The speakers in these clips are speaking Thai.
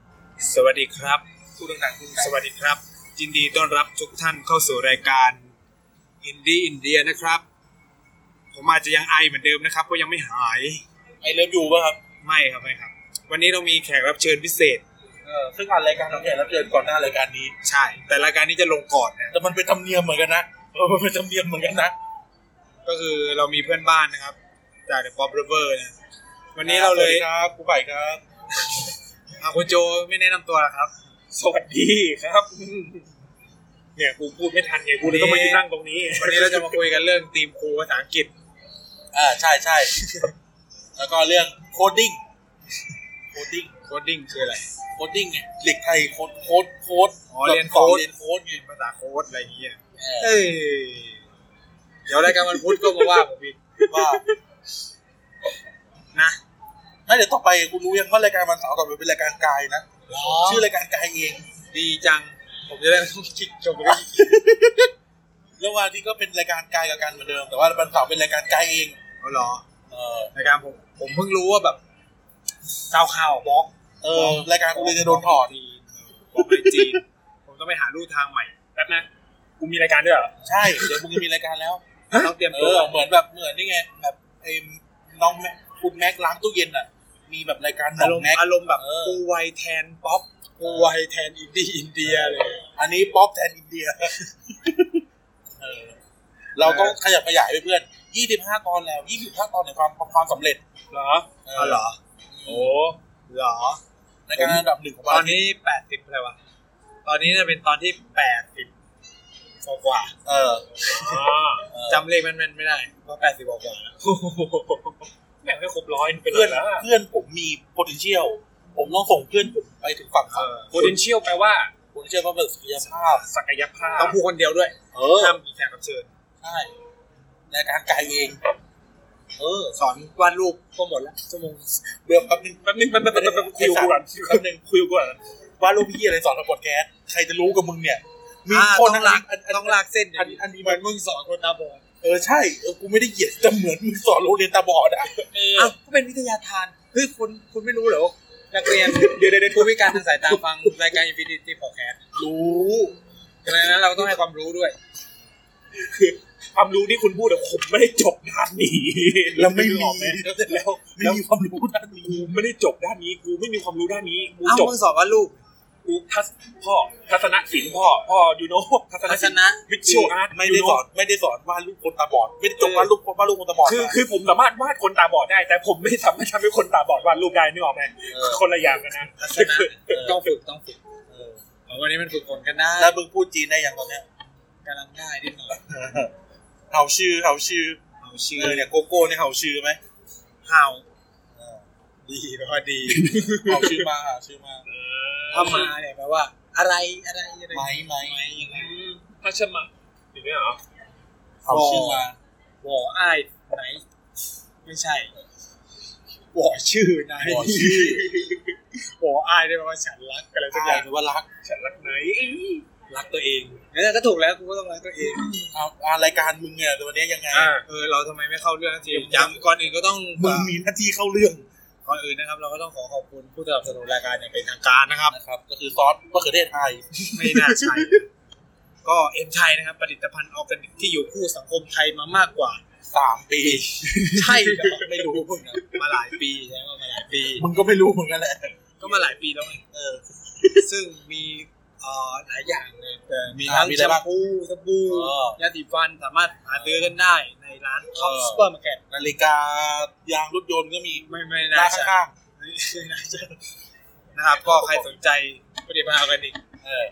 ครับผู้ต่างๆสวัสดีครับ ยินดีต้อนรับทุกท่านเข้าสู่รายการอินดี้อินเดียนะครับ ผมอาจจะยังไอเหมือนเดิมนะครับ ก็ยังไม่หาย ไอเลิฟยูป่ะครับ ไม่ครับไม่ครับ วันนี้เรามีแขกรับเชิญพิเศษ เออซึ่งอ่านรายการเราเนี่ยรับเชิญก่อนหน้ารายการนี้ ใช่ แต่รายการนี้จะลงก่อนนะ แต่มันเป็นธรรมเนียมเหมือนกันนะเออมันเป็นธรรมเนียมเหมือนกันนะ ก็คือเรามีเพื่อนบ้านนะครับ จากเดอะป๊อปเรเวอร์นะวันนี้เราเลย สวัสดีครับครูไผ่ครับ อาคุณโจไม่แนะนำตัวละครับ สวัสดีครับ เนี่ยกูพูดไม่ทันไงกูเลยต้องมายืนนั่งตรงนี้ วันนี้เราจะมาคุยกันเรื่องทีมครูภาษาอังกฤษ อ่าใช่ใช่แล้วก็เรื่องโคดดิ้งโคดดิ้ง โคดดิ้งคืออะไร โคดดิ้งไงเด็กไทยโคดโคดโคด อ๋อเรียนโค้ด เรียนโคดไง ภาษาโค้ดอะไรอย่างเงี้ย เออ เอ้ยเดี๋ยวรายการวันพุธก็มาว่าผมอีก ว่า นะ น่าเดี๋ยวต่อไปคุณรู้ยังว่ารายการวันเสาร์ต่อไปเป็นรายการกายนะชื่ ชื่ อ ออะไร รายการกายเอง ดีจัง ผมจะได้ไม่ต้องคิดจบเรื่อง แล้ววันอาที่ก็เป็นรายการกายกับการเหมือนเดิม แต่ว่าวันเสาร์เป็นรายการกายเอง เอาเหรอ เออ รายการผมผมเพิ่งรู้ว่าแบบเจ้าข่าวบล็อก เออรายการกูเลยจะโดนถอด จีนบล็อกในจีนผมต้องไปหาลู่ทางใหม่ แป๊บนะกูมีรายการด้วยเหรอ ใช่ เดี๋ยวมึงจะมีรายการแล้ว ต้องเตรียม เอ ตัว อ เหมือนแบบเหมือนนี่ไง แบบไอ้น้องแม็กคุณแม็กล้างตู้เย็นอ่ะ มีแบบรายการน้ อา อ รง มณ์ แม็ก อารมณ์แบบ เออ กูไวยแทนป๊อปกูไวยแทนอินดี้อินเดียเลย อันนี้ป๊อปแทนอินเดียเออเราต้องขยับขยายไปเพื่อน 25 ตอนแล้ว 25 ตอนในความความสำเร็จ เหรอ เอ เอาเหรอ โอ้ เหรอ ในการอันดับหนึ่งของ ตอน เรา นี้แปดสิบอะไรวะตอนนี้จะเป็นตอนที่แปดสิบกว่าๆ เออ อ๋อ เออ จำเลขมันแม่นไม่ได้เพราะแปดสิบกว่าแล้ว แม่งไม่ครบร้อยเป็น เพื่อน แล้ว เพื่อนผมมี potential ผมต้องส่งเพื่อนผมไปถึงฝั่งเขา โพเทนเชียลแปลว่า potential ก็เป็นศักยภาพ ศักยภาพ ต้องพูดคนเดียวด้วย เออ ห้ามมีแขกรับเชิญ ใช่รายการกายเอง เออ สอนวาดรูปก็หมดแล้วชั่วโมง เบื่อแป๊บนึง แป๊บนึงแป๊บนึงแป๊บนึงแป๊บนึงคุยกูก่อน แป๊บนึง คุยกูก่อน ว่าลูกพี่อะไรสอนทำพอดแคสต์ใครจะรู้กับมึงเนี่ย มี อ่า คน ต้องลาก อันอัน ต้องลากเส้น อันอันนี้ เหมื มั อน นมึงสอนคนตาบอด เออใช่เออกูไม่ได้เหยียดแต่เหมือนมึงสอนโรงเรียนตาบอดอ่ะ อ้าวก็เป็นวิทยาทานเฮ้ยคุณคุณไม่รู้เหรอว่านักเรียนเดี๋ยวเดี๋ยวผู้พิการทางสายตาฟังรายการ Infinity Podcast รู้ ดังนั้นเราต้องให้ความรู้ด้วย ความรู้ที่คุณพูดแต่ผมไม่ได้จบด้านนี้ แล้วไม่มี หรอกแม่ แล้วไม่มีความรู้ด้านนี้ กูไม่ได้จบด้านนี้กูไม่มีความรู้ด้านนี้กู อ้าว จบ มึงสอนวาดรูป กูทัศพ่อทัศนศิลป์พ่อพ่อยูโนทัศน ทัศ ศิลป์ นะ วิชวลอาร์ต ไม่ได้สอนไม่ได้สอนว่าลูกคนตาบอด ไม่ได้จบ เออ ว่าลูกว่าลูกคนตาบอด คือ นะ คือผมสามารถวาดคนตาบอดได้ แต่ผมไม่สามารถทำให้คนตาบอดวาดรูปได้นึกออกไหม เออ คนละอย่างกันนะ ทัศนะต้องฝึกต้องฝึก เออ เอาวันนี้มันฝึกฝนกันได้ แล้วมึงพูดจีนได้ยังตอนเนี้ย กำลังได้นิดหน่อย เขาชื่อเขาชื่อ เอาชื่อ เออเนี่ยโกโก้เนี่ยเขาชื่อไหม เห่า เออ ดีพอดี เขาชื่อมาหาชื่อมา ถ้ามาเนี่ยแปลว่า อะไรอะไรอะไร ไหมไหม อืมถ้าชมาอย่างนี้ยเหรอ เขาชื่อมา หัวอ้ายไหน ไม่ใช่หัวชื่อไหน บอกชื่อ หัวอ้ายได้แปลว่าฉันรักอะไรสักอ ใช่ ย่าง หรือว่ารัก ฉันรักไหน รักตัวเองเนี่ยก็ถูกแล้วกูก็ต้องรักตัวเอง เอาอ่ารายการมึงเนี่ยวันนี้ยังไง อ่า เออเราทำไมไม่เข้าเรื่องสักทียังก่อนอื่นก็ต้อง มึงมีหน้าที่เข้าเรื่อง ก่อนอื่นนะครับ เราก็ต้องขอขอบคุณผู้สนับสนุนรายการอย่างเป็นทางการนะครับ นะครับ ก็คือซอสมะเขือเทศไทย ไม่น่าใช่ ก็เอ็มชัยนะครับ ผลิตภัณฑ์ออร์แกนิกที่อยู่คู่สังคมไทยมามากกว่า สามปี ใช่เหรอไม่รู้เหมือนกันมาหลายปีใช่ไหมมาหลายปี มึงก็ไม่รู้เหมือนกันแหละ ก็มาหลายปีแล้วไง เออ ซึ่งมีเอ่อหลายอย่างเลยแต่มี อ่า ทั้ง มีอะไร แชม บ้าง พูสบู่ เออย าสีฟันสามารถหาซื้อกันได้ในร้านท็อป เออ ซูเปอร์มาร์เก็ต นาฬิกายางรถยนต์ก็มี ไม่ไม่ หน้า น่าใช่ ข้าง ไม่น่าใช่นะครับ ก็ใครสนใจผลิตภัณฑ์ออร์แกนิก ๆเออ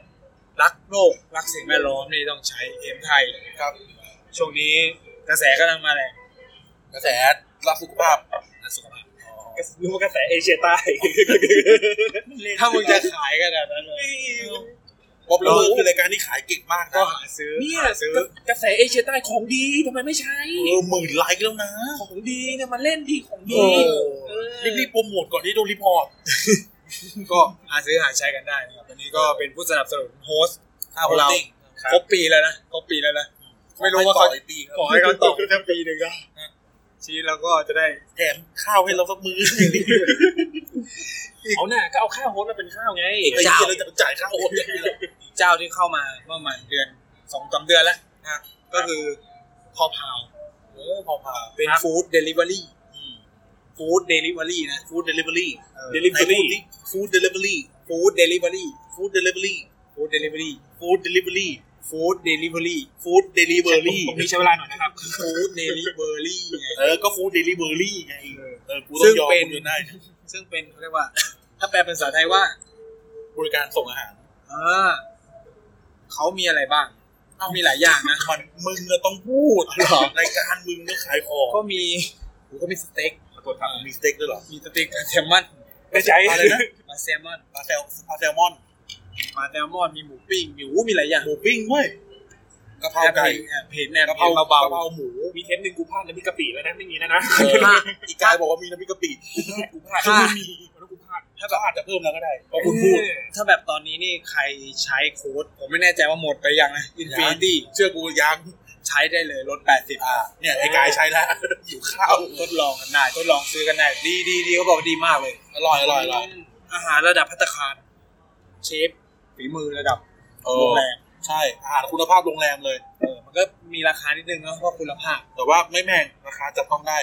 รักโลก รักสิ่งแวดล้อมนี่ต้องใช้เอ็มไทย ครับ ช่วงนี้กระแสกำลังมาแรง กระแสรักสุขภาพ ด้านสุขภาพ รู้ว่ากระแสเอเชียใต้ ถ้ามึงจะขายขนาดนั้นเลย บ๊อบเลอร์คือรายการที่ขายเก่งมาก ก็ นะ หาซื้อ เนี่ย หาซื้อก ระแสเอเชียใต้ของดีทำไมไม่ใช้ เออหมื่นไลค์แล้วนะ ของดีเนี่ยมันเล่นดีของ เอ ดี อ เออ รีบๆโปรโมทก่อนที่โดนรีพอร์ต ก็หาซื้อหาใช้กันได้นะครับวันนี้ก็เป็นผู้สนับสนุนโฮสต์ เอาเรา ครบปีแล้วนะครบปีแล้วนะ ไม่รู้ว่าเขา ต่ออีกปีครับ ขอให้เขาตอบแค่ปีหนึ่งนะชีวิตเราก็จะได้ แถมข้าวให้เราสักมื้อ จ เอาหน่ะก็เอาข้าวโฮสต์มาเป็นข้าวไง อีก ไอ้เหี้ยเราจะจ่ายค่าโอนยังไงล่ะ เจ้าที่เข้ามาเมื่อประมาณเดือนสองสามเดือนแล้วนะก็คือพอพาว เออพอพา เป็น ครับ ฟู้ดเดลิเวอรี่ฟู้ดเดลิเวอรี่นะ ฟู้ดเดลิเวอรี่ Delivery ฟู้ดเดลิเวอรี่ ฟู้ดเดลิเวอรี่ ฟู้ดเดลิเวอรี่ ฟู้ดเดลิเวอรี่ ฟู้ดเดลิเวอรี่ ฟู้ดเดลิเวอรี่ ฟู้ดเดลิเวอรี่ ผมนี้ใช้เวลาหน่อยนะครับ ฟู้ดเดลิเวอรี่ไง เออก็ฟู้ดเดลิเวอรี่ไง เออ เออกูต้องยอม ซึ่งเป็น คุณอยู่ได้ ซึ่งเป็นเขาเรียกว่า ถ้าแปลเป็นภาษาไทยว่า บริการส่งอาหาร เออเขามีอะไรบ้าง มีหลายอย่างนะ มันมึงอะต้องพูด หรอ รายการมึงต้องขายของ ก็มีโหก็มีสเต็ก ขอโทษครับ มีสเต็กด้วยเหรอ มีสเต็กแซลมอน ไม่ใช่ อะไรนะ มาแซลมอน ปลาแซลปลาแซลมอน มาแซลมอนมีหมูปิ้งมีหูมีหลายอย่าง หมูปิ้งเว้ยกะเพราไก่ แอบเผ็ดแอบ กะเพ เผ็ รา ด เบา เบา เพราหมู มีเทปหนึ่งกูพลาดแล้วมีกะปิแล้วนะไม่มีนะนะ เอออีกกายบอกว่ามีน้ำพริกกะปิ กูพลาด ๆถ้า วันนั้นกูพลาด ถ้าแบบอาจจะเพิ่มแล้วก็ได้เพราะคุณพูด ถ้าแบบตอนนี้นี่ใครใช้โค้ด ผมไม่แน่ใจว่าหมดไปยังนะอินฟินิตี้ เชื่อกูยัง ใช้ได้เลยลด อ่าเนี่ยไอ้กายใช้แล้วอยู่ข้าว 80 ทดลองกันได้ทดลองซื้อกันได้ดีดีดีเขาบอกว่าดีมากเลย อร่อยอร่อยอร่อย อาหารระดับพัตตาคารเชฟฝีมือระดับ เอ โร อง แรม ใช่อาหารคุณภาพโรงแรมเลย เออมันก็มีราคานิดนึงเนาะเพราะคุณภาพ แต่ว่าไม่แพงราคาจับต้องได้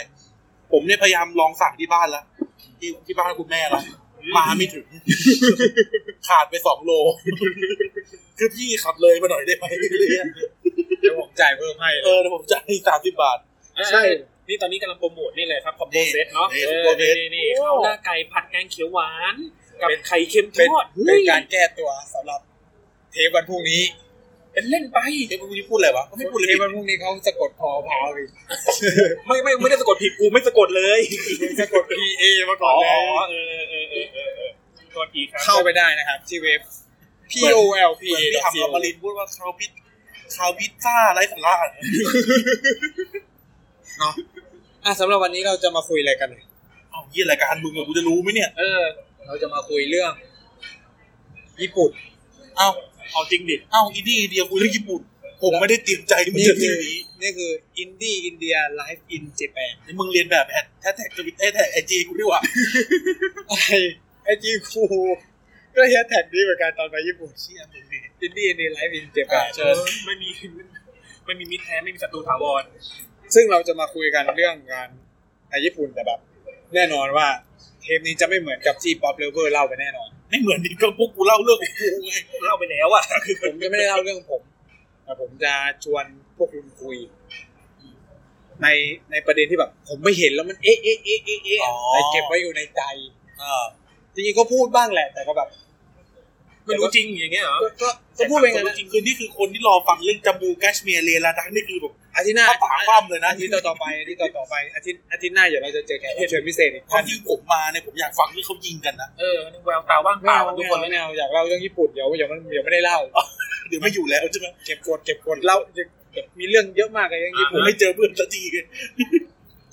ผมเนี่ยพยายามลองสั่งที่บ้านแล้วที่ที่บ้านคุณแม่แล้ว มาไม่ถึง ขาดไปสองโล คือพี่ขับเลยมาหน่อยได้ไหม เดี๋ยวผมจ่ายเพิ่มให้ เออเดี๋ยวผมจ่ายสามสิบบาท ใช่ นี่ตอนนี้กำลังโปรโมทนี่เลยครับคอมโบเซตเนาะ นี่ เอคอมอโบเซต นี่นี่ข้าวหน้าไก่ผัดแกงเขียวหวาน กับไข่เค็มท เป็น อด เป็นการแก้ตัวสำหรับเทปวันพรุ่งนี้ เป็นเล่นไป เอ้พวกนี้พูดอะไรวะ เท ไม่พูดเลย ปวันพรุ่งนี้เขาสะกดพอพาวอีก ไม่ไม่ไม่ได้สะกดผิดกูไม่สะกดเลย สะกด P A มาก่อนเลย เออเออเออเออเออโทษทีครับ เข้าไปได้นะครับ ที่เว็บ p o l p พี่ a พี่ทำอมรินทร์พูดว่าคาวพิซคาวพิซซ่าไร้สาระ เนาะอ่ะสำหรับวันนี้เราจะมาคุยอะไรกันเนี่ย เอ้าเยี่ยรายการมึงอะกูจะรู้ไหมเนี่ย เออ เราจะมาคุยเรื่อง ญี่ปุ่น เอ้า เอาจริงดิ เอ้าอินดี้อินเดียคุยเรื่องญี่ปุ่น ผมไม่ได้เตรียมใจมัน นี่ จะ คื เรื่ อ องนี้ นี่คืออินดี้อินเดียไลฟ์อินเจแปน นี่มึงเรียนแบบแอดแท็กทวิตเตอร์แท็กไอจีกูดีกว่า ไอจีคูก็แฮชแท็กนี้เหมือนกันตอนไปญี่ปุ่นเชี่ยมึงนี่อินดี้อินเดียไลฟ์อินเจแปน เชิญ ไม่มีไม่มีมิตรแท้ไม่มีศัตรูถาวร ซึ่งเราจะมาคุยกันเรื่องงานในญี่ปุ่นแต่แบบ แน่นอนว่าเทปนี้จะไม่เหมือนกับที่ป๊อปเลเวอร์เล่าไปแน่ นอน ไม่เหมือนนี่ก็พวกกูเล่าเรื่องของกูไง เล่าไปแล้วอ่ะ ผมจะไม่ได้เล่าเรื่องผมแต่ผมจะชวนพวกคุณคุย ในในประเด็นที่แบบ ผมไม่เห็นแล้วมันเอ๊ะเอ๊ะเอ๊ะเอ๊ะเอ๊ะแต่เก็บไว้อยู่ในใจ อ่า จริงๆก็พูดบ้างแหละแต่ก็แบบ ไม่รู้จริงอย่างเงี้ยเหรอ ก็ก็ก็พูดไปงั้นนะ จริงคือนี่คือคนที่รอฟังเรื่องจัมบูแกชเมียร์เลลาดักนี่คือแบบ อาทิตย์หน้า ข้าปากคว่ำเลยนะ อาทิตย์ต่อๆไปอาทิตย์ต่อๆไปอาทิตย์อาทิตย์หน้าเดี๋ยวเราจะเจอแขกรับเชิญพิเศษอีก ตอ ท่าน น ที่ผมมาเนี่ยผมอยากฟังที่เขายิงกันนะ เออแววตาว่างเป เล่า ล่า ทุ ทุ ก ก ค คน น แล้ แล้ว ว แนวอยากเล่าเรื่องญี่ปุ่นเดี๋ยวเดี๋ยวมันเดี๋ยวไม่ได้เล่า เดี๋ยวไม่อยู่แล้วใช่ไหม เก็บกดเก็บกดเราเก็บมีเรื่องเยอะมากเลยยังญี่ ผ ปุ่ ม น ไม่เจอเพื่อนสักทีเลย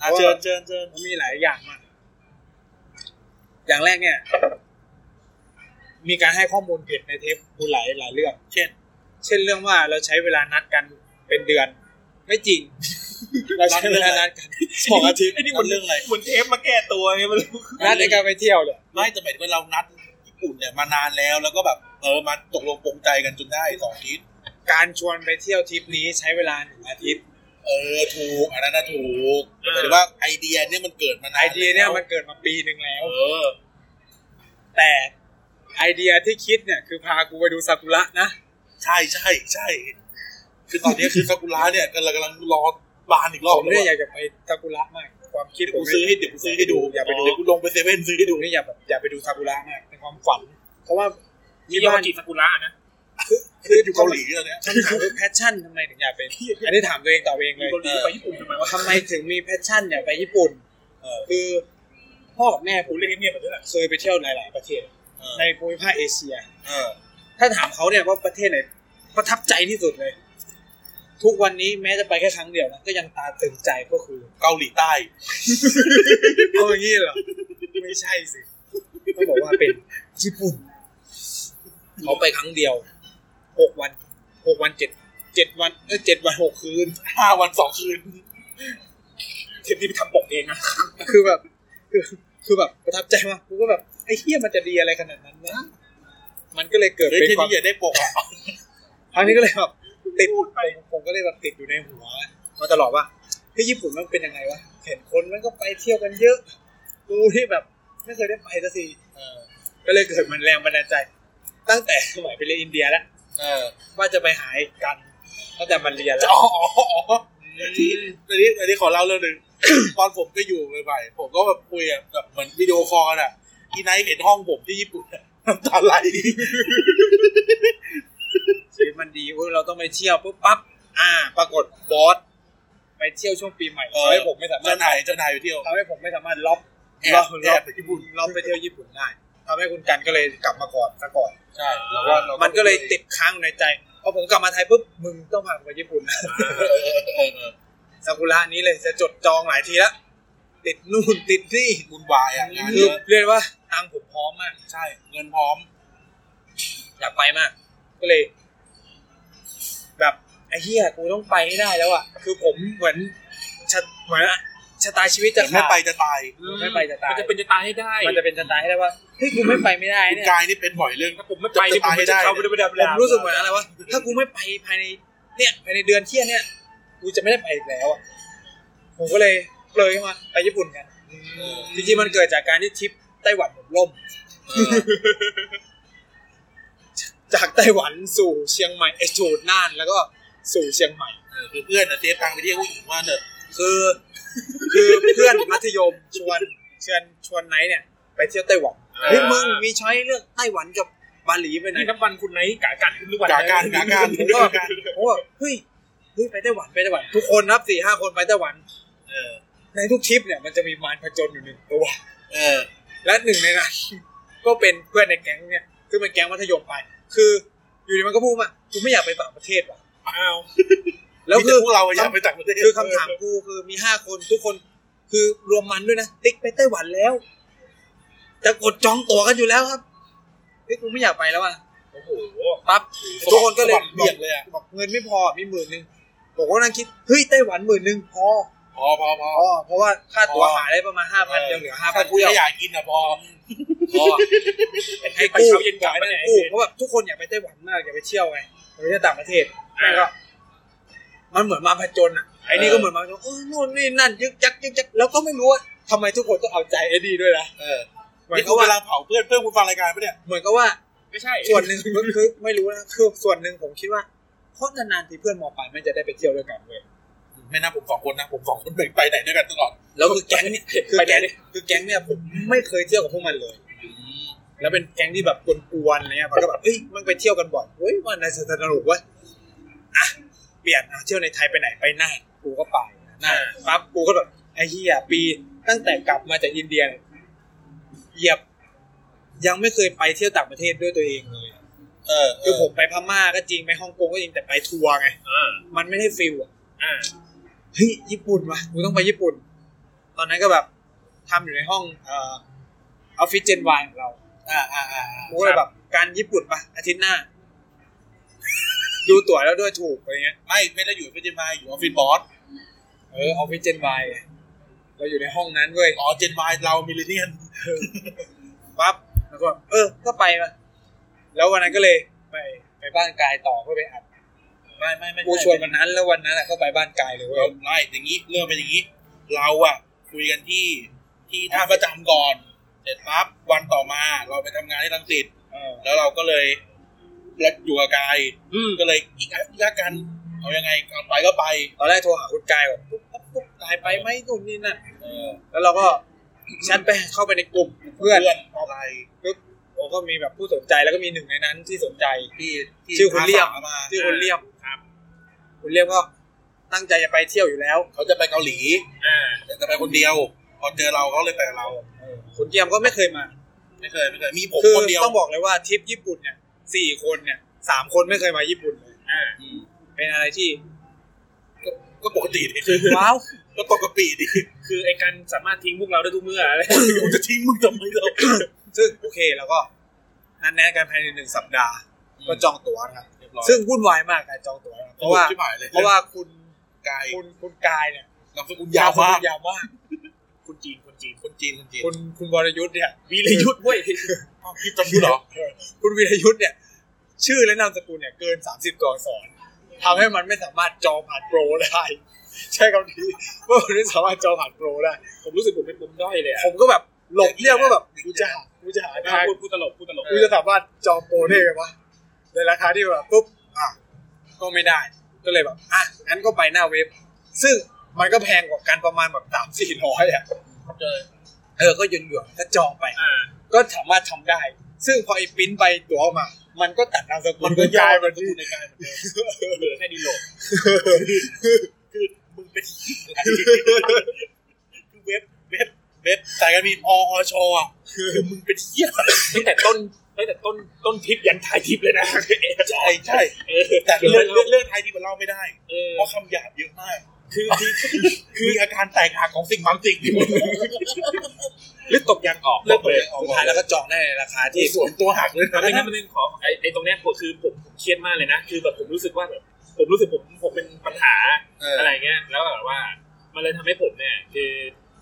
อ่ะเชิญเชิญเชิญ มันมีหลายอย่างมาก อย่างแรกเนี่ย มีการให้ข้อมูลผิดในเทปคุณหลายหลายเรื่อง เช่น เช่นเรื่องว่าเราใช้เวลานัดกันเป็นเดือน ไม่จริง เราใช้เวลานัดกันสองอาทิตย์ ไอ้นี่มันเรื่องอะไร เหมือนเทปมาแก้ตัวไงไม่รู้ นัดในการไปเที่ยวเลย ไม่แต่หมายถึงว่าเรานัดญี่ปุ่นเนี่ยมานานแล้วแล้วก็แบบเออมาตกลงปรงใจกันจนได้สองอาทิศ การชวนไปเที่ยวทริปนี้ใช้เวลาหนึ่งอาทิตย์ เออถูกอันนั้นนะถูกหมายถึงว่าไอเดียเนี่ยมันเกิดมานา ไอน เดียเนี่ย แล้ว มันเกิดมาปีหนึ่งแล้ว เออ แต่ไอเดียที่คิดเนี่ย คือพากูไปดูซากุระนะ ใช่ใช่ใช่คือตอนนี้คือซากุระเนี่ยกำลังกำลังรอบานอีกรอบ ผมเนี่ยอ เลย ยากจะไปซากุระมาก ความคิด ว ผ กู ม ซื้อให้เดี๋ยวกูซื้อให้ดู อยากไปดู เดี๋ยวกูลงไปเซเว่นซื้อให้ดู ผมเนี่ยอยากแบบอยากไปดูซากุระมากในความฝัน เพราะว่า ยี่ ที่ ย บ้าม น จิสกุระนะ คืออยู่ เกา เกาห ห ลี ลีเนี่ย คำถามคือแพชชั่นทำไมถึงอยากเป็นอันนี้ถามตัวเองตอบเอง มี เลย เกาหลีไปญี่ปุ่นทำไมวะ ทำไมถึงมีแพชชั่นอยากไปญี่ปุ่น เออ คือพ่อกับแม่ผ กู ม เล่นเงียบๆแบบนี้แหละ เคยไปเที่ยวหลาย ๆ ประเทศ เออ ในภูมิภาคเอเชีย เออ ถ้าถามเขาเนี่ยว่าประเทศไหนประทับใจที่สุดเลย ทุกวันนี้แม้จะไปแค่ครั้งเดียวนะก็ยังตาตึงใจก็คือ เกาหลีใต้ เอาอย่างนี้เหรอ ไม่ใช่สิต้องบอกว่าเป็นญี่ปุ่น เขาไปครั้งเดียวหกวันหกวันเจ็ดเจ็ดวันเออเจ็ดวันหกคืน ห้าวันสองคืน เทปนี้ไปทำปกเองนะ คือแบบ คือคือแบบประทับใจมากกูก็แบบไอ อ้เฮียมันจะดีอะไรขนาดนั้นนะ มันก็เลยเกิด เฮ้ย เป็น แค่ ความ นี้อย่าได้ปกอ่ะ ครั้งนี้ก็เลยแบบติด พูดไป ผมผมก็เลยแบบติดอยู่ในหัวมาตลอดว่าเฮ้ยญี่ปุ่นมันเป็นยังไงวะเห็นคนมันก็ไปเที่ยวกันเยอะกูที่แบบ ไม่เคยได้ไปสักทีเออก็เลยเกิดมันแรงบันดาลใจ ตั้งแต่สมัยไปเรียนอินเดียแล้ว เออ ว่าจะไปหายกันตั้งแต่มันเรียนแล้วอ๋ออ๋ออ๋อที่อันนี้อันนี้ขอเล่าเรื่องหนึ่ง ตอนผมก็อยู่บ่อยๆผมก็แบบคุยอะแบบเหมือนวิดีโอคอลกันอ่ะอีไนท์เห็นห้องผมที่ญี่ปุ่นอะน้ำตาไหล ชีวิตมันดีเว้ยเราต้องไปเที่ยวปุ๊บปั๊บอ่า ปรากฏบอสไปเที่ยวช่วงปีใหม่ เออ ทำให้ผมไม่สามาร เจ้า ถ นายเจ้านายไปเที่ยว ทำให้ผมไม่สามารถล็อก แอบ เรา แอ เรา บไปญี่ปุ่น ล้อมไปเที่ยวญี่ปุ่นได้ทำให้คุณกันก็เลยกลับมาก่อนซะก่อน ใช่เราก็รา มันก็เลยติดค้างอยู่ในใจพอผมกลับมาไทยปุ๊บมึงต้องพากูไปญี่ปุ่น นะ เออเออเออเออ ซากุระนี้เลยจะจดจองหลายทีละติดนู่นติดนี่ วุ่นวายอ่ะงาน คื เย อ อะ เรียกว่าตังค์ผมพร้อมมาก ใช่เงินพร้อม อยากไปมาก ก็เลย แบบไอ้เหี้ยกูต้องไปให้ได้แล้วอ่ะคือผมเหมือนชะเหมือนชะตาชีวิตจะขา ไม่ ด ไปจะตาย ไม่ไปจะตาย มันจะเป็นจะตายให้ได้ มันจะเป็นชะตาให้ได้ว่าเฮ้ยกูไม่ไปไม่ได้ คุณ เนี่ย กายนี่เป็นบ่อยเรื่อง ถ้าผมไม่ไปนี่ผมไม่ จะตายให้ได้ได้ เขาไม่ได้ไม่ได้ ผมรู้สึกเหมือนอะไรวะ ถ้ากูไม่ไปภายในเนี่ยภายในเดือนเที่ยเนี่ยกูจะไม่ได้ไปอีกแล้วอ่ะ ผมก็เลยเลยขึ้นมาไปญี่ปุ่นกัน จริงๆมันเกิดจากการที่ทริปไต้หวันผมล่ม เออ จากไต้หวันสู่เชียงใหม่เอยสู่น่านแล้วก็สู่เชียงใหม่ เออคือเพื่อนน่ะเซฟตังค์ไปเที่ยวผู้หญิงว่าเนอะ คือคือเพื่อนมัธยมชวนชวนชวนไนท์เนี่ย ไปเที่ยวไต้หวันเฮ้ยมึงมีช้อยเลือกไต้หวันกับบาหลีไปไหน นี่น้ำมันคุณไหนกากันขึ้นทุกวัน กาการกาการ ผมก็แบบผมก็แบบเฮ้ยเฮ้ยไปไต้หวันไปไต้หวัน ทุกคนนับสี่ห้าคนไปไต้หวัน เออ ในทุกทริปเนี่ยมันจะมีมารผจญอยู่หนึ่งตัว เออ และหนึ่งในนั้น ก็เป็นเพื่อนในแก๊งเนี่ยซึ่งเป็นแก๊งมัธยมไป คืออยู่ดีมันก็พูดมากูไม่อยากไปต่างประเทศว่ะ อ้าว แล้ว มี คื ต่ อ พวกเราอยากไปต่างประเทศ คือคำถามกูคือมีห้าคนทุกคน คือรวมมันด้วยนะติ๊กไปไต้หวันแล้ว จะกดจองตั๋วกันอยู่แล้วครับเฮ้ยกูไม่อยากไปแล้วอ่ะ โอ้โห ปั๊บทุ ทุ กคกคน น ก็ ก็ เล เลย ย เบี่ยงเบี่ยงเลยอ่ะ บอกเงินไม่พอมีหมื่นหนึ่งผมก็นั่งคิดเฮ้ยไต้หวันหมื่นหนึ่งพอ พอพอพอ อ๋อเพราะว่าค่าตั๋ว อ๋อ หายได้ประมาณห้าพันยังเหลือห้าพัน กูอยากอยากกินอ่ะพอ อ๋อ ให้ไปเช้าเย็นกลับ ไป ไปไหน กู้เพราะแบบทุกคนอยากไปไต้หวันมากอยากไปเที่ยวไงอยากไปเที่ยวต่างประเทศแม่งก็ มันเหมือนมาผจญอ่ะไอ้นี่ก็เหมือนมาผจญโอ้ยนู่นนี่นั่นยึกยักยึกยักแล้วก็ไม่รู้ว่าทำไมทุกคนต้องเอาใจไอ้ดีด้วยนะ เออ เหมือน นี่ กับว่ากกูำลังเผาเพื่อนเพื่อนคุณฟังรายการปะเนี่ย เหมือนกับว่า ไม่ใช่ ส่วนหนึ่งมันคือไม่รู้นะคือส่วนหนึ่งผมคิดว่าเพราะนานๆทีเพื่อนมอปลายมันจะได้ไปเที่ยวด้วยกันเว้ย ไม่น่าผมสองคนนะ ผมสองคนไปไปไหนด้วยกันตลอด แล้วคือแก๊งเนี่ยคือ ไปไหน แก๊ง ดิ คือแก๊งเนี่ยผมไม่เคยเที่ยวกับพวกมันเลย แล้วเป็นแก๊งที่แบบกวนๆอะไรเงี้ยมันก็แบบเอ้ยมันไปเที่ยวกันบ่อยเฮ้ยวันในสถานหนุกเว้ยอ่ะเปลี่ยนอ่ะเที่ยวในไทยไปไหนไปน่านกูก็ไปน่านปั๊บกูก็แบบไอ้เหี้ยปีตั้งแต่กลับมาจากอินเดียเนี่ยเหยียบ ยังไม่เคยไปเที่ยวต่างประเทศด้วยตัวเองเลย เออ คือผมไปพม่าก็จริงไปฮ่องกงก็จริงแต่ไปทัวร์ไง อ่า มันไม่ได้ฟิลอะ อ่า เฮ้ยญี่ปุ่นว่ะกูต้องไปญี่ปุ่น ตอนนั้นก็แบบทำอยู่ในห้องเออออฟฟิศเจนวายของเรา อ่าอ่าอ่า กูก็เลยแบบการญี่ปุ่นป่ะอาทิตย์หน้า ดูตั๋วแล้วด้วยถูกอะไรเงี้ย ไม่ไม่ได้อยู่เพื่อนจะมาอยู่ออฟฟิศบอส เออออฟฟิศเจนวายเราอยู่ในห้องนั้นเว้ย อ๋อเจนวายเรามิลเลนเนียน ปั๊บแล้วก็ เออ ก็ไปมาแล้ววันนั้นก็เลยไปไปบ้านกายต่อเพื่อไปอัด ไม่ไม่ไม่ กูชวนวันนั้น แล้ววันนั้นอะก็ไปบ้านกายเลยเว้ย ไม่อย่างนี้เรื่องเป็นอย่างนี้ เราอะคุยกันที่ที่ท่าประจำก่อน เสร็จปั๊บวันต่อมาเราไปทำงานที่ลังสิต เออ แล้วเราก็เลยแล้วอยู่กับกาย อืม ก็เลยอีกอันอีกอันกันเอายังไงเอาไปก็ไป ตอนแรกโทรหาคุณกายแบบปุ๊บปุ๊บปุ๊บกายไปไหมนู่นนี่นั่น เออ แล้วเราก็ แชทไปเข้าไปในกลุ่มเพื่อน เอาไป ผมก็มีแบบผู้สนใจแล้วก็มีหนึ่งในนั้นที่สนใจ ที่ที่ ชื่อคุณเลี่ยม อาสามา ชื่อคุณเลี่ยม ครับ คุณเลี่ยมก็ตั้งใจจะไปเที่ยวอยู่แล้ว เขาจะไปเกาหลี อ่า แต่จะไปคนเดียว พอเจอเราเขาเลยไปกับเรา คุณเลี่ยมก็ไม่เคยมา ไม่เคยไม่เคยมีผม คือ คนเดียว ต้องบอกเลยว่าทริปญี่ปุ่นเนี่ยสี่คนเนี่ยสามคนไม่เคยมาญี่ปุ่นเลย อ่า อืม เป็นอะไรที่ ก็ปกติดิ ว้าว ก็ปกติดิ คือไอ้การสามารถทิ้งพวกเราได้ทุก เมื่ออะไร กูจะทิ้งมึงทำไมเรา ซึ่งโอเคแล้วก็นัดแนะกันภายในหนึ่งสัปดาห์ ก็จองตั๋วนะครับ เรียบร้อย ซึ่งวุ่นวายมากการจองตั๋วนะครับเพ เพราะ ราะ ว่า ว่า ที่หมายเลย เพราะว่าคุณ กาย คุณคุณกายเนี่ย นามสกุลยาวมาก ยาวมาก คนจีนคนจีน คน จีนคนจีน คุณคุณวรยุทธ์เนี่ยวีรยุทธ์เว้ย อ้าวพี่จำชื่อเหรอ คุณวีรยุทธ์เนี่ย ชื่อและนามสกุลเนี่ยเกิน 30 ตัวอักษรทำให้มันไม่สามารถจองผ่านโปรได้ ใช่คำนี้ ว่ามันไม่สามารถจองผ่านโปรได้ ผมรู้สึกผมเป็นปมด้อยเลยอะ ผมก็แบบหลบเลี่ยงว่าแบบกูจะหากูจะหาทาง พูดพูดตลกพูดตลก กูจะสามารถจองโปรได้ไหมวะในราคาที่แบบปุ๊บอ่ะก็ไม่ได้ ก็เลยแบบอ่ะงั้นก็ไปหน้าเว็บ ซึ่งมันก็แพงกว่ากันประมาณแบบสามสี่ร้อยอ่ะเออก็ยืนเหยื่อก็จองไป อ่า ก็สามารถทำได้ ซึ่งพอไอ้ปริ้นไปตัวออกมา มันก็ตัดนามสกุล มันก็ ก ย้อ ลาย น มันที่ ในกายเหมือนเดิมเหลือแค่ดีโลก มึงเป็นที่คือเว็บเว็บเว็บสายการบินออชอ่ะคือมึงเป็นที่อะไร ตั้งแต่ต้นตั้งแต่ต้นต้นทริปยันท้ายทริปเลยนะ ใช่ใช่ เออ แต่เรื่องเรื่องเรื่องไทยที่มันเล่าไม่ได้ เออ เพราะคำหยาบเยอะมาก คือคือคือมีอาการแตกหักของสิ่งบางสิ่งอยู่ หรือตกยางออก หรือตกยางออก สุดท้ายแล้วก็จองได้ในราคาที่ ที่ส่วนตัวหักเลย แล้วไม่งั้ นะ นมันเป็นของไอ้ไอ้ตรงเนี้ยผมคือผมผมเครียดมากเลยนะ คือแบบผมรู้สึกว่าแบบผมรู้สึกผมผมเป็นปัญหา เอออ อะไรเงี้ย แล้วแบบว่า มันเลยทำให้ผมเนี่ย คือ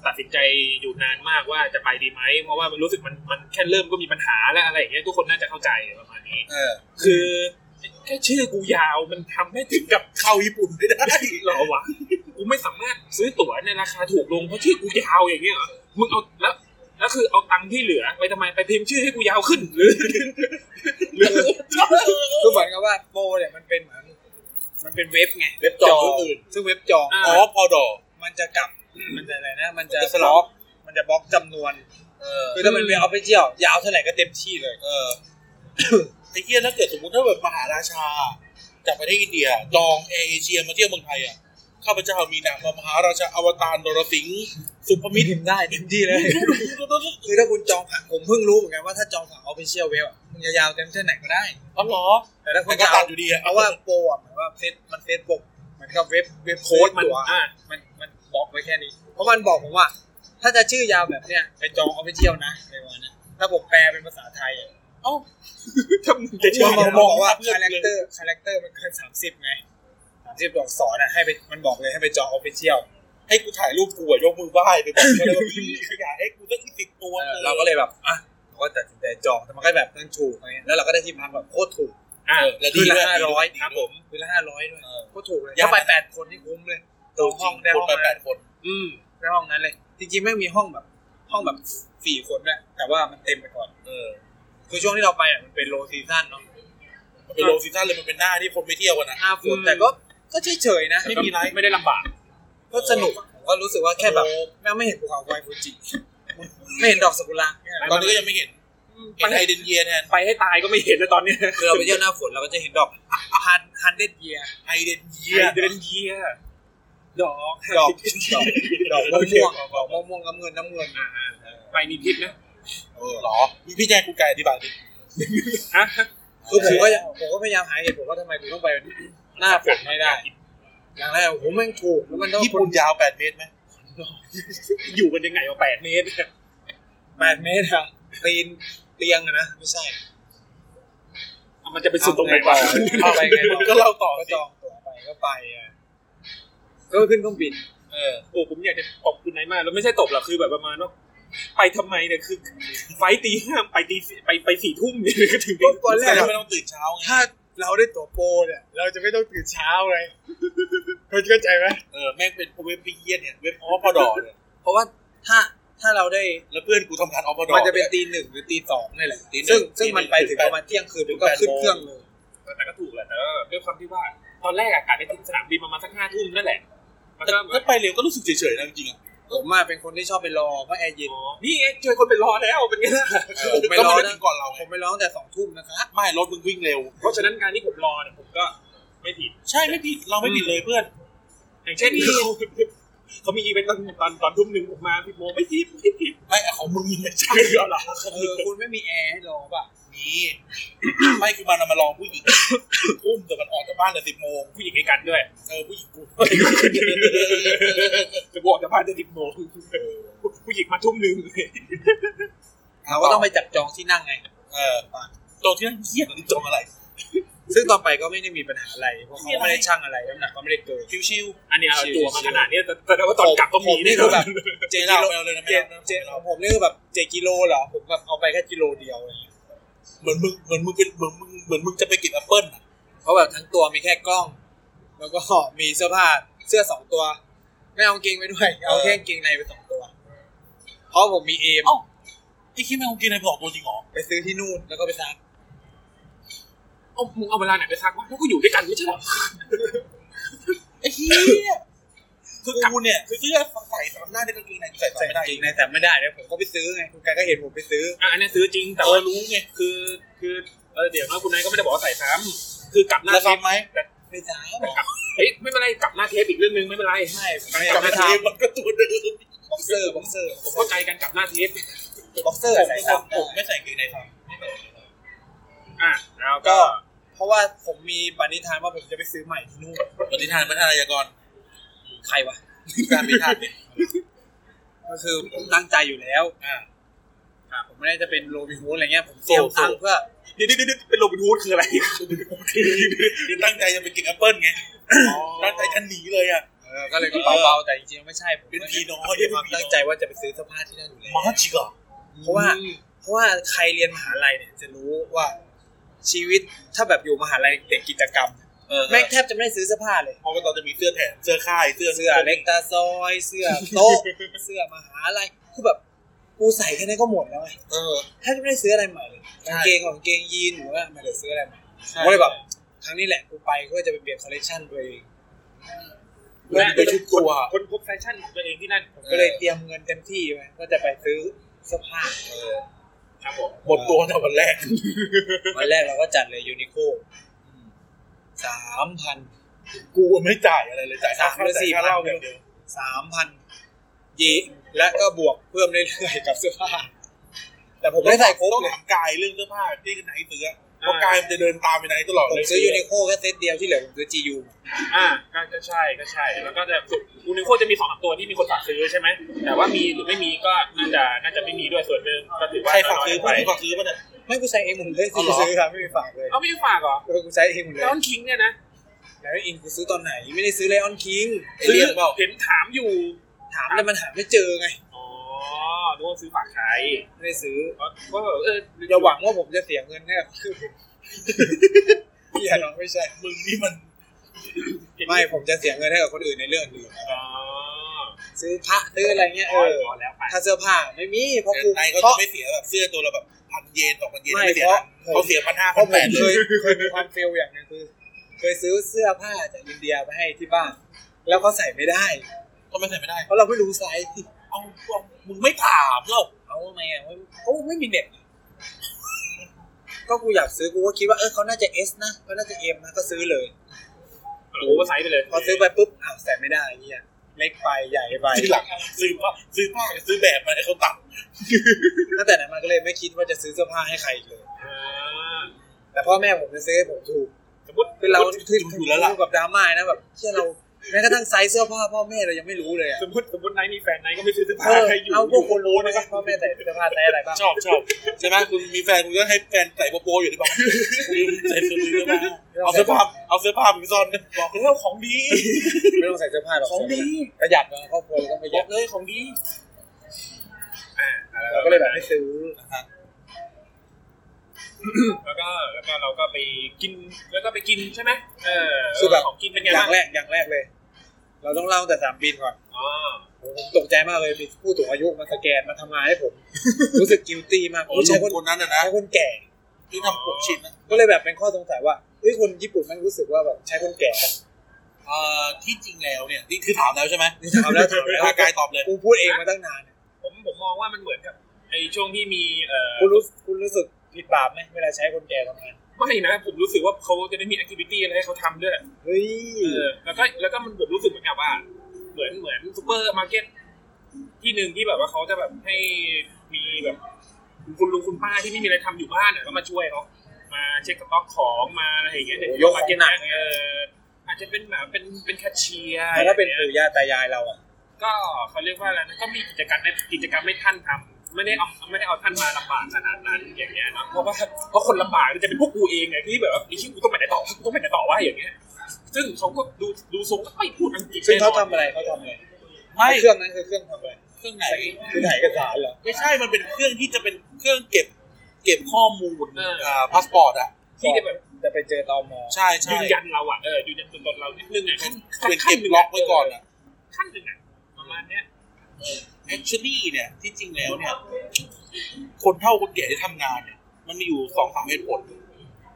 ตัดสินใจอยู่นานมากว่าจะไปดีไหมเพราะว่ามันรู้สึกมันมันแค่เริ่มก็มีปัญหาแล้วอะไรอย่างเงี้ยทุกคนน่าจะเข้าใจประมาณนี้ เออ คือแค่ชื่อกูยาวมันทำให้ถึงกับ เข้าญี่ปุ่นไม่ได้ หรอวะกูไม่สามารถซื้อตั๋วในราคาถูกลงเพราะชื่อกูยาวอย่างเงี้ยเหรอมึงเอาแล้วแล้วคือเอาตังค์ที่เหลือไปทำไมไปพิมพ์ชื่อให้กูยาวขึ้นหรือ หรือ คือเหมือนกับว่าโปรเนี่ยมันเป็นเหมือนมันเป็นเว็บไง เว็บจองอื่น ซึ่งเว็บจอง อ่า อ๋อพอดอ มันจะกลับมันจะอะไรนะ มันจะ มันจะส บ ลั ล็ บ อกมันจะบล็อกจำนวน เออ คือถ้ามันเป็นออฟฟิเชียลยาวเท่าไหร่ก็เต็มที่เลย เออไอ้เหี้ยถ้าเกิดสมมติถ้าแบบมหาราชา จากประเทศอินเดียจองเอเชียมาเที่ยวเมืองไทยอ่ะข้าพเจ้ามีนามว่ามหาราชาอวตารดรสิงห์สุภมิตร พิมพ์ได้เต็มที่เลย คือถ้าคุณจองผ่านผมเพิ่งรู้เหมือนกันว่าถ้าจองผ่านออฟฟิเชียลเว็บมันจะยาวเต็มเท่าไหร่ก็ได้ อ๋อเหรอ แต่ถ้าคุ มั ณ นก็ จะ ตั เอา ดอยู่ดีอะ เพราะว่าโปรอ่ะเหมือนว่าเฟซมันเฟซบุ๊กเหมือนกับเว็บเว็บโค้ดโค้ด มั มัน น อะ อ่า มันมันบอกไว้แค่นี้ เพราะมันบอกผมว่า ถ้าจะชื่อยาวแบบเนี้ยไปจองออฟฟิเชียลนะในวันนั้นถ้าผมแปลเป็นภาษาไทยอะ ถ้ามึงจะเชื่อ มันบมอ อกบองมอก ง ว่า ว่า คาแรคเตอร์คาแรคเตอร์มันเกินสามสิบไงสามสิบดอกสอนอ่ะให้ไปมันบอกเลยให้ไปจองออฟฟิเชียล ให้กูถ่ายรูปกูอะยกมือไหว้ไปบอกว่าเรามีขยะให้กูตั้งสิบตัว เราก็เลยแบบอ่ะเราก็ตัดสินใจจองแต่มันก็แบบตั้งถูกอะไรเงี้ยแล้วเราก็ได้ที่พักแบบโคตรถูก อ่า และ คื ดี นละ ด้วย ห้าร้อย ครับผม คืนละห้าร้อยด้วย เออ โคตรถูกเลย ยาก ถ้าไปแปดคนนี่คุ้มเลย ตั ตัวว ห้ ห้ อ อง ง ได้ ได้ ห้ ห้ออง ง ไป มา แปดคน อืม ในห้องนั้นเลย จริงๆไม่งมีห้องแบบ ห้องแบบสี่คนด้วยแต่ว่ามันเต็มไปก่อน เออ คือช่วงที่เราไปอ่ะมันเป็นโลซีซั่นเนาะ มันเป็นโลซีซั่นเลยมันเป็นหน้าที่คนไม่เที่ยวกันนะ หน้าฝน อืม แต่ก็ก็เฉยๆนะ ไม่มีไลฟ์ ไม่ได้ลำบาก ก็สนุกผมก็รู้สึกว่าแค่แบบแม่งไม่เห็นภูเขาไฟฟูจิ ไม่เห็นดอกซากุระเนี่ย ตอนนี้ก็ยังไม่เห็น ไป เห็นไอ ให้ เดนเยียแทน ไปให้ตายก็ไม่เห็นแล้วตอนเนี้ย คือเราไปเที่ยวหน้าฝนเราก็จะเห็นดอกฮันฮันเดดเยีย ไอเดนเยี ไอย เดนเยียดอก ดอกดอกดอกม่วงดอกม่วงน้ำเงินน้ำเงิน อ่าๆไปมีพิษนะ เออเหรอมีพี่แจ้งกูไก่อธิบายดิ ฮะ คือผมก็ผมก็พยายามหาเหตุผลว่าทำไมกูต้องไปหน้าฝนไม่ได้ อย่างแรกผมแม่งถูกแล้วมันต้อง ญี่ปุ่นยาวแปดเมตรไหม อยู่กันยังไงวะแปดเมตร แปดเมตรอะตีนเตียงอะนะไม่ใช่ เอามันจะไปสุดตรงไหนวะ เอาไปไง ก็เล่าต่อ ก็ สิ จองตั๋วไปก็ไปอ่ะก็ขึ้นเครื่องบิน เออ โอ้ผมอยากจะตบคุณนายมากแล้วไม่ใช่ตบหรอกคือแบบประมาณว่าไปทำไมเนี่ยคือ ไฟล์ตีห้าไปตีสี่ไปไปสี่ทุ่มเนี่ย ก็ถึง ก็ตอนแร แต่ ก เรา อะ ไม่ต้องตื่นเช้าไง ถ้าเราได้ตั๋วโปรเนี่ย เราจะไม่ต้องตื่นเช้า เลยเข้าใจไหม เออแม่งเป็นเว็บพีเยียเนี่ยเว็บออฟพอดอเนี่ย เพราะว่าถ้าถ้าเราได้ แล้วเพื่อนกูทำงานออฟพอดอ มันจะเป็นตีหนึ่งหรือตีสองนี่แหละ ตีหนึ่ง ซึ่งซึ่งมันไป ตี ถึง หนึ่ง ประมาณเที่ยงคืนมันก็ขึ้นเครื่องเลย แต่ก็ถูกแหละแต่ว่าด้วยความที่ว่า ตอนแรกอากาศได้ถึงสนามบินประมาณสักห้าทุ่มนั่นแหละมัน แต่ ก็ ถ้าไปเร็วก็รู้สึกเฉยๆนะจริงๆอะ ผมมาเป็นคนที่ชอบไปรอเพราะแอร์เย็น นี่ไงเจอคนเป็นรอแล้วเป็นไงล่ะ อผมไป ก็ รอ ไม่ได้ นะ ถึงก่อนเรา ผ ไง มไปรอตั้งแต่สองทุ่มนะครับ ไม่รถมึงวิ่งเร็ว เพราะฉะนั้นการที่ผมรอเนี่ยผมก็ไม่ผิด ใช่ไม่ผิดเราไม่ผิดเลยเพื่อน อย่างเช่นเขาเขามีอีเวนต์ตอนตอนตอนทุ่มหนึ่งผมมาพี่โมไม่ผิดไม่ผิด ไม่อะของมึงไม่ใช่ ใช่เหรอล่ะ เออคุณไม่มีแอร์ให้รอป่ะ นี่ ไม่คือมันเอามาลองผู้หญิงอุ้มแต่มันออกจากบ้านแต่สิบโมง ผู้หญิงด้วยกันด้วย เออผู้หญิงกู จะบอกจะบ้านจะติดโมงผู้หญิงมาทุ่มหนึ่ง เราก็ต้องไปจับจองที่นั่งไง เออตรงที่นั่งเยี่ยมจองอะไร ซึ่งต่อไปก็ไม่ได้มีปัญหาอะไรเพราะเขาไม่ได้ชั่งอะไรน้ำหนักก็ไม่ได้เกิน ชิว อันนี้เอาตัวมาขนาดเนี้ยแต่แต่ว่าตอนกลับก็มี ผมนี่คือแบบ ๆ เจ ไม่ กิ เรา โล ไม่เอาเลยนะไม่ เจ เอานะ เจของผมนี่คือแบบเจกิโลเหรอผมแบบเอาไปแค่กิโลเดียวอะไรเงี้ย เหมือนมึงเหมือนมึงเป็นเหมือนมึงเหมือนมึงจะไปกินแอปเปิ้ลอะ เพราะแบบทั้งตัวมีแค่กล้อง แล้วก็มีเสื้อผ้าเสื้อสองตัว ไม่เอากางเกงไปด้วย เอาแค่กางเกงในไปสองตัว เพราะผมมีเอม ไอ้ขี้แมงกินในผอกตัวจริงเหรอ ไปซื้อที่นู่นแล้วก็ไปซัก เอามึงเอาเวลาไหนไปซักวะแล้วก็อยู่ด้วยกันไม่ใช่เหรอ ไอ้ขี้ยคือกูเนี่ยคือเสื้อใส่สามหน้าในกางเกงในใส่ ใส่กาไม่ได้ งเกงในแต่ไม่ได้แล้วผมก็ไปซื้อไงคุณกายก็เห็นผมไปซื้อ อ่ะอันนี้ซื้อจริงแต่ เอ ว่า อรู้ไง คือคือเออเดี๋ยวนะคุณนายก็ไม่ได้บอกว่าใส่ซ้ำคือกลับหน้า แล้ว เทป ซ้ำไหม ไม่ซัก เฮ้ยไม่เป็นไรกลับหน้าเทปอีกเรื่องนึงไม่เป็นไร ไม่ผม กลับ ไม่ มา ซั ที ก มันก็ตัวเดิม บ็อกเซอร์บ็อกเซอร์ ผมเข้าใจกันกลับหน้าเทป บ็อกเซอร์ใส่ซัก ผมไม่ใส่กางเกงในซ้ อ่ะแล้วก็ ก็ เพราะว่าผมมีปณิธานว่าผมจะไปซื้อใหม่ที่นู่น ำปฏิทานปฏิทานอายากร ใครวะ การปฏิทานเนี่ย ก็คือผมตั้งใจอยู่แล้ว อ่า ครับผมไม่ได้จะเป็นโรบินฮูดอะไรเงี้ย ผมเตรียม โซโซ ตังค์เพื่อ เดี๋ยวเดี๋ยวเดี๋ยวเป็นโรบินฮูดคืออะไร คือตั้งใจจะไปกินแอปเปิ้ลไงตั้งใจจะหนีเลยอ่ะ เออก็เลยกระเป๋าเบาแต่จริงๆไม่ใช่ผม เป็นผีน้อย มีความตั้งใจว่าจะไปซื้อเสื้อผ้าที่นั่นอยู่แล้ว มาจิกอ่ะ เพราะว่าเพราะว่าใครเรียนมหาลัยเนี่ยจะรู้ว่าชีวิตถ้าแบบอยู่มหาลัยเด็กกิจกรรม แม่ แม่ งแทบจะไม่ได้ซื้อเสื้อผ้าเลย พอตอนจะมีเสื้อแถมเสื้อค่ายเสื้อ เสื้อเล็กตาซอย เสื้อโต๊ะ เสื้อมหาลัยคือแบบกูใส่แค่นี้ก็หมดแล้วไง เออ แทบจะไม่ได้ซื้ออะไรใหม่เลยกาใช่งเกงของกางเกงยีนหรือว่าไม่ได้ซื้ออะไรใหม่ผใช่มก็เลยแบบครั้งนี้แหละกูไปเพื่อจะไปเปลี่ยนคอลเลกชันตัวเอง เพื่อไปชุดตัว คนพบแฟชั่นของตัวเองที่นั่น ผมก็เลยเตรียมเงินเต็มที่ไว้ก็จะไปซื้อเสื้อผ้า ครับผม หมดตัวตั้งแต่วันแรก วันแรกเราก็จัดเลยยูนิโคสามพัน กูไม่จ่ายอะไรเลยจ่ายค่า สามหรือสี่ ค่าเหล้าอย่างเดียว สามพันเยนและก็บวกเพิ่มเรื่อยๆกับเสื้อผ้า แต่ผมไม่ได้ใส่ครบ ต้อง เลย ถามกายเรื่องเสื้อผ้าที่ไหนซื้ออะเพราะกายมันจะเดินตามไปไหนตลอด ผม เลย ซื้อยูนิโคแค่เซตเดียวที่เหลือผมซื้อจียู อ่าก็ก็ใช่ก็ใช่แล้วก็จะอูนิโคจะมีสองสามตัวที่มีคนฝากซื้อใช่ไหมแต่ว่ามีหรือไม่มีก็น่าจะน่าจะไม่มีด้วยส่วนหนึ่งก็ถือว่า ใครฝากซื้อ ไป เพื่อนฝากซื้อป่ะเนี่ย ไม่กูใส่เองหมดเลย เอา ที่กูเหรอ ซื้อครับไม่มีฝากเลย เอ้าไม่ได้ฝากเหรอ เออกูใช้เองหมดเลย แล้วคิงเนี่ยนะ แล้วอินกูซื้อตอนไหน ไม่ได้ซื้อไลออนคิง ไอ้เลี่ยมเปล่า เห็นถามอยู่ ถามแต่มันหาไม่เจอไง อ๋อนึกว่าซื้อฝากใคร ไม่ได้ซื้อ ก็เออ อย่าหวังว่าผมจะเสียเงินเนี่ย คือผมอย่าน้องไม่ใช่ มึงนี่มัน เห็น ไม่ผมจะเสียเงินให้กับคนอื่นในเรื่องอื่น อ๋อ ซื้อพระซื้ออะไรเงี้ย เอ เอ อ อ พอแล้วไป ถ้าเสื้อผ้าไม่มีเพราะกู นายเขา เพ จะ ราะ ไม่เสียแบบเสื้อตัวละแบบพันเยนสองพันเยน ไม่ ไม่เสียนะ เพราะ เขาเสียพันห้า เพ พั ราะ น ผ แป ม ด เค เลย ย เคยมีความเฟลอย่างหนึงคือ เคยซื้อเสื้อผ้าจากอินเดียไปให้ที่บ้าน แล้วเขาใส่ไม่ได้ ก็ไม่ใส่ไม่ได้ เพราะเราไม่รู้ไซส์ เอาเอามึงไม่ถามเล่า เอาทำไมอ่ะเขาไม่มีเน็ตก็กูอยากซื้อกูก็คิดว่าเออเขาน่าจะ S นะเขาน่าจะ M นะก็ซื้อเลย โอ้ว่าไซส์ไปเลย พอซื้อไปปุ๊บอ้าวใส่ไม่ได้เงี้ยเล็กไปใหญ่ไป ทีหลังซื้อผ้าซื้อผ้ากับซื้อแบบมาให้เขาตัด ตั้งแต่นั้นมาก็เลยไม่คิดว่าจะซื้อเสื้อผ้าให้ใครอีกเลย อ่า แต่พ่อแม่ผมจะซื้อให้ผมถูก สมมติ คือเรา ถูกอยู่แล้วล่ะ กับดราม่านะแบบเชื่อเราแม้กระทั่งไซส์เสื้อผ้าพ่อแม่เรายังไม่รู้เลยอะ สมมติสมมติไนท์มีแฟนไนท์ก็ไม่ซื้อเสื้อ เอ ผ้า อ ให้อยู่ เอาพวกคนรู้นะครับพ่อแม่ใส่เสื้อผ้าไซส์อะไรบ้าง ชอบชอบใช่ไหมคุณมีแฟนคุณก็ให้แฟนใส่โปโปอยู่ที่บ้านใส่เสื้อผ้าเอาเสื้อผ้าเอาเสื้อผ้าไปซ่อนบอกแล้วของดี ไม่ต้องใส่เสื้อผ้าหรอก ของดี ประหยัดนะครอบครัวเราต้องประห บ ยั อ ด กเลยของดี เราก็เลยแบบไม่ซื้อ แล้วก็แล้วก็เราก็ไปกินแล้วก็ไปกินใช่ไหมเออ คือแบบ ของกินเป็นไง อ บ้า ย่าง งแรกอย่างแรกเลย เราต้องเล่าแต่สนามบินก่อน อ๋อ ผมตกใจมากเลยมีผู้สูงอายุมาสแกนมาทำงานให้ผม รู้สึกกิลตี้มาก โอ้ ผม ชา ใช้ ย คน คนนั้นนะนะ ใช้คนแก่ ที่ทำผมชินนะ ก็เลยแบบเป็นข้อสงสัยว่าเฮ้ยคนญี่ปุ่นแมันรู้สึกว่าแบบใช้คนแก่ เอ่อที่จริงแล้วเนี่ยนี่คือถามแล้วใช่ไหม นี่ถามแล้วถามแล้ว อากายตอบเลย กูพูดเองมาตั้งนาน ผมผมมองว่ามันเหมือนกับไอช่วงที่มีเอ่อ กูรู้กูรู้สึกผิดบาปไหมเวลาใช้คนแก่ทำงาน ไม่นะผมรู้สึกว่าเขาจะได้มีแอคทิวิตี้อะไรให้เขาทำด้วย เฮ้ย เออแล้วก็แล้วก็มันผมรู้สึกเหมือนกับว่า เหมือนเหมือนซูเปอร์มาร์เก็ตที่หนึ่งที่แบบว่าเขาจะแบบให้มีแบบ คุณลุงคุณป้าที่ไม่มีอะไรทำอยู่บ้านอ่ะก็มาช่วยเขามาเช็คสต็อกของมาอะไรอย่างเงี้ยเดี๋วมาเก็ตเอออาจจะเป็นแบบเป็นเป็นแคชเชียร์ แล้วถ้าเป็นปู่ย่าตายายเราอ่ะ ก็เขาเรียกว่าอะไรนะก็มีกิจกรรมในกิจกรรมให้ท่านทำ ไม่ได้เอาไม่ได้เอาท่านมาลำบากขนาดนั้นอย่างเงี้ยเนอะเพราะว่าเพราะคนลำบากมันจะเป็นพวกกูเองไงที่แบบว่าไอ้ที่กูต้องไปไหนต่อกูต้องไปไหนต่อว่าอย่างเงี้ย ซึ่งเขาก็ดูดูทรงก็ไม่พูดอังกฤษ ซึ่ง แน่น เขา อน ทำอะไรเขาทำอะไร ไม่ เครื่องนั้นคือเครื่องทำอะไร เครื่องไหน คือถ่ายเอกสารเหรอ ไม่ใช่มันเป็นเครื่องที่จะเป็นเครื่องเก็บ เก็บข้อมูล เออ อ่าพาสปอร์ตอ่ะ ที่จะแบบ จะไปเจอตอมอ ใช่ใช่ ยืนยันเราอ่ะเออยืนยันตัวตนเรานิดนึงไงขั้น เป็น ขั้ เก็ น บ หนึ่ง ล็อกไว้ก่อนอ่ะ ขั้นหนึ่งอะประมาณเนี้ย actually เนี่ย ที่จริงแล้วเนี่ย คนเท่าคนแก่ที่ทำงานเนี่ย มันมีอยู่สองสามเหตุผล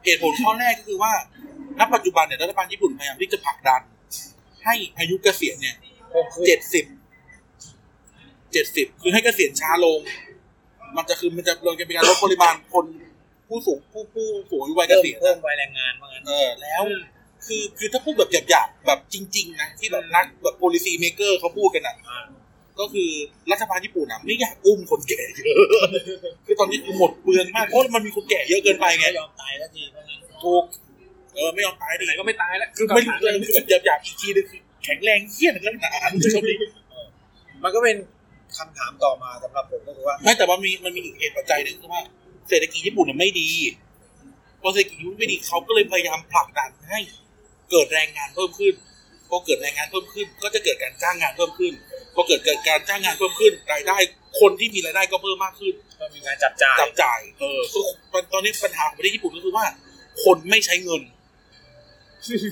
เหตุผลข้อแรกก็คือว่าณปัจจุบันเนี่ยรัฐบาลญี่ปุ่นพยายามที่จะผลักดัน ให้อายุเกษียณเนี่ย เพิ่มขึ้น เจ็ดสิบเจ็ดสิบคือให้เกษียณช้าลง มันจะคือมันจะเราจะเป็นการลดปริมาณคนผู้สูงผู้ผู้สูงอายุวัยเก เพิ่ม ษียณ เพิ่ อะ มวัยแรงงานว่างั้น เออแล้วคือคือถ้าพูดแบบหยาบๆแบบจริง ๆ นะ ที่แบบนักแบบ policy maker เขาพูดกันอ่ะ ก็คือรัฐบาลญี่ปุ่นอ่ะไม่อยากอุ้มคนแก่เยอะ คือตอนนี้หมดเปลืองมากเพราะมันมีคนแก่เยอะเกินไปไง ไม่ยอมตายสักทีว่างั้น ถูกเออไม่ยอมตายดิ ไหนก็ไม่ตายแล้ว คือไม่ถูกเลยคือแบบหยาบๆอีกทีนึงคือแข็งแรงเฮี้ยนกันหนา ชน มันก็เป็นคำถามต่อมาสำหรับผมก็คือว่า ไม่แต่ว่ามีมันมีอีกเหตุปัจจัยหนึ่งคือว่าเศรษฐกิจญี่ปุ่นน่ะไม่ดีพอเศรษฐกิจญี่ปุ่นไม่ดีเขาก็เลยพยายามผลักดันให้ เกิดแรงงานเพิ่มขึ้น พอเกิดแรงงานเพิ่มขึ้น ก็จะเกิดการจ้างงานเพิ่มขึ้น พอเกิดเกิดการจ้างงานเพิ่มขึ้น รายได้ คนที่มีรายได้ก็เพิ่มมากขึ้น มันมีการจับจ่าย จับจ่าย เออคือตอนนี้ปัญหาของประเทศญี่ปุ่นก็คือว่า คนไม่ใช้เงิน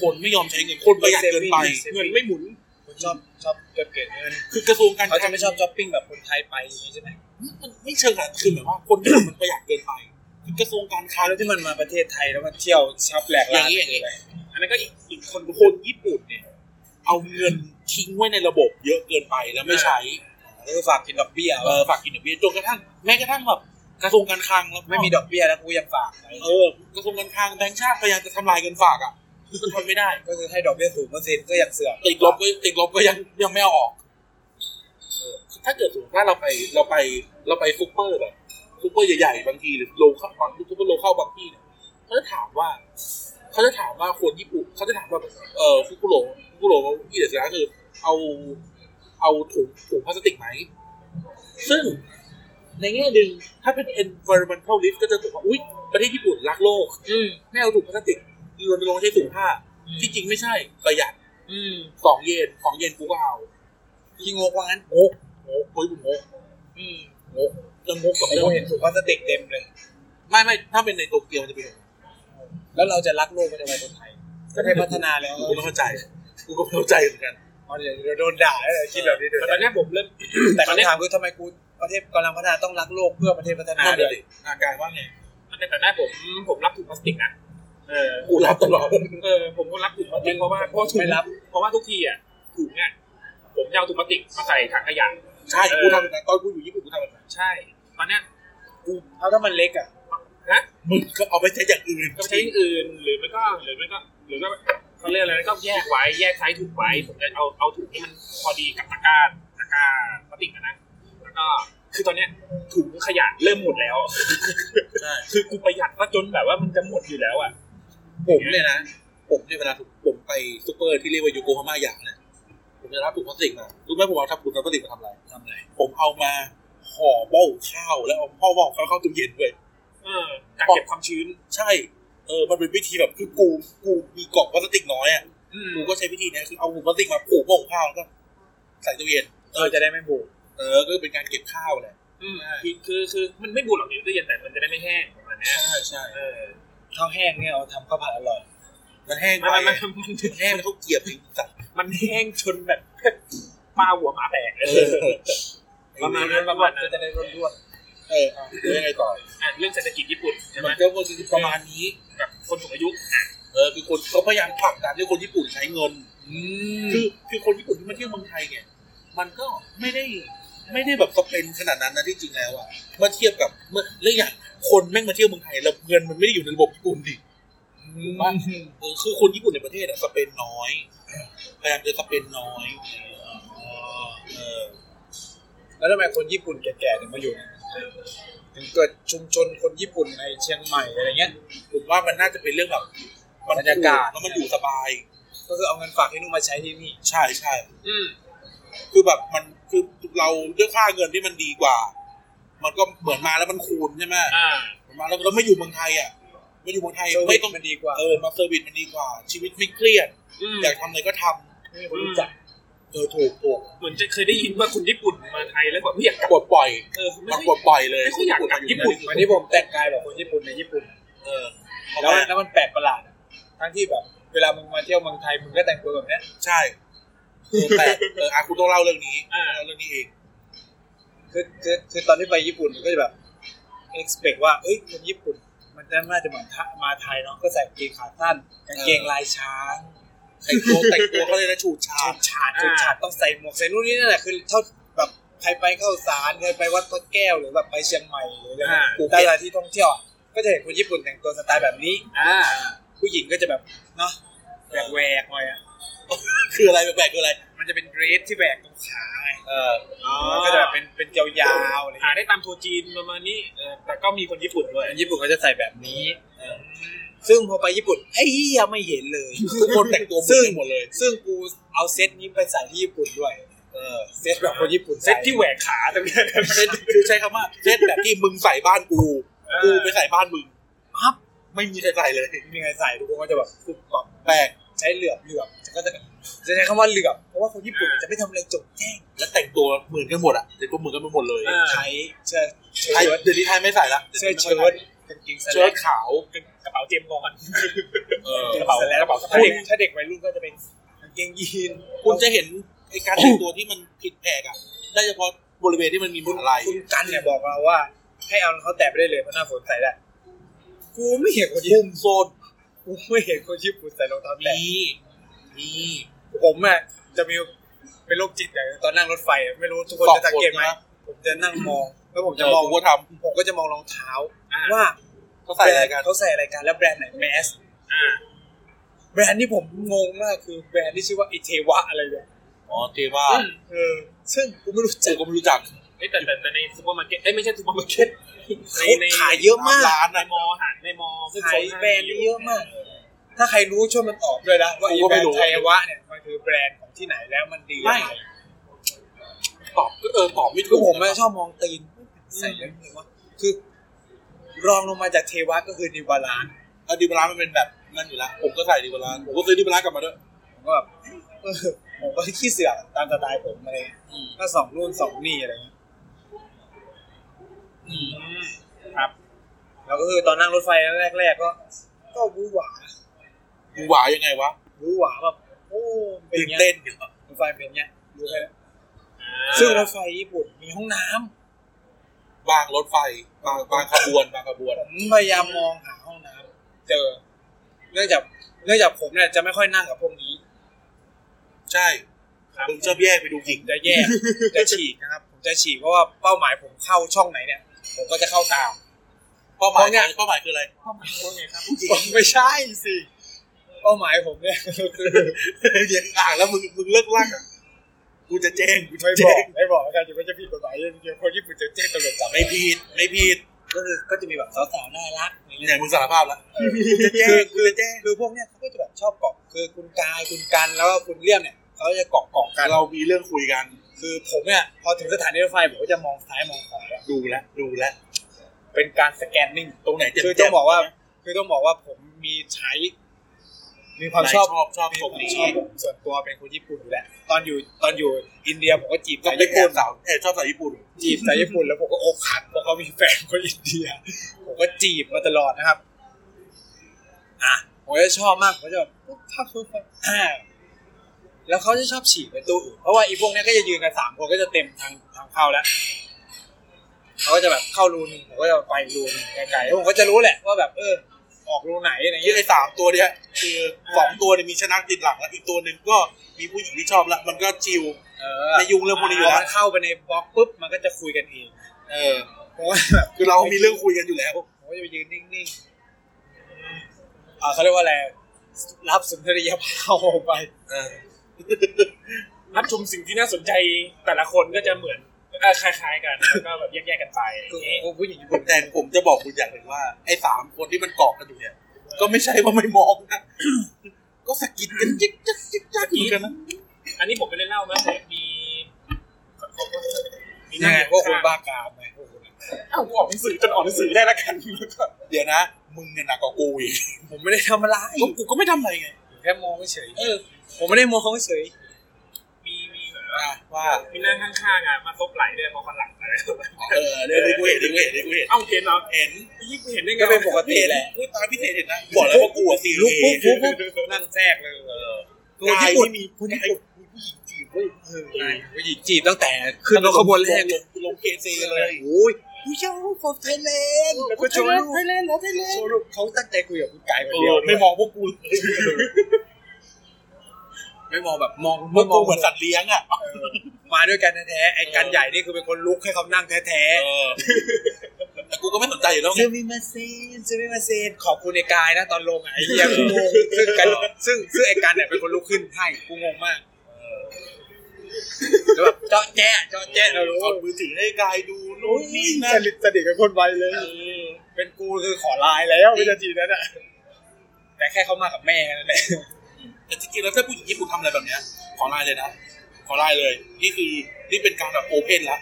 คนไม่ยอมใช้เงิน คนประหยัดเกินไป เงินไม่หมุน คุณชอบชอบเก็บเก็บเงิน คือกระทรวงการ เขา คลั จะ ง ไม่ชอบช้อปปิ้งแบบคนไทยไปอย่างนี้ใช่ไหม มันไม่เชิงหลักคือหมายว่า คนที่มันประหยัดเกินไป คือกระทรวงการคลัง แล้วที่มันมาประเทศไทยแล้วมันเที่ยวช็อปแหลกลาน อย่างนี้อย่างนี้ อันนั้นก็อีกอีกคน คนญี่ปุ่นเนี่ย เอาเงินทิ้งไว้ในระบบ เยอะเกินไปแล้วไม่ใช้ ก็คือฝากกินดอกเบี้ย เออฝากกินดอกเบี้ยจนกระทั่งแม้กระทั่งแบบกระทรวงการคลังแล้วก็ ไม่มีดอกเบี้ยแล้วกูยังฝากไว้ เออกระทรวงการคลังแบงก์ชาติพยายามจะทำลายเงินฝากอ่ะมันทำไม่ได้ ก็คือให้ดอกเบี้ยศูนย์เปอร์เซ็นต์ก็ยังเสือก ติดลบก็ติดลบก็ยังยังไม่เอาออกเออถ้าเกิดสมมติว่าเราไปเราไปเราไปซุปเปอร์แบบซุปเปอร์ใหญ่ๆบางทีหรือโลเข้าบางซุปเปอร์โลเข้าบางที่เนี่ยเขาจะถามว่าเขาจะถามว่าคนญี่ปุ่นเขาจะถามว่าแบบเออฟุกุโรฟุกุโรที่เดือดร้อนคือเอาเอาถุงถุงพลาสติกไหมซึ่งในแง่หนึ่งถ้าเป็น environmentalist ก็จะถือว่าอุ๊ยประเทศญี่ปุ่นรักโลก อืม ไม่เอาถุงพลาสติกรณรงค์ใช้ถุงผ้า ที่จริงไม่ใช่ประหยัด อืม สองเยนสองเยนกูก็เอา ที่งกว่างั้น งกงกเฮ้ยมึงงก อืม งกจะงกกับ ไอ้ เรื่กูอง เห็นถุงพลาสติกเต็มเลย ไม่ไม่ถ้าเป็นในโตเกียวมันจะเป็น แล้วเราจะรักโลกไปทำไมคนไทยประเทศพัฒนาแล้ว กูก็ไม่เข้าใจกูก็ไม่เข้าใจเหมือนกัน เอาเดี๋ยวเดี๋ยวโดนด่าแล้วเดี๋ยวคิดแบบนี้เดี๋ยว แต่ตอนเนี้ยผมเริ่ม แต่คำถามคือทำไมกูประเทศกำลังพัฒนาต้องรักโลกเพื่อประเทศพัฒนา นั่น ด้ เล วย ยอาการว่าไง แต่แต่แรกผมผมรับถุงพลาสติกนะ เออ กูรับตลอด เออผมก็รับถุงพลาสติกเพราะว่าเพราะว่าถุง ไม่รับ เพราะว่าทุกทีอ่ะถุงอ่ะผมจะเอาถุงพลาสติกมาใส่ถังขยะ ใช่ เออ กูทำแบบนั้นตอนกูอยู่ญี่ปุ่นกูทำแบบนั้น ใช่ ตอนเนี้ย กูเอาถ้ามันเล็กอ่ะ ฮะ มึงก็เอาไปใช้อย่างอื่น ก็ไปใช้อย่างอื่นหรือไม่ก็หรือไม่ก็หรือก็เขาเรียกอะไรนะก็แยกไว้แยกไซส์ถุงไว้ผมจะเอาเอาถุงที่มันพอดีกับตะกร้าตะกร้าพลาสติกอะนะแล้วก็คือตอนเนี้ยถุงขยะเริ่มหมดแล้ว ใช่ คือกูประหยัดก็จนแบบว่ามันจะหมดอยู่แล้วอ่ะ ผมเนี่ยนะ ผมเนี่ยเวลาผมไปซูเปอร์ที่เรียกว่าโยโกฮาม่าอย่างเนี่ยผมจะรับถุงพลาสติกมารู้ไหมผมเอาทับถุงพลาสติกมาทำอะไร ทำไร ผมเอามาห่อเบ้าข้าวแล้วเอาพ่อเบ้าข้าวเข้าตู้เย็นด้วย เออกักเก็บความชื้น ใช่ เออ มันเป็นวิธีแบบคือกูกูมีกล่องพลาสติกน้อยอ่ะ อืม กูก็ใช้วิธีเนี้ยคือเอาถุงพลาสติกมาผูกเบ้าข้าวแล้วก็ใส่ตู้เย็น เออจะได้ไม่บูด เออก็เป็นการเก็บข้าวแหละ อืมคือคือคือมันไม่บูดหรอกเดี๋ยวตู้เย็นแต่มันจะได้ไม่แห้งประมาณเนี้ย ใช่ใช่ เออ ข้าวแห้งเนี่ยเอาทำข้าวผัดอร่อย มันแห้งไปอะไม่ไม่ไม่มัน มันแห้งมันเขาเกลียบจริงจัด มันแห้งจนแบบ ปลาหัวหมาแตกเออ ประมาณนั้นประมาณนั้น ก็จะได้ร่วน เออเอาแล้วยังไงต่อ อ่ะเรื่องเศรษฐกิจญี่ปุ่นใช่ไหม มันก็คือประมาณนี้ กับคนสูงอายุ เออคือคนเขาพยายามผลักดันให้คนญี่ปุ่นใช้เงิน ๆอืม คือคือคนญี่ปุ่นที่มาเที่ยวเมืองไทยเนี่ยมันก็ไม่ได้ไม่ได้แบบสเปนขนาดนั้นนะที่จริงแล้วอะเมื่อเทียบกับเมื่อเรื่องอย่างคนแม่งมาเที่ยวเมืองไทยแล้วเงินมันไม่ได้อยู่ในระบบญี่ปุ่นดิเออคือคนญี่ปุ่นในประเทศอะสเปนน้อยพยายามจะสเปนน้อยเออ แล้วทำไมคนญี่ปุ่นแก่ๆถึงมาอยู่เนี่ยถึงเกิดชุมชนคนญี่ปุ่นในเชียงใหม่อะไรเงี้ย ผมว่ามันน่าจะเป็นเรื่องแบบมัน บรรยากาศ แล้วมันอยู่สบาย ก็คือเอาเงินฝากที่นู่นมาใช้ที่นี่ ใช่ใช่ อืม คือแบบมันคือเราด้วยค่าเงินที่มันดีกว่า มันก็เหมือนมาแล้วมันคูณใช่ไหม อ่า เหมือนมาแล้วแล้วไม่อยู่เมืองไทยอ่ะไม่อยู่เมืองไทย เซอร์วิ ไม่ ส ต้อง มันดีกว่า เออมาเซอร์วิสมันดีกว่า ชีวิตไม่เครียด อืม อยากทำอะไรก็ทำ ให้คนรู้จัก เออถูกถูก เหมือนจะเคยได้ยินว่าคนญี่ปุ่นมาไทยแล้วแบบไม่อยากกลับ ปลดปล่อย เออไม่ มันป ค่ ล อย ดปล่อยเลย ไม่ค่อยอยากกลับญี่ปุ่น วันนี้ผมแต่งกายแบบคนญี่ปุ่นในญี่ปุ่น เออ แล้ แล้ว ว แล้วมันแปลกประหลาดอะทั้งที่แบบ เวลามึงมาเที่ยวเมืองไทยมึงก็แต่งตัวแบบเนี้ย ใช่เออแต่เอออาคุณต้องเล่าเรื่องนี้ อ่า เล่าเรื่องนี้เอง คือคือคือตอนที่ไปญี่ปุ่นมันก็จะแบบ expect ว่าเอ้ยคนญี่ปุ่น มันน่าจะเหมือนทะมาไทยเนาะก็ใส่กางเกงขาสั้นกางเกงลายช้าง แต่งตัวแต่งตัวก็เลยนะฉูดฉา ฉา ด ดฉาดฉูดฉาดต้องใส่หมวกใส่นู่นนี่นั่นแหละคือเท่าแบบใครไปเข้าสารใครไปวัดพระแก้วหรือแบบไปเชียงใหม่หรืออะไรเงี้ย อ่า กูเก็ตแต่ละที่ท่องเที่ยวอะก็จะเห็นคนญี่ปุ่นแต่งตัวสไตล์แบบนี้ อ่า ผู้หญิงก็จะแบบเนาะแบบแหวกหน่อย อะ คืออะไรแปลกๆคืออะไร มันจะเป็นเดรสที่แหวกตรงขาไง เออ อ๋อ ก็จะแบบเป็นเป็นยาวๆอะไรอย่าง หา เงี้ย ได้ตามทัวร์จีนประมาณนี้เออแต่ก็มีคนญี่ปุ่นด้วย ญี่ปุ่นก็จะใส่แบบนี้ ซึ่งพอไปญี่ปุ่นไอ้เหี้ยังไม่เห็นเลย ทุกคนแต่งตัวเหมื ซึ่ อง นกันหมดเลย ซึ่งกูเอาเซตนี้ไปใส่ที่ญี่ปุ่นด้วย เออ เซตแบบคนญี่ปุ่น เซตที่แหวกขาตรงเนี้ย เช่นคือใช้คำว่าเช่นแบบที่มึงใส่บ้านกู กูไปใส่บ้านมึง ปั๊บ ไม่มีใครใส่เลย ไม่มีใครใส่ทุกคนก็จะแบบปุบปับ แปลก ใช้เหลือบเหลือบก็จะแบบจะใช้คำว่าเหลือบเพราะว่าคนญี่ปุ่นจะไม่ทำอะไรจงแจ้ง และแต่งตัวเหมือนกันหมดอ่ะแต่งตัวเหมือนกันไปหมดเลย อ่า ใช้เสื้อเชิ้ ไทย ต เดี๋ยวนี้ไทยไม่ใส่ละ เสื้อเชิ้ตกางเกงส เชิ้ แล็ ต ก ขาว กระเป๋าเจมส์บอล เออก ระเป๋า เสื้อแล็ก กระเป๋าถ้าเด็กถ้าเด็กวัยรุ่นก็จะเป็นกางเกงยีน คุณจะเห็นไอการแต่งตัวที่มันผิดแปลกอ่ะ ได้เฉพาะบริเวณที่มันมีมุดอะไร คุณกันเนี่ยบอกเราว่า ให้เอารองเขาแตะไปได้เลยเพราะหน้าฝนใส่ได้กูไม่เห็นคนญี่ปุ่น คุมโซน กูไม่เห็นคนญี่ปุ่นใส่รองเท้าแตะ มีมี ผมอ่ะจะมีเป็นโรคจิตอย่างตอนนั่งรถไฟอะไม่รู้ทุกคนจะสังเกตไหมผมจะนั่งมองแล้วผมจะจะม ม อ อง ง ว่าท ผมก็จะมองรองเท้า อ่า ว่า ำเขาใส่อะไรกัน เขาใส่อะไรกันแล้วแบรนด์ไหนแมส อ่า แบรนด์ที่ผมงงมากคือแบรนด์ที่ชื่อว่าอิเทวะอะไรเนี่ย อ๋อเทว่า อืม เออซึ่งกูไม่รู้ เจ จั อก ก็ไม่รู้จัก เอ้ยแต่แต่แต่ในซูเปอร์มาร์เก็ตเอ้ยไม่ใช่ซูเปอร์มาร์เก็ตในใน ขายเยอะมาก ร้าน ใน นะ มอหาในมอซึ่ง ขาย โซ แบรนด์เยอะมาก ถ้าใครรู้ช่วยมันออกด้วยนะว่าไอ้กูก็ แบ ไม่ รน รู้ ด์ไทยวะเนี่ยมันคือแบรนด์ของที่ไหนแล้วมันดี ไม่ ยังง ตอบก็เออตอบไม่ คื ถู อก ผมไม่ชอบมองตีนใส่แล้วไงวะคือ รองลงมาจากเทวะก็คือนิวบาลานซ์ อะดิบาลานซ์มันเป็นแบบนั่นอยู่แล้ว ผมก็ใส่ดิบาลานซ์ผมก็ซื้อดิบาลานซ์กลับมาด้วย ผมก็แบบ เออผมก็ขี้เสือกตามสไตล์ผมอะไรเงี้ย อืม ก็สองรุ่นสองนี่อะไรเงี้ย ครับ แล้วก็คือตอนนั่งรถไฟแรก ๆ ก็ ก็วู้หวา กูหวายังไงวะ วู้หวาแบบโอ้เป็น ตื่น เงี้ย เต้นเนี่ย รถไฟเป็นเงี้ยรู้แค่นั้น อ่า ซึ่งรถไฟญี่ปุ่นมีห้องน้ำ บางรถไฟ บางบางขบวน บางขบวน ผมพยายามมองหาห้องน้ำเจอ เนื่องจากเนื่องจากผมเนี่ยจะไม่ค่อยนั่งกับพวกนี้ ใช่มึงชอบแยกไปดูหญิง จะแยก จะฉีกนะครับ ผมจะฉีกเพราะว่าเป้าหมายผมเข้าช่องไหนเนี่ย ผมก็จะเข้าตาม เป้าหมาย เพราะเนี่ย เป้าหมายคืออะไร ว่าไงครับ ไม่ใช่สิเป้าหมายผมเนี่ย คือ เดี๋ยวอ่านแล้วมึงมึงเลิกลักอะกูจะแจ้งกูจะ ไม่บ แจ้ อก ง ไม่บอกแล้วกันเดี๋ยวมันจะผิดกฎหมายเดี๋ยวคนญี่ปุ่นจะแจ้งตำรวจจับ ไม่ผิดไม่ผิด ก็คือก็จะมีแบบสาวๆน่ารักอะไร เนี่ เงี้ย ยมึงสารภาพแล้วกูจะแจ้งกูจะแจ้ง คือพวกเนี้ยเขาก็จะแบบชอบเกาะคือคุณกายคุณกันแล้วก็คุณเลี่ยมเนี่ยเขาจะเกาะเกาะกัน เรามีเรื่องคุยกัน คือผมเนี่ยพอถึงสถานีรถไฟผมก็จะมองซ้ายมองขวาแล้ว ดูแลดูแล เป็นการสแกนนิ่ง ตรงไหนเจ็บ คือต้องบอกว่า คือต้องบอกว่าผมมีใช้มีควาคาวม ม ช ช อ อ บบ ชอบชอบ มีผตรง ม นี้ ชอบส่วนตัวเป็นคนญี่ปุ่นอยู่แล้วตอนอยู่ตอนอยู่อินเดียผมก็จีบ ก็ สาว ไป ญี่ แอบ ปุ่น สาวแอบชอบสาวญี่ปุ่น จีบสาวญี่ปุ่นแล้วผมก็อกหักเพราะเขามีแฟนคนอินเดีย ผมก็จีบมาตลอดนะครับอ่ะผมก็ชอบมากผมก็จะแบบปุ๊บปั๊บปุ๊บปั๊บอ่าแล้วเขาจะชอบฉีกไปตู้อื่นเพราะว่าอีพวกเนี้ยก็จะยืนกันสามคนก็จะเต็มทางทางเข้าแล้วเขาก็จะแบบเข้ารูนึงผมก็จะไปรูนึงไกลๆแล้วผมก็จะรู้แหละว่าแบบเออ ออกรูไหนอะไร ยี่ เงี้ย ไอ้สามตัวเนี้ยคือสองตัวเนี่ยมีชนะติดหลังแล้วอีกตัวหนึ่งก็มีผู้หญิงที่ชอบแล้วมันก็จิว เออ ไม่ยุ่งเรื่องพวกนี้อยู่ พอ แล้ มั วน เข้าไปในบล็อกปุ๊บมันก็จะคุยกันเอง เออ เพราะว่าแบบ คือเรามีเรื่องคุยกันอยู่แล้ว ผมก็จะไปยืนนิ่งๆอ่าเขาเรียกว่าอะไรรับสุนทรียภาพไป เออ รับชมสิ่งที่น่าสนใจแต่ละคนก็จะเหมือนเอ่อคล้ายๆกันแล้วก็แบบแยกๆกันไป คือผมผู้หญิงญี่ คุ ปุ่น ณแทนผมจะบอกคุณอย่างหนึ่งว่า ไอ้สามคนที่มันเกาะกันอยู่เนี่ย ก็ไม่ใช่ว่าไม่มองนะ ก็สะกิดกันจิ๊กจักจิ๊กจักเหมือนกันนะ อันนี้ผมไม่ได้เล่านะผมมีมี ยังไงพวกคุณบ้ากามไงพวกคุณอะ อ้าวกูออกหนังสือจนออกหนังสือได้แล้วกันแล้วก็ เดี๋ยวนะ มึงเนี่ยหนักกว่ากูอีก ผมไม่ได้ทำอะไร ก็กูก็ไม่ทำอะไรไง แค่มองเฉย เออ ผมไม่ได้มองเขาเฉย มีมีแบบ อ่ะว่า มีนั่งข้างๆอ่ะมาซบไหลด้วยมองคนหลังอะไร เออเดี๋ยวกูเห็นเดี๋ยวกูเห็นเดี๋ยวกูเห็น เอ้าเห็นเหรอ เห็น ยิ่งเห็นได้ไง ก็ วะ เป็นปกติแหละ พูดตามพี่เทเห็นนะ บอกแล้วว่ากูอะซี ลุ ลู ก ก ปุ๊บปุ๊ ปุ๊ บบ ปุ๊บ ปุ๊บ นั่งแทรกเลยเออ กูญี่ ญี่ ปุ่ ปุ่ น น มีผู้หญิงจีบเว้ย เออผู้หญิงจีบตั้งแต่ ขึ้นรถขบวนแรก ลงลงเคซีเลย โอ้ยผู้ชายของไทยแลนด์แล้วก็โชว์รูป ไทยแลนด์เหรอไทยแลน โช ด์ ว์รูปเขาตั้งใจคุยกับคุณกายคน เอ เดียว อ ไม่ ไม่ ม ม อง องพวกกูเลย ไม่มองแบบมอง พว ไม่ ก ม กู อง เหมือนสัตว์เลี้ยงอ่ะ มาด้วยกันแท้ๆไอ้กันใหญ่นี่คือเป็นคนลุกให้เขานั่งแท้ เอ ๆ อแต่กูก็ไม่สนใจอยู่แล้วไง ซื้อมิมาเซนซื้อมิมาเซนขอบคุณไอ้กายนะตอนลงอ่ะไอ้เหี้ยกูงงซึ่งกันซึ่งซึ่งไอ้กันเนี่ยเป็นคนลุกขึ้นให้กูงงมากแล้วแบบเจาะแจ้เจาะแจ้เรารู้ กดมือถือให้กายดูนู่ โอ้ น ย นี่นั่ ส น นิทสนิทกับคนไวเลย เออ เป็นกูคือขอไลน์แล้ววินาทีนั้นอ่ะแต่แค่เขามากับแม่นั่นแหละ แต่จริงๆแล้วถ้าผู้หญิงญี่ปุ่นทำอะไรแบบเนี้ย ขอไลน์เลยนะ ขอไลน์เลย นี่คือนี่เป็นการแบบโอเพนละ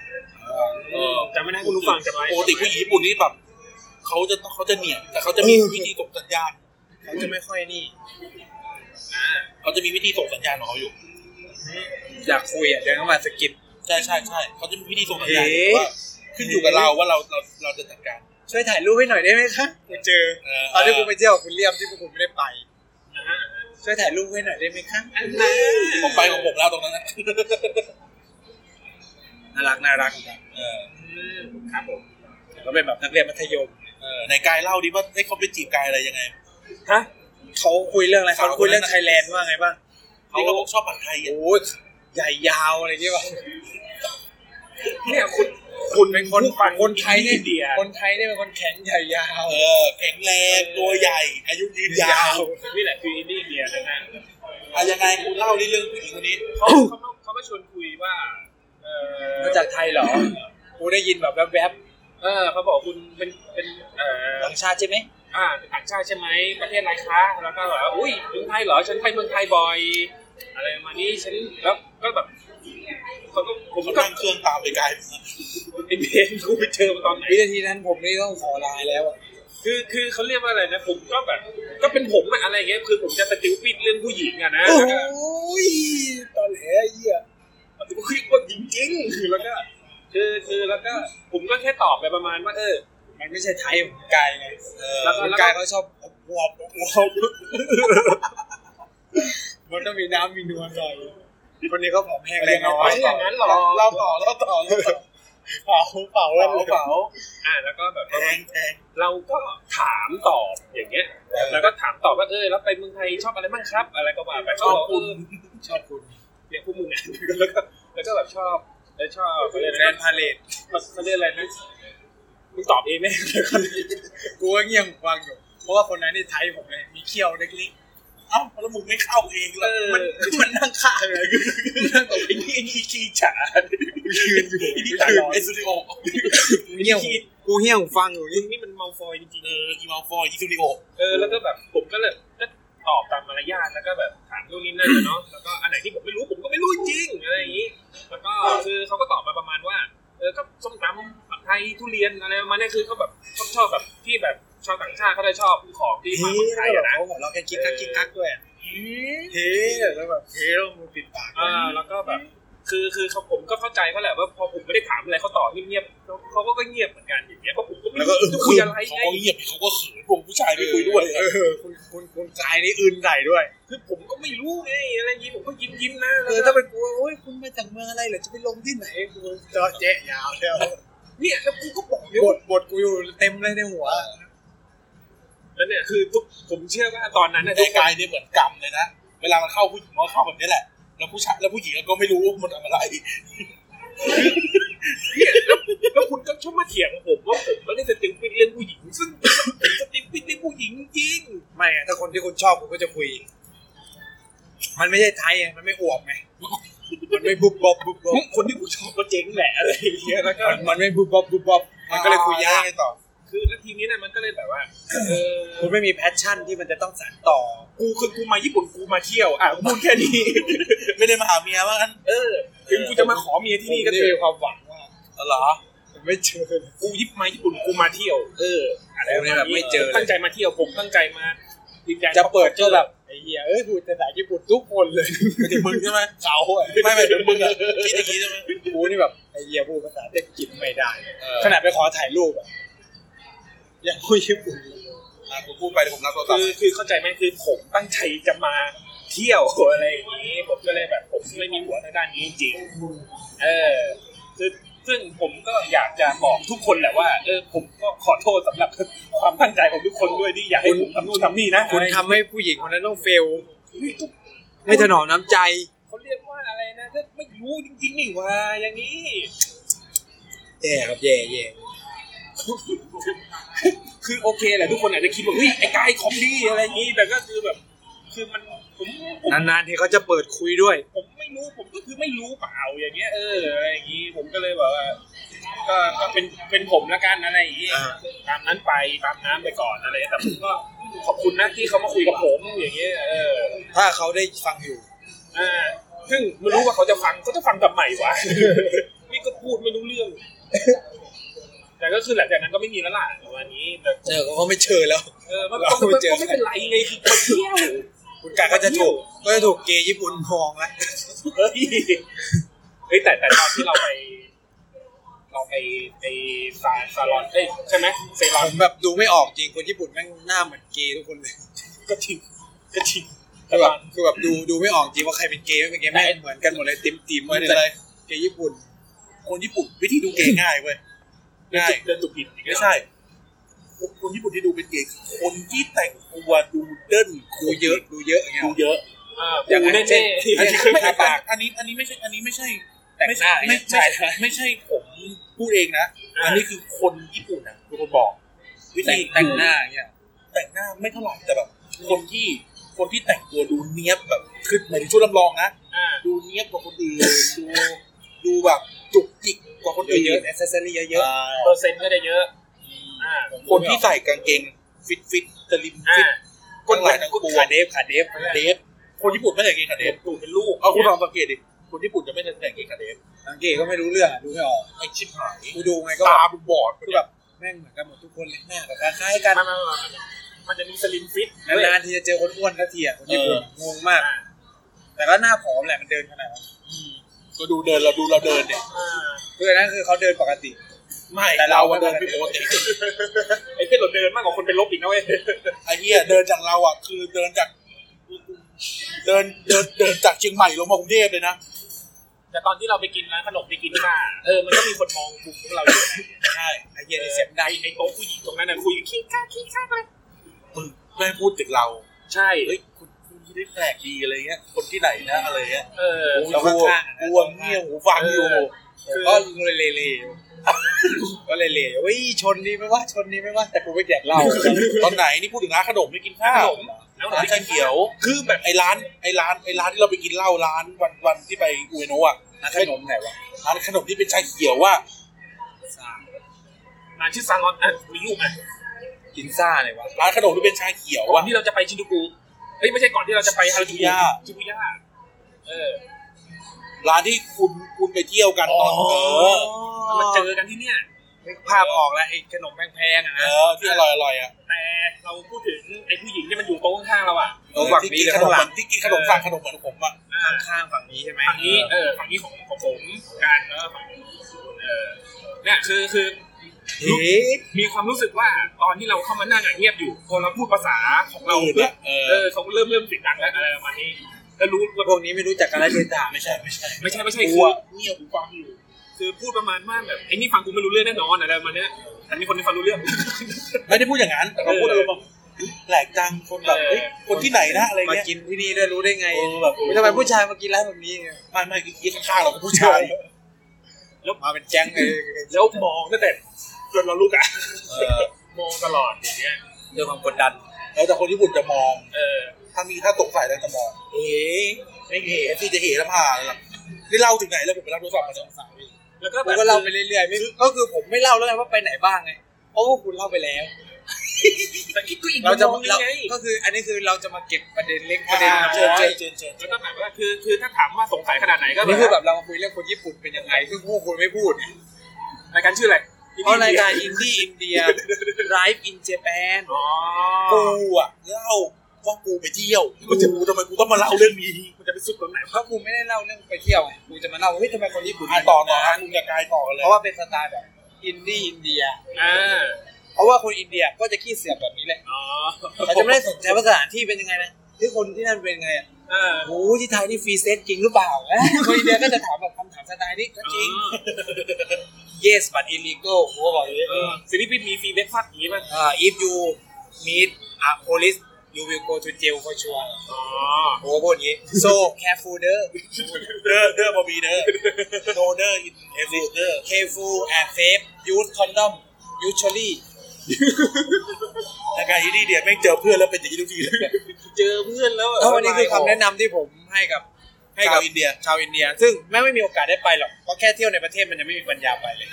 เออ จำไม่ได้คุณผู้ฟังจำไว้ ปกติผู้หญิงญี่ปุ่นนี่แบบเขาจะเขาจะเหนียบแต่เขาจะมีวิธีส่งสัญญาณ เขาจะไม่ค่อยนี่ เขาจะมีวิธีส่งสัญญาณของเขาอยู่ อยากคุยอ่ะเดินเข้ามาสะกิด ใช่ใช่ใช่เขาจะมีวิธีส่งสัญญาณ เอ๊ะ ว่าขึ้นอยู่กับเราว่าเราเราเราจะจัดการ ช่วยถ่ายรูปให้หน่อยได้ไหมคะกูเจอ เออ ตอนที่กูไปเที่ยวกับคุณเลี่ยมที่พวกคุณไม่ได้ไปช่วยถ่ายรูปให้หน่อยได้ไหมคะ อันนั้น ผมไปของผมแล้วตรงนั้นนะ น่ารักน่ารักครับ เออ อืมครับผม ก็เป็นแบบนักเรียนมัธยม เออไหนกายเล่าดิว่าให้เขาไปจีบกายอะไรยังไง ฮะ เขาคุยเรื่องอะไรเขาคุยเรื่องไทยแลนด์ว่าไงบ้าง ที่เขาบอกชอบผัดไทยอ่ะ โอ้ยใหญ่ยาวอะไรอย่างเงี้ยป่ะ เนี่ยคุณ คุณเป็นคนคนไทยเนี่ย อินเดีย คนไทยเนี่ยเป็นคนแข็งใหญ่ยาว เออแข็งแรงตัวใหญ่ อายุยืนยาว นี่แหละคืออินดี้เดียนะฮะ อะยังไงคุณเล่าดิเรื่องผู้หญิงคนนี้ เขาเขามาเขามาชวนคุยว่า เออ มาจากไทยเหรอกูได้ยินแบบแวบ เออเขาบอกคุณเป็นเป็นเอ ๆ อ ต่างชาติใช่ไหม อ่าต่างชาติใช่ไหมประเทศอะไรคะ แล้วก็แบบว่าอุ้ยเมืองไทยเหรอ ฉันไปเมืองไทยบ่อย อะไรประมาณนี้ฉันแล้วก็แบบเขาก็ผม เขา ก็ นั่งเครื่องตามไปกาย ไอเพนกูไปเจอมาตอนไหน วินาทีนั้นผมนี่ต้องขอลาย แล้วอะ คือคือเขาเรียกว่าอะไรนะ ผมก็แบบ ก็เป็นผมอะอะไรอย่างเงี้ยคือผมจะสติวปิดเรื่องผู้หญิงอะนะ โอ้ แล้วยก็ตอนแหลไอ้เหี้ย มันก็คือว่าจริงๆคือแล้วก็คือคือแล้วก็ผมก็แค่ตอบไปประมาณว่าเออ มันไม่ใช่ไทยของกายไง เออ แล้วก็ ของกายเขาชอบอวบอวบมันต้องมีน้ำมีนวลหน่อยคนนี้เขาผอมแห้งแรงน้อย ไม่อย่างนั้นหรอ เล่าต่อเล่าต่อเล่าต่อ เผาเผาแล้ว เผา อ่าแล้วก็แบบ แพงแพง เราก็ถามตอบอย่างเงี้ย แล้วก็ถามตอบว่าเออแล้วไปเมืองไทยชอบอะไรบ้างครับ อะไรก็ว่าไป ชอบคุณ เ ชอบคุณ เนี่ยพวกมึงอ่ะแล้วก็แล้วก็แบบชอบแล้วชอบเขาเรียกอะไร แรน นะ พาเลต เขาเรียกอะไรนะมึงตอบเองไหม กูก็เงียบหูฟังอยู่ เพราะว่าคนนั้นนี่ไทยผมเลย มีเขี้ยวเล็ก เอ้าแล้วมึงไม่เข้าเองเหร เอ อ อ ๆ มันมันนั่งข้างเลยนั่งตรง ไอ้นี่ไอ้นี่ขี้ฉา ยืนอยู่ ไอ้นี่ ตา ตา ล ล อ อยยไอ้สตูดิโอ เงียบหูกูเงียบหูฟังอยู่ มึ นี่ งนี่มันเมาฟอยจริง เอออีมาฟอยอีสตูดิโอ ๆเออแล้วก็แบบผมก็เลยก็ตอบตามมารยาทแล้วก็แบบถามนู่นนี่นั่นอะเนาะแล้วก็อันไหนที่ผมไม่รู้ผมก็ไม่รู้จริงอะไรอย่างนี้ แล้วก็คือเขาก็ตอบมาประมาณว่า เออก็ส้มตำผัดไทยทุเรียนอะไรประมาณเนี้ยคือเขาแบบชอบชอบแบบที่แบบชาวต่างชาติเขาได้ชอบของที่มา เฮ้ เมืยองไท แล้ ยว แบบเขาหัอะนะวเราะแค่กิ๊กกักกิ๊กกักด้วยอะเฮ้ยแล้วแบบเฮ้ยแล้วมือปิดปาก อ่าแล้วก็แบบ คือคือเขาผมก็เข้าใจเขาแหละว่าพอผมไม่ได้ถามอะไรเขาตอบเงียบๆเขาเขาก็เงียบเหมือนกันอย่างเงี้ยเพราะผมก็ไม่ แล้วก็ รู้ เออคุจะคุ ย ย อะ อะไร ไร เขา ไง ก็เหียบเขาก็เขินผมผู้ชายไม่คุยด้วย เออคุณคุณคุณกายนี่อื่นใส่ด้วย คือผมก็ไม่รู้ไงอะไรอย่างงี้ผมก็ยิ้มยิ้มๆนะ เออแล้วก็ ถ้าเป็นกูโอ้ยคุณมาจากเมืองอะไรเหรอจะไปลงที่ไหนกูเจาะแจ๊ะยาวแล้ว เนี่ยแล้วกูก็บอก บทบทกูอยู่เต็มเลยในหัว แล้วเนี่ยคือทุกผมเชื่อว่าตอนนั้นน่ะทุ ไอ้ กคน กายเนี่ยเหมือนกรรมเลยนะ เวลามันเข้าผู้หญิงมันก็เข้าแบบนี้แหละ แล้วผู้ชายแล้วผู้หญิงก็ไม่รู้ว่ามันทำอะไร เนี่ยแล้ว แล้วคุณก็ชอบมาเถียงผมว่าผมไม่ได้สติงปิดเรื่องผู้หญิง ซึ่งผมสติงปิดเรื่องผู้หญิงจริง ไม่อะถ้าคนที่คุณชอบคุณก็จะคุย มันไม่ใช่ไทยไงมันไม่อวบไงมันไม่บุบบบบุบบบ คนที่กูชอบก็เจ๊งแหละอะไรอย่างเงี้ยแล้วก็ มันมันไม่บุบบบบุบบบมันก็เลยคุยยาก ต่อ คือแล้วทีนี้เนี่ยมันก็เลยแบบว่าเออ คุณไม่มีแพชชั่นที่มันจะต้องสานต่อ กูคือกูมาญี่ปุ่นกูมาเที่ยวอ่ะพูดแค่นี้ ไม่ได้มาหาเมียว่างั้น เออ ถึงกูจะมาขอเมียที่ ที่ นี่ นี่ ก็ ก็ เถ มี อะ ความหวังว่า เหรอ เอ ผมไม่เจอเลย กูยิบมาญี่ปุ่นกูมาเที่ยว เอออะไร กูเนี่ยแบบไม่เจอเลย ตั้งใจมาเที่ยวผมตั้งใจมาดินแดน จะเปิดก็แบบไอ้เหี้ยเอ้ยพูดภาษาญี่ปุ่นทุกคนเลย ไม่ถึงมึงใช่ไหม เขาอะ ไม่ไม่ถึงมึงอ่ะคิดอย่างนี้ใช่ไหม กูนี่แบบไอ้เหี้ยพูดภาษาอังกฤษไม่ได้ เออ ขนาดไปขอถ่ายรูปอะยังพูดญี่ปุ่นอยู่ อ่ะกูพูดไปเดี๋ยวผมรับโทรศัพ คือ ท์ คือเข้าใจไหมคือผมตั้งใจจะมาเที่ยว อะไรอย่างนี้ ผมก็เลยแบบผมไม่มีหัวทางด้านนี้จริงๆเออคือซึ่งผมก็อยากจะบอกทุกคนแหละว่าเออผมก็ขอโทษสำหรับ ความตั้งใจของทุกคนด้วยที่อยากให้ผมทำนู่นทำนี่นะ คุณทำให้ผู้หญิงคนนั้นต้องเฟล ไม่ถนอมน้ำใจ เขาเรียกว่าอะไรนะก็ไม่รู้จริงๆนี่ว่าอย่างนี้ แย่ครับแย่แย่ คือโอเคแหละทุกคนอาจจะคิดว่าเฮ้ยไอ้กายคอมดี้อะไรอย่างนี้แต่ก็คือแบบ คือมันผมผม นานๆที่เขาจะเปิดคุยด้วย ผมไม่รู้ผมก็คือไม่รู้เปล่าอย่างเงี้ยเอออะไรอย่างนี้ผมก็เลยแบบว่าก็ก็เป็นเป็นผมละกันอะไรอย่างนี้ อ่า ตามนั้นไปตามน้ำไปก่อนอะไรแต่ผมก็ขอบคุณนะที่เขามาคุยกับผมอย่างเงี้ยเออ ถ้าเขาได้ฟังอยู่ อ่าซึ่งไม่รู้ว่าเขาจะฟังเขาจะฟังกับใหม่วะ นี่ก็พูดไม่รู้เรื่อง แต่ก็คือหลังจากนั้นก็ไม่มีแล้วล่ะประมาณนี้แต่ เจอเขาก็ไม่เชิญแล้ว เออมันก็มันก็ไม่เป็นไรไงคือมาเที่ยว คุณกายก็จะถูกก็จะถูกเกย์ญี่ปุ่นมองนะ เฮ้ยเฮ้ยแต่แต่ตอนที่เราไป เราไปไปซาซาลอนเอ้ยใช่ไหมเซ ผ รอน มแบบดูไม่ออกจริงคนญี่ปุ่นแม่งหน้าเหมือนเกย์ทุกคนเลย ก็จริงก็จริง คื แต่ อแบ ว่า บคือแบบดูดูไม่ออกจริงว่าใครเป็นเกย์ไม่เป็นเกย์แม่งเหมือนกันหมดเลยติมติมๆ ไม่ ไม่เป็นถึงอะไรไรเกย์ญี่ปุ่น คนญี่ปุ่นวิธีดูเกย์ง่ายเว้ย เดินจุกเดินจุกผิดอีกแล้ ไม่ ว ใช่ คนญี่ปุ่นที่ดูเป็นเกย์คือคนที่แต่งตัวดูเดิ้น ดูเยอะดูเยอะอย่างเงี้ย ดูเยอะ อ่า อย่างนั้ ปู น แน่ เช่น แน่ที่ อันนี้ ขึ้น ไม่ ทาปา ปาก กอันนี้อันนี้ไม่ใช่ อันนี้ไม่ใช่ แต่งหน้า ไม่ ใช่ ใช่ไม่ใช่ไม่ใช่ผมพูดเองนะ อ่า อันนี้คือคนญี่ปุ่นนะคือคนบอก วิ แต่ ธี งแต่งหน้าอย่างเงี้ย แต่งหน้าไม่เท่าไหร่แต่แบบ คนที่คนที่แต่งตัวดูเนี้ยบแบบคือหมายถึงชุดลำลองนะ อ่า ดูเนี้ยบกว่าคนอื่นดูดูแบบจุกจิกกว่าคนอื่น เยอะๆแอสเซสซอรี่เยอะ อ่า เปอร์เซ็นต์ก็ได้เยอะ อ่า คนที่ใส่กางเกงฟิตฟิตสลิม อ่า ฟิต ๆคน ทั้งห หลา ลาย ยทั้งปวง ขาเดฟขาเดฟ เดฟคนญี่ปุ่นไม่ใส่กางเกงขาเด เด็ ฟ บตูดเป็นลูก เอาคุณลองสังเกตดิ คนญี่ปุ่นจะไม่ใส่กางเกงขาเดฟ สังเกตก็ไม่รู้เรื่องอะดูไม่ออก ไอชิบหาย กูดูไงก็แบ ตา บ บุบอด คือแบบแม่งเหมือนกันหมดทุกคนเลยหน้าแบบคล้ายๆกัน มันมันมันจะมีสลิมฟิตด้วย นานๆที่จะเจอคนอ้วนสักทีอ่ะคนญี่ปุ่นงงมาก แต่ก็หน้าผอมแหละมันเดินขนาดนั้น ก็ดูเดินเราดูเราเดินเนี่ย อ่า คืออันนั้นคือเขาเดินปกติ ไม่ แต่ แต่ เรา เรา อะ เดินไม่ปกติ ไอ้เพื่อนเราเดินมากกว่าคนเป็นลบอีกนะเว้ย ไอ้เหี้ยเดินจากเราอ่ะคือเดินจาก เดินเดินเดินจากเชียงใหม่ลงมากรุงเทพเลยนะ แต่ตอนที่เราไปกินร้านขนมไปกินข้าเออมันก็มีคนมองบุกพวกเราอยู่ ใช่ไอเหี้ย ใน นี่ เสี เสี ย ย ง ง ใด ดัง ในโต๊ะผู้หญิงตรงนั้นน่ะคุยกันขี้ข้าขี้ข้าเลย มึงไม่พูดถึงเรา ใช่ เฮ้ยคุณคุณได้แปลกดีอะไรเงี้ย คนที่ไหนนะอะไรเงี้ย เออ กูกลัวเงี้ยหูฟังอยู่ เออ คือ ก็เลยเละๆอยู่ก็เลยเละๆเว้ยชนนี้ไหม่ว่าชนนี้ไหม่ว่าแต่กูไม่แดก เหล้า ตอนไหนนี่พูดถึงร้านขนมไม่กินข้า ข ว นมแล้วขนม ร้าน ที่ ชา กิน เขียว คือแบบไอ้ร้านไอ้ร้านไอ้ร้านที่เราไปกินเหล้าร้านวันวันที่ไปอุเอโนะอะ ร้านขนมไหนวะ ร้านขนมที่เป็นชาเขียวว่า ร้านชื่อซังออนอ่ะมีอยู่ไหม กินซ่าเลยวะ ร้านขนมที่เป็นชาเขียว ก่อ อะ นที่เราจะไปชินจูกุเฮ้ยไม่ใช่ก่อนที่เราจะไปฮาราจูกุ ชิบูย่า ชิบุย่าเออ ร้านที่คุณคุณไปเที่ยวกันตอนเออ แล้วมาเจอกันที่เนี่ย นึกภาพออกแล้วไอ้ขนมแพงๆอ่ะนเอะ อที่อร่อยอร่อยอ่ะ แต่เราพูดถึงไอ้ผู้หญิงที่มันอยู่โต๊ะข้างๆเราอ่ะ เออที่กินขนมที่กินขนมสั่งขนมเหมือนผมอ่ะ อ่า ข้างๆฝั่งนี้ใช่ไหม ฝั่งนี้เออฝั่งนี้ของของผมการแล้วก็ฝั่งนี้เออเนี่ยคือคือ เฮ้ย มีความรู้สึกว่าตอนที่เราเข้ามานั่งอะเงียบอยู่พอเราพูดภาษาของเรา เรา ปุ๊ เนี่ บ ยเอ เอ อ อเขาเริ่มเริ่มเสียงดังแล้วอะไรประมาณนี้แล้วรู้ว่า พวกนี้ไม่รู้จักการเดินทาง ไม่ใช่ไม่ใช่ ไม่ใช่ไม่ใช่ กู คือ อะเงียบกูฟังอยู่ คือพูดประมาณว่าแบบไอ้นี่ฟังกูไม่รู้เรื่องแน่นอนอะไรประมาณเนี้ยแต่มีคนที่ฟังรู้เรื่อง ไม่ได้พูดอย่างนั้นแต่เขาพูดอารมณ์แบบแปลกจังคนแบบเฮ้ยคนที่ไหนนะอะไร มา เงี้ย กินที่นี่ด้วยรู้ได้ไง เออแบบ ทำไมผู้ชายมากินร้านแบบนี้ไง ไม่ไม่คือกินข้างๆเราก็ผู้ชาย มาเป็นแก๊งเลย แล้วมองตั้งแต่จนเราลุกอะ เออ มองตลอดอย่างเงี้ย เรื่องความกดดัน แล้วแต่คนญี่ปุ่นจะมอง เออ ถ้ามีถ้าตกสายแล้วจะมอง เอ๋ไม่เอ๋ เอฟซีจะเหแล้วผ่านแล้วนี่เล่าถึงไหนแล้วผมไปรับโทรศัพท์มาจากสาว แล้วก็ ผม แบบ ก็เล่าไปเรื่อยๆไม่ก็คือผมไม่เล่าแล้วไงว่าไปไหนบ้างไงเพราะว่าคุณเล่าไปแล้ว แต่ก็อีก เราจะ มุมนึ เรา งไง ก็คืออันนี้คือเราจะมาเก็บประเด็นเล็กป ประ ระ เด็ เด็ น น น้อ เชิญเชิ ย ญเชิญเชิญ แล้วก็แบบว่าคือคือถ้าถามว่าสงสัยขนาดไหนก็ อัน แบ นี้ บ คือแบบเรามาคุยเรื่องคนญี่ปุ่นเป็นยังไงซึ่งพวกคุณไม่พูด รายการชื่ออะไร เพราะรายการอินดี้อินเดียไลฟ์อินเจแปน อ๋อ กูอ่ะเล่าว่ากูไปเที่ยวกูจะรู้ทำไมกูต้องมาเล่าเรื่องนี้ มันจะไปสุดตรงไหน เพราะกูไม่ได้เล่าเรื่องไปเที่ยวไงกูจะมาเล่าว่าเฮ้ยทำไมคนญี่ปุ่น อ่ะต่อต่อนะมึงจะกายต่อกันเลย เพราะว่าเป็นสไตล์แบบอินดี้อินเดีย อ่า เพราะว่าคนอินเดียก็จะขี้เสียบแบบนี้แหละ อ๋อ เขาจะไม่ได้สนใจว่าสถานที่เป็นยังไงนะหรือคนที่นั่นเป็นยังไงอะ เออ โอ้โหที่ไทยนี่ฟรีเซตจริงหรือเปล่าเอ้ยคนอินเดียก็จะถามแบบคำถามสไตล์นี้ก็จริง yes but illegal กูก็บอกอย่างนี้ เออซีรีส์พี่มีฟรีเบรกฟาสต์อย่างนี้ป่ะ เอ่อ if you meet a police you will go to jail for sure อ๋อ โอ้โหพูดอย่างนี้ so careful เด้อ เด้อเด้อบอบีเด้อโนเด้ออินเอฟเด้อ careful and safe use condom usually รายการอินดี้เดี ยแม่งเจอเพื่อนแล้วเป็นอย่างนี้ทุกทีเลย เจอเพื่อนแล้ว แล้ววันนี้คือคำแนะนำที่ผมให้กับ ให้กั ชา บ วอินเดีย ชาวอินเดีย ซึ่งแม่งไม่มีโอกาสได้ไปหรอกเพราะแค่เที่ยวในประเทศมันยังไม่มีปัญญาไปเลย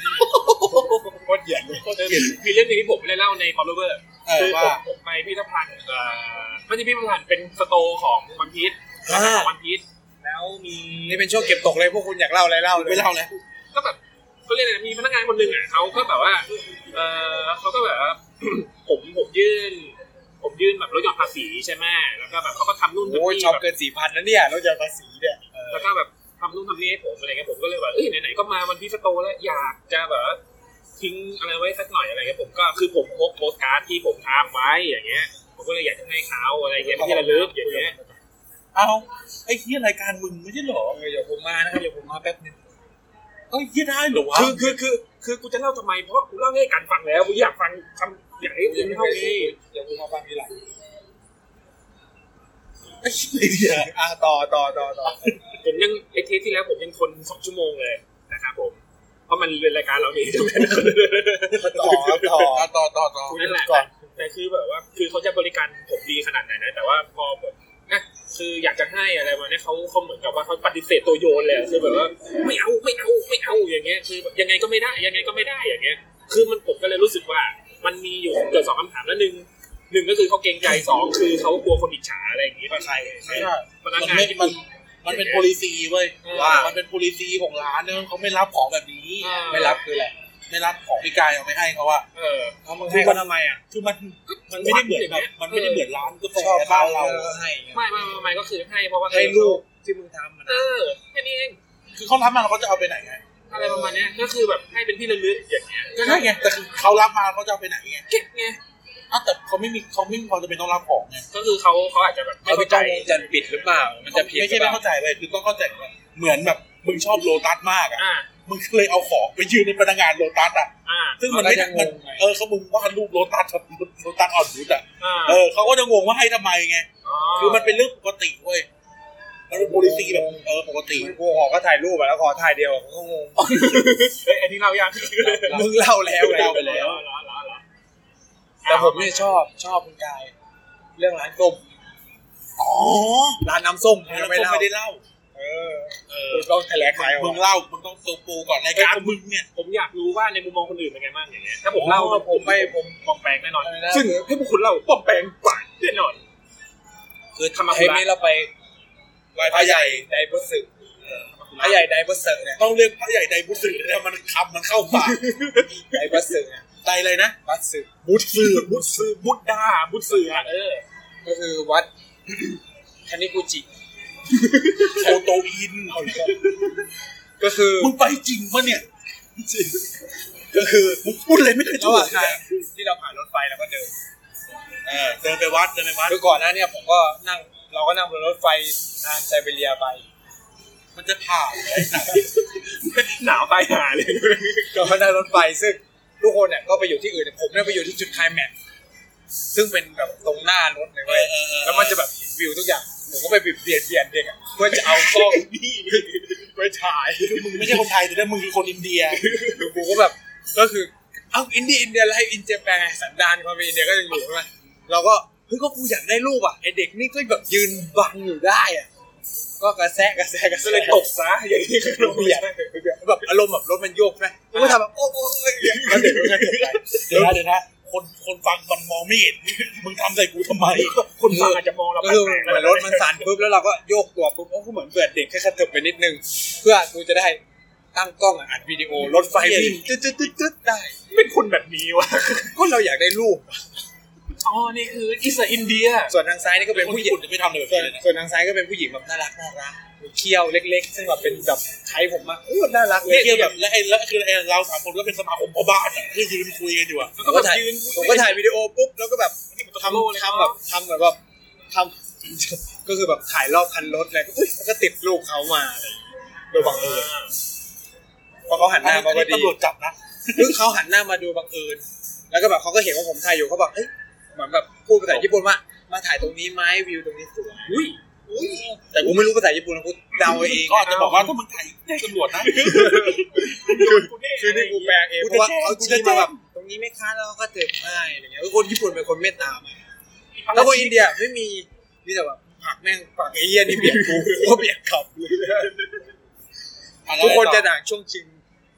โคตรเหยียดเลยมีเรื่องหนึงที่ผมไม่ได้เล่าในคอลเลเวอร์ เอ คือ อ ว่า ผมผมไปพิพิธภัณฑ์เอ่อไม่ใช่พิพิธภัณฑ์เป็นสโตร์ของวันพีช อ่า ของวันพีชแล้วมี นี่เป็นช่วงเก็บตกเลยพวกคุณอยากเล่าอะไรเล่าเลย ไม่เล่าแล้ว ก็แบบเขาเรียกอะไรมีพนักงานคนหนึ่งอ่ะเขาก็แบบว่าเออเขาก็แบบว่า ผมผมยื่น ผมยื่นแบบลดหย่อนภาษีใช่ไหมแล้วก็แบบเขาก็ทำนู่นทำ โอ้ย นี่ ช็อป แบบ เกินสี่พันแล้วเนี่ยเราจะภาษีเนี่ยเออ แล้วก็แบบทำนู่นทำนี่ให้ผมอะไรเงี้ยผมก็เลยแบบเอ้ยไหนๆก็มาวันพีชสโตร์แล้วอยากจะแบบว่าทิ้งอะไรไว้สักหน่อยอะไรเงี้ยผมก็คือผมพกโพสต์การ์ดที่ผมทำไว้อย่างเงี้ย ผมก็เลยอยากจะให้เขาอะไรเงี้ยเป็นที่ระลึกอย่างเงี้ย เอาไอ้เฮียรายการมึงไม่ใช่เหรอ เออเดี๋ยวผมมานะครับเดี๋ยวผมมาแป๊บนึง เอ้ยเฮียได้เหรอวะ คือคือคือคือกูจะเล่าทำไมเพราะกูเล่าให้กันฟังแล้วกูอยากฟังคำอยากให้ เดี๋ยว คุณเท่านี้ กูมาฟังทีหลัง ไอ้ไอ้เดีย อ่ะต่อต่อต่อต่อ ผมยังไอเทปที่แล้วผมยังทนสองชั่วโมงเลยนะครับผม เพราะมันเป็นรายการเราเอง ทุกคน ต่อครับต่อ ต่อต่อต่อต่อ นั่นแหละแต่แต่คือแบบว่าคือเขาจะบริการผมดีขนาดไหนนะแต่ว่าพอแบบนะคืออยากจะให้อะไรมาเนี่ยเขาเขาเหมือนกับว่าเขาปฏิเสธตัวโยนเลยคือแบบว่าไม่เอาไม่เอาไม่เอาอย่างเงี้ยคือแบบยังไงก็ไม่ได้ยังไงก็ไม่ได้อย่างเงี้ย คือมันผมก็เลยรู้สึกว่ามันมีอยู่เกิดสองคำถามแล้วหนึ่งหนึ่งก็คือเขาเกรงใจสองคือเขากลัวคนอิจฉาอะไรอย่างงี้ป่ะใคร ใช่ พนัก มัน งาน ไม่ ที่ มั มัน น มันเป็น policy เว้ย เออ ว่ามันเป็น policy ของร้านเนอะเขาไม่รับของแบบนี้ ไม่รับคืออะไร ไม่รับของพี่กายเอาไปให้เขาอะ เออ เอามึงให้เขาทำไมอ่ะ คือมันมันไม่ได้เหมือนแบบมันไม่ได้เหมือนร้านกาแฟ ชอบ บ้า บ้านน เรา เรา อะ ให้ไง ไม่ไม่ไม่ไม่ก็คือให้เพราะว่า ให้ลูกที่มึงทำอะ เอ นะ อแค่นี้เอง คือเขารับมาแล้วเขาจะเอาไปไหนไง อะไรประมาณเนี้ยก็คือแบบให้เป็นที่ระลึกอย่างเงี้ย ก็ใช่ไงแต่คือเขารับมาเขาจะเอาไปไหนไง เก็บไง อ้าวแต่เขาไม่มีเขาไม่มีความจำเป็นต้องรับของไง ก็คือเขาเขาอาจจะแบบไม่ เขาไป เข้า จ้ ใจ องวงจรปิดหรือเปล่า มันจะผิด ไม่ หรื ใช่ อเป ไม่ ล่า เข้าใจเว้ยคือต้องเข้าใจว่าเหมือนแบบมึงชอบโลตัสมากอะ อ่า มึงเคยเอาของไปยืนในพนักงานโลตัสอะ อ่า ซึ่งมันไม่ได้มันเออเขามึงว่ารูปโลตัสโลตัสอ่อนนุชอ่ะ อ่า เออเขาก็จะงงว่าให้ทำไมไง คือมันเป็นเรื่องปกติเว้ยมันเป็นโพลิซีแบบเออปกติ มึงกูขอก็ถ่ายรูปอะแล้วขอถ่ายเดียวเขาก็งง เอ้ยอันนี้เรายัง มึงเล่าแล้ว เล่าไปแล้ว เหรอเหรอเหรอเหรอ แต่ผมเนี่ยชอบชอบคุณกาย เรื่องร้านส้ม อ๋อ ร้านน้ำส้ม แล้ว ยัง ก็ ไม่เล่า ไม่ได้เล่า เออ เออ กูต้องแถลงไข มึ มึ ง ง เล่ามึงต้องโซปูก่อนรายการมึงเนี่ย ผมอยากรู้ว่าในมุมมองคนอื่นเป็นไงบ้างอย่างเงี้ยถ้าผมเล่า ผมไม่ผม ปลอมแปลงแน่นอน อะไรนะ ซึ่งให้พวกคุณเล่าปลอมแปลงกว่าแน่นอน คือ ทำมาคุ เทป ระ นี้เราไป ลายพระใหญ่ ไดบุสึพระใหญ่ไดบุสึเนี่ย ต้องเรียกพระใหญ่ไดบุสึนะมันคำมันเข้าปาก ไดบุสึเนี่ย ไดอะไรนะ วัดสึ บุสึบุ บุตรสือบุตรดาบุตรสือเออ ก็คือวัด คานิกุจิ โคโตอิน ก็คือ มึงไปจริงปะเนี่ยก็คือมึงพูดอะไรไม่เคย ระ ถู ห ก ว่างทางที่เราผ่านรถไฟเราก็เดิน เออเดินไปวัดเดินไปวัด คือก่อนหน้าเนี่ยผมก็นั่งเราก็นั่งบนรถไฟทางไซบีเรียไป มันจะผ่านไอ้หนัง หนาวตายหาเลย เราก็นั่งรถไฟซึ่งทุกคนเนี่ยก็ไปอยู่ที่อื่นแต่ผมเนี่ยไปอยู่ที่จุดไคลแม็กซ์ซึ่งเป็นแบบตรงหน้ารถเลยเว้ย เออเออเออ แล้วมันจะแบบเห็นวิวทุกอย่างผมก็ไปเบียดเบียดเบียดเด็กอะเพื่อจะเอากล้องไปถ่าย มึงไม่ใช่คนไทยแต่ถ้ามึงคือคนอินเดีย กูก็แบบก็คือเอ้าอินดี้อินเดียไลฟ์อินเจแปนสันดานความเป็นอินเดียก็ยังอยู่ใช่ไหมเราก็เฮ้ยก็กูอยากได้รูปอ่ะไอเด็กนี่ก็แบบยืนบังอยู่ได้อ่ะก็กระแซะกระแซะกระแซะ ก็เลยตกซะอย่างนี้คือเรา เบียดแบบอารมณ์แบบรถมันโยกนะกูก็ทำแบบโอ้โหแล้วเด็กมันก็เกิดไป เดี๋ยวนะเดี๋ยวนะคนคนฟังมันมองไม่เห็น มึงทำใส่กูทำไม คนฟังอาจจะมองเรา ก็ แปล คือก ๆ เหมือนรถมันสั่นปุ๊บแล้วเราก็โยกตัวปุ๊บโอ้ก็เหมือนเบื่อเด็กแค่กระเถิบไปนิดนึง เพื่อกูจะได้ ตั้งกล้องอะอัดวิดีโอรถไฟวิ่งจึ๊ดจึ๊ดจึ๊ดจึ๊ดได้ เป็นคนแบบนี้วะ ก็เราอยากได้รูป อ๋อนี่คืออิสอินเดีย ส่วนทางซ้ายนี่ก็ เป็ เป็น น ผู้ ผู้ ห หญิ ญิ ง งจะไม่ทำเลยแบบ ส่ว นี้ น เลยนะ ส่วนทางซ้ายก็เป็นผู้หญิงแบบน่ารักน่ารักมีเคี้ยวเล็ก ๆ ซึ่งแบบเป็นแบบไทยผมอะโอ้น่ารักเล ไอ้ ย เที่ยวแบ แบบ บ และไอ้และคือไอ้เราสามคนก็เป็นสมาคมพ่อบ้านอะที่ยืนคุยกันอยู่อะ แล้ว ผ ก็ ม แบ ก็ บ ถ่าย ยืน ผมก็ถ่ายวิดีโอปุ๊บแล้วก็แบบทำทำแบบทำแบบว่าทำ ก็คือแบบถ่ายรอบคันรถอะไรก็อุ๊ยแล้วก็ติดรูปเขามาอะไรอย่างเงี้ยโดยบังเอิญเพราะเขาหันห อัน น้า นี้ มาพอดี ตำรวจจับนะ หรือเขาหันหน้ามาดูบังเอิญ แล้วก็แบบเขาก็เห็นว่าผมถ่ายอยู่เขาบอก เอ้ย เหมือนแบบพูดภาษาญี่ปุ่นว่า มาถ่ายตรงนี้ไหมวิวตรงนี้สวย อุ้ย แต่กูไม่รู้ภาษาญี่ปุ่นนะกูเดาเอง ก็อาจจะบอกว่าถ้ามึงถ่ายแจ้งตำรวจนะ คือนี่กูแปลเองเพราะว่าเขา กูจะ ชี้มาแจ้ง แบบตรงนี้ไม่ค้าแล้วเขาก็เติมให้อะไรเงี้ยแล้วคนญี่ปุ่นเป็นคนเมตตามากแล้วคนอินเดียไม่มีมีแต่แบบผักแม่งผักไอ้เหี้ยนี่เบียดกูกูก็เบียดเขา อ่ ทุกคนจะ แล้ว ด่างช่วงชิง